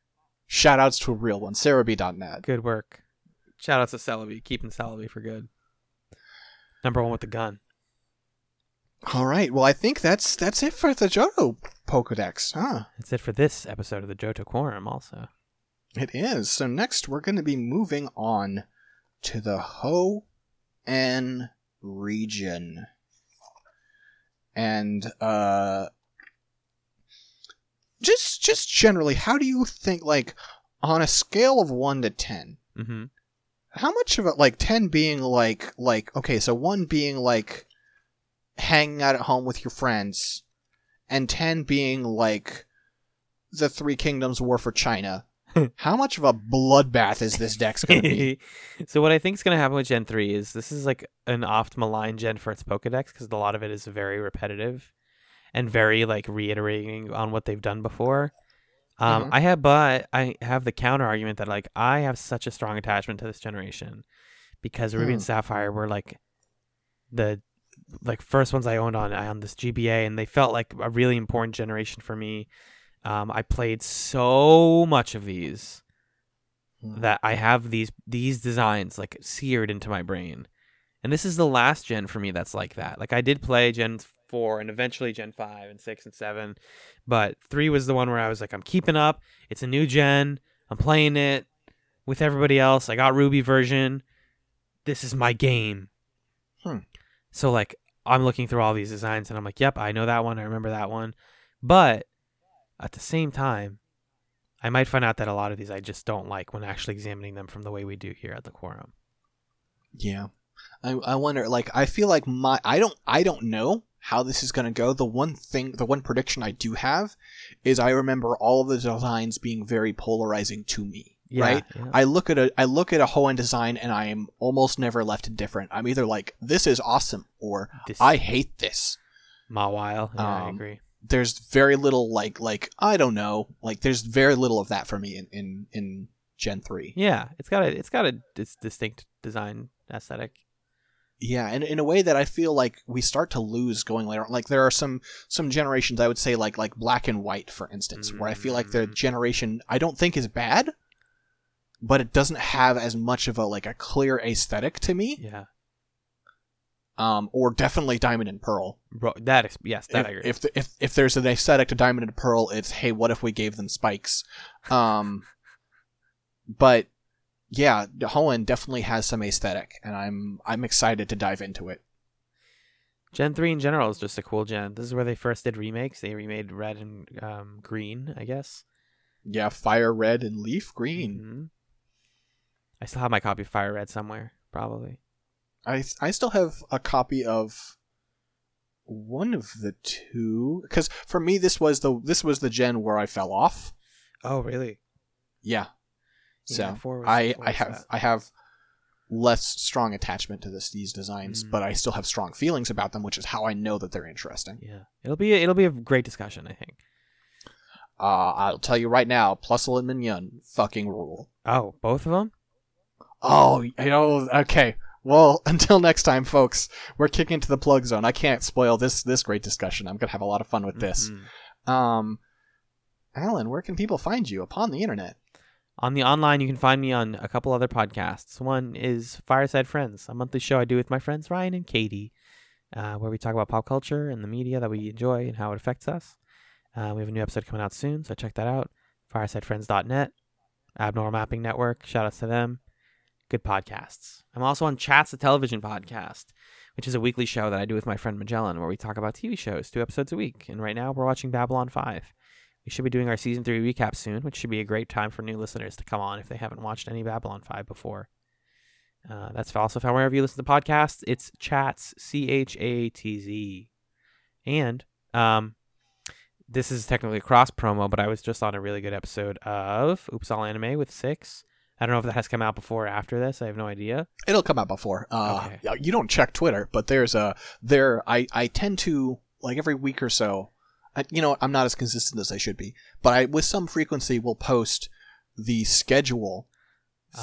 Speaker 1: Shoutouts to a real one, Cerebi.net.
Speaker 2: Good work. Shout out to Celebi, keeping Celebi for good. Number one with the gun.
Speaker 1: All right, well I think that's that's it for the Johto Pokedex, huh?
Speaker 2: That's it for this episode of the Johto Quorum also.
Speaker 1: It is. So next we're going to be moving on to the Ho-En region. And uh just just generally, how do you think like on a scale of 1 to 10,
Speaker 2: Mm-hmm.
Speaker 1: how much of it like 10 being like like okay, so 1 being like hanging out at home with your friends and 10 being like the three kingdoms war for China. How much of a bloodbath is this deck's going to be?
Speaker 2: so what I think is going to happen with Gen three is this is like an oft maligned Gen for its Pokedex because a lot of it is very repetitive and very like reiterating on what they've done before. Um,
Speaker 1: Mhm.
Speaker 2: I have, but I have the counter argument that like I have such a strong attachment to this generation because Ruby and
Speaker 1: Hmm.
Speaker 2: Sapphire were like the like first ones I owned on I owned this GBA and they felt like a really important generation for me. Um, I played so much of these
Speaker 1: Mm.
Speaker 2: that I have these these designs like seared into my brain. And this is the last gen for me that's like that. Like I did play Gen 4 and eventually Gen 5 and 6 and 7, but 3 was the one where I was like I'm keeping up. It's a new gen. I'm playing it with everybody else. I got Ruby version. This is my game.
Speaker 1: Hmm.
Speaker 2: So like I'm looking through all these designs and I'm like, "Yep, I know that one. I remember that one." But at the same time, I might find out that a lot of these I just don't like when actually examining them from the way we do here at the quorum.
Speaker 1: Yeah. I, I wonder like I feel like my I don't I don't know how this is going to go. The one thing the one prediction I do have is I remember all of the designs being very polarizing to me.
Speaker 2: Yeah,
Speaker 1: right?
Speaker 2: yeah.
Speaker 1: I look at a I look at a Hoenn design and I am almost never left indifferent. I'm either like this is awesome or
Speaker 2: This-
Speaker 1: I hate this.
Speaker 2: my while. Yeah, I
Speaker 1: Um,
Speaker 2: agree.
Speaker 1: There's very little like like I don't know like there's very little of that for me in in, in Gen three.
Speaker 2: Yeah, it's got a it's got a dis- distinct design aesthetic.
Speaker 1: Yeah, and in a way that I feel like we start to lose going later on. Like there are some some generations I would say like like black and white, for instance, where I feel like their
Speaker 2: Mm.
Speaker 1: generation I don't think is bad, but it doesn't have as much of a like a clear aesthetic to me.
Speaker 2: Yeah,
Speaker 1: Um, or definitely Diamond and Pearl.
Speaker 2: Bro, that is yes, that I
Speaker 1: If
Speaker 2: agree.
Speaker 1: if, the, if if there's an aesthetic to Diamond and Pearl, it's hey, what if we gave them spikes? Um, but yeah, Hoenn definitely has some aesthetic, and I'm I'm excited to dive into it.
Speaker 2: Gen three in general is just a cool gen. This is where they first did remakes. They remade Red and um, Green, I guess.
Speaker 1: Yeah, fire red and leaf green.
Speaker 2: Mhm. I still have my copy of Fire Red somewhere, probably.
Speaker 1: I I still have a copy of one of the two cuz for me this was the this was the gen where I fell off.
Speaker 2: Oh, really?
Speaker 1: Yeah. So
Speaker 2: Yeah, four was-
Speaker 1: I
Speaker 2: four
Speaker 1: I
Speaker 2: was
Speaker 1: have
Speaker 2: that.
Speaker 1: I have less strong attachment to this these designs,
Speaker 2: Mm.
Speaker 1: but I still have strong feelings about them, which is how I know that they're interesting.
Speaker 2: Yeah, it'll be it'll be a great discussion, I think.
Speaker 1: Uh, I'll tell you right now, Plusle and Mignon fucking rule.
Speaker 2: Oh, both of them.
Speaker 1: Oh, you know, okay. Well, until next time, folks, we're kicking into the plug zone. I can't spoil this this great discussion. I'm gonna have a lot of fun with this.
Speaker 2: Mm-hmm.
Speaker 1: Um, Alan, where can people find you upon the internet?
Speaker 2: On the online, you can find me on a couple other podcasts. One is Fireside Friends, a monthly show I do with my friends Ryan and Katie, uh, where we talk about pop culture and the media that we enjoy and how it affects us. Uh, we have a new episode coming out soon, so check that out. FiresideFriends.net, Abnormal Mapping Network. Shout outs to them. Good podcasts. I'm also on Chats the Television podcast, which is a weekly show that I do with my friend Magellan, where we talk about TV shows, two episodes a week. And right now, we're watching Babylon 5. We should be doing our season three recap soon, which should be a great time for new listeners to come on if they haven't watched any Babylon 5 before. Uh, that's also found wherever you listen to podcasts. It's Chats, C H A T Z. And um, this is technically a cross promo, but I was just on a really good episode of Oops All Anime with Six. I don't know if that has come out before or after this. I have no idea.
Speaker 1: It'll come out before. Uh,
Speaker 2: Okay.
Speaker 1: yeah, You don't check Twitter, but there's a there. I I tend to like every week or so. I, you know, I'm not as consistent as I should be, but I with some frequency will post the schedule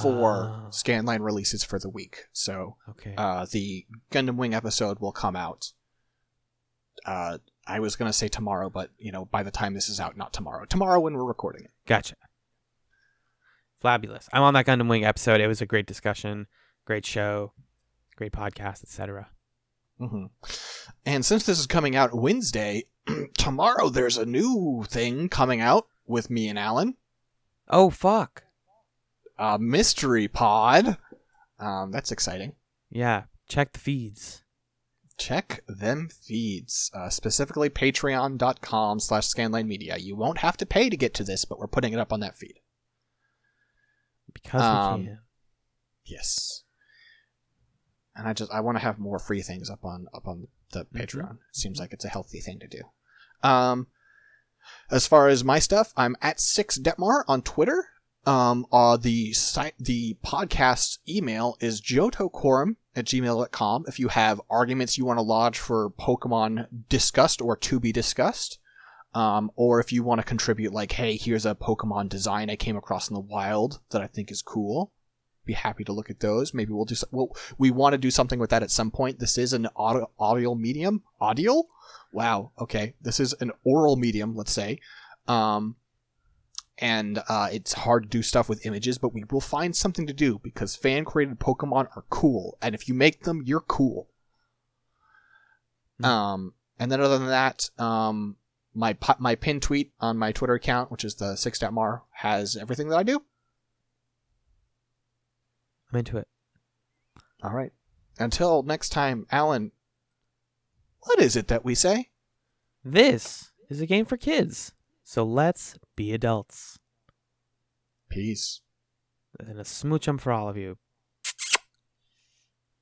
Speaker 1: for
Speaker 2: Ah.
Speaker 1: scanline releases for the week. So
Speaker 2: Okay.
Speaker 1: uh, the Gundam Wing episode will come out. Uh, I was gonna say tomorrow, but you know, by the time this is out, not tomorrow. Tomorrow when we're recording it.
Speaker 2: Gotcha. Fabulous. I'm on that Gundam Wing episode. It was a great discussion, great show, great podcast, etc.
Speaker 1: hmm And since this is coming out Wednesday, tomorrow there's a new thing coming out with me and Alan,
Speaker 2: Oh fuck.
Speaker 1: a mystery pod. Um, that's exciting.
Speaker 2: Yeah. Check the feeds.
Speaker 1: Check them feeds, uh, specifically patreon.com slash scanline media. You won't have to pay to get to this, but we're putting it up on that feed.
Speaker 2: Because
Speaker 1: Um,
Speaker 2: we can.
Speaker 1: Yes. And I just I want to have more free things up on up on the
Speaker 2: Mhm.
Speaker 1: Patreon. Seems like it's a healthy thing to do. Um as far as my stuff, I'm at 6 detmar on Twitter. Um uh, the site the podcast email is jotoquorum at gmail.com if you have arguments you want to lodge for Pokemon discussed or to be discussed. Um, or if you want to contribute like, hey, here's a Pokemon design I came across in the wild that I think is cool be happy to look at those. Maybe we'll do so- well, we want to do something with that at some point. This is an audio, audio medium. Audio? Wow. Okay. This is an oral medium, let's say. Um, and uh, it's hard to do stuff with images, but we will find something to do because fan created Pokemon are cool. And if you make them, you're cool.
Speaker 2: Hmm.
Speaker 1: Um, and then other than that, um, my, pi- my pin tweet on my Twitter account, which is the 6 mar, has everything that I do.
Speaker 2: I'm into it.
Speaker 1: All right. Until next time, Alan, what is it that we say?
Speaker 2: This is a game for kids. So let's be adults.
Speaker 1: Peace.
Speaker 2: And a smooch 'em for all of you.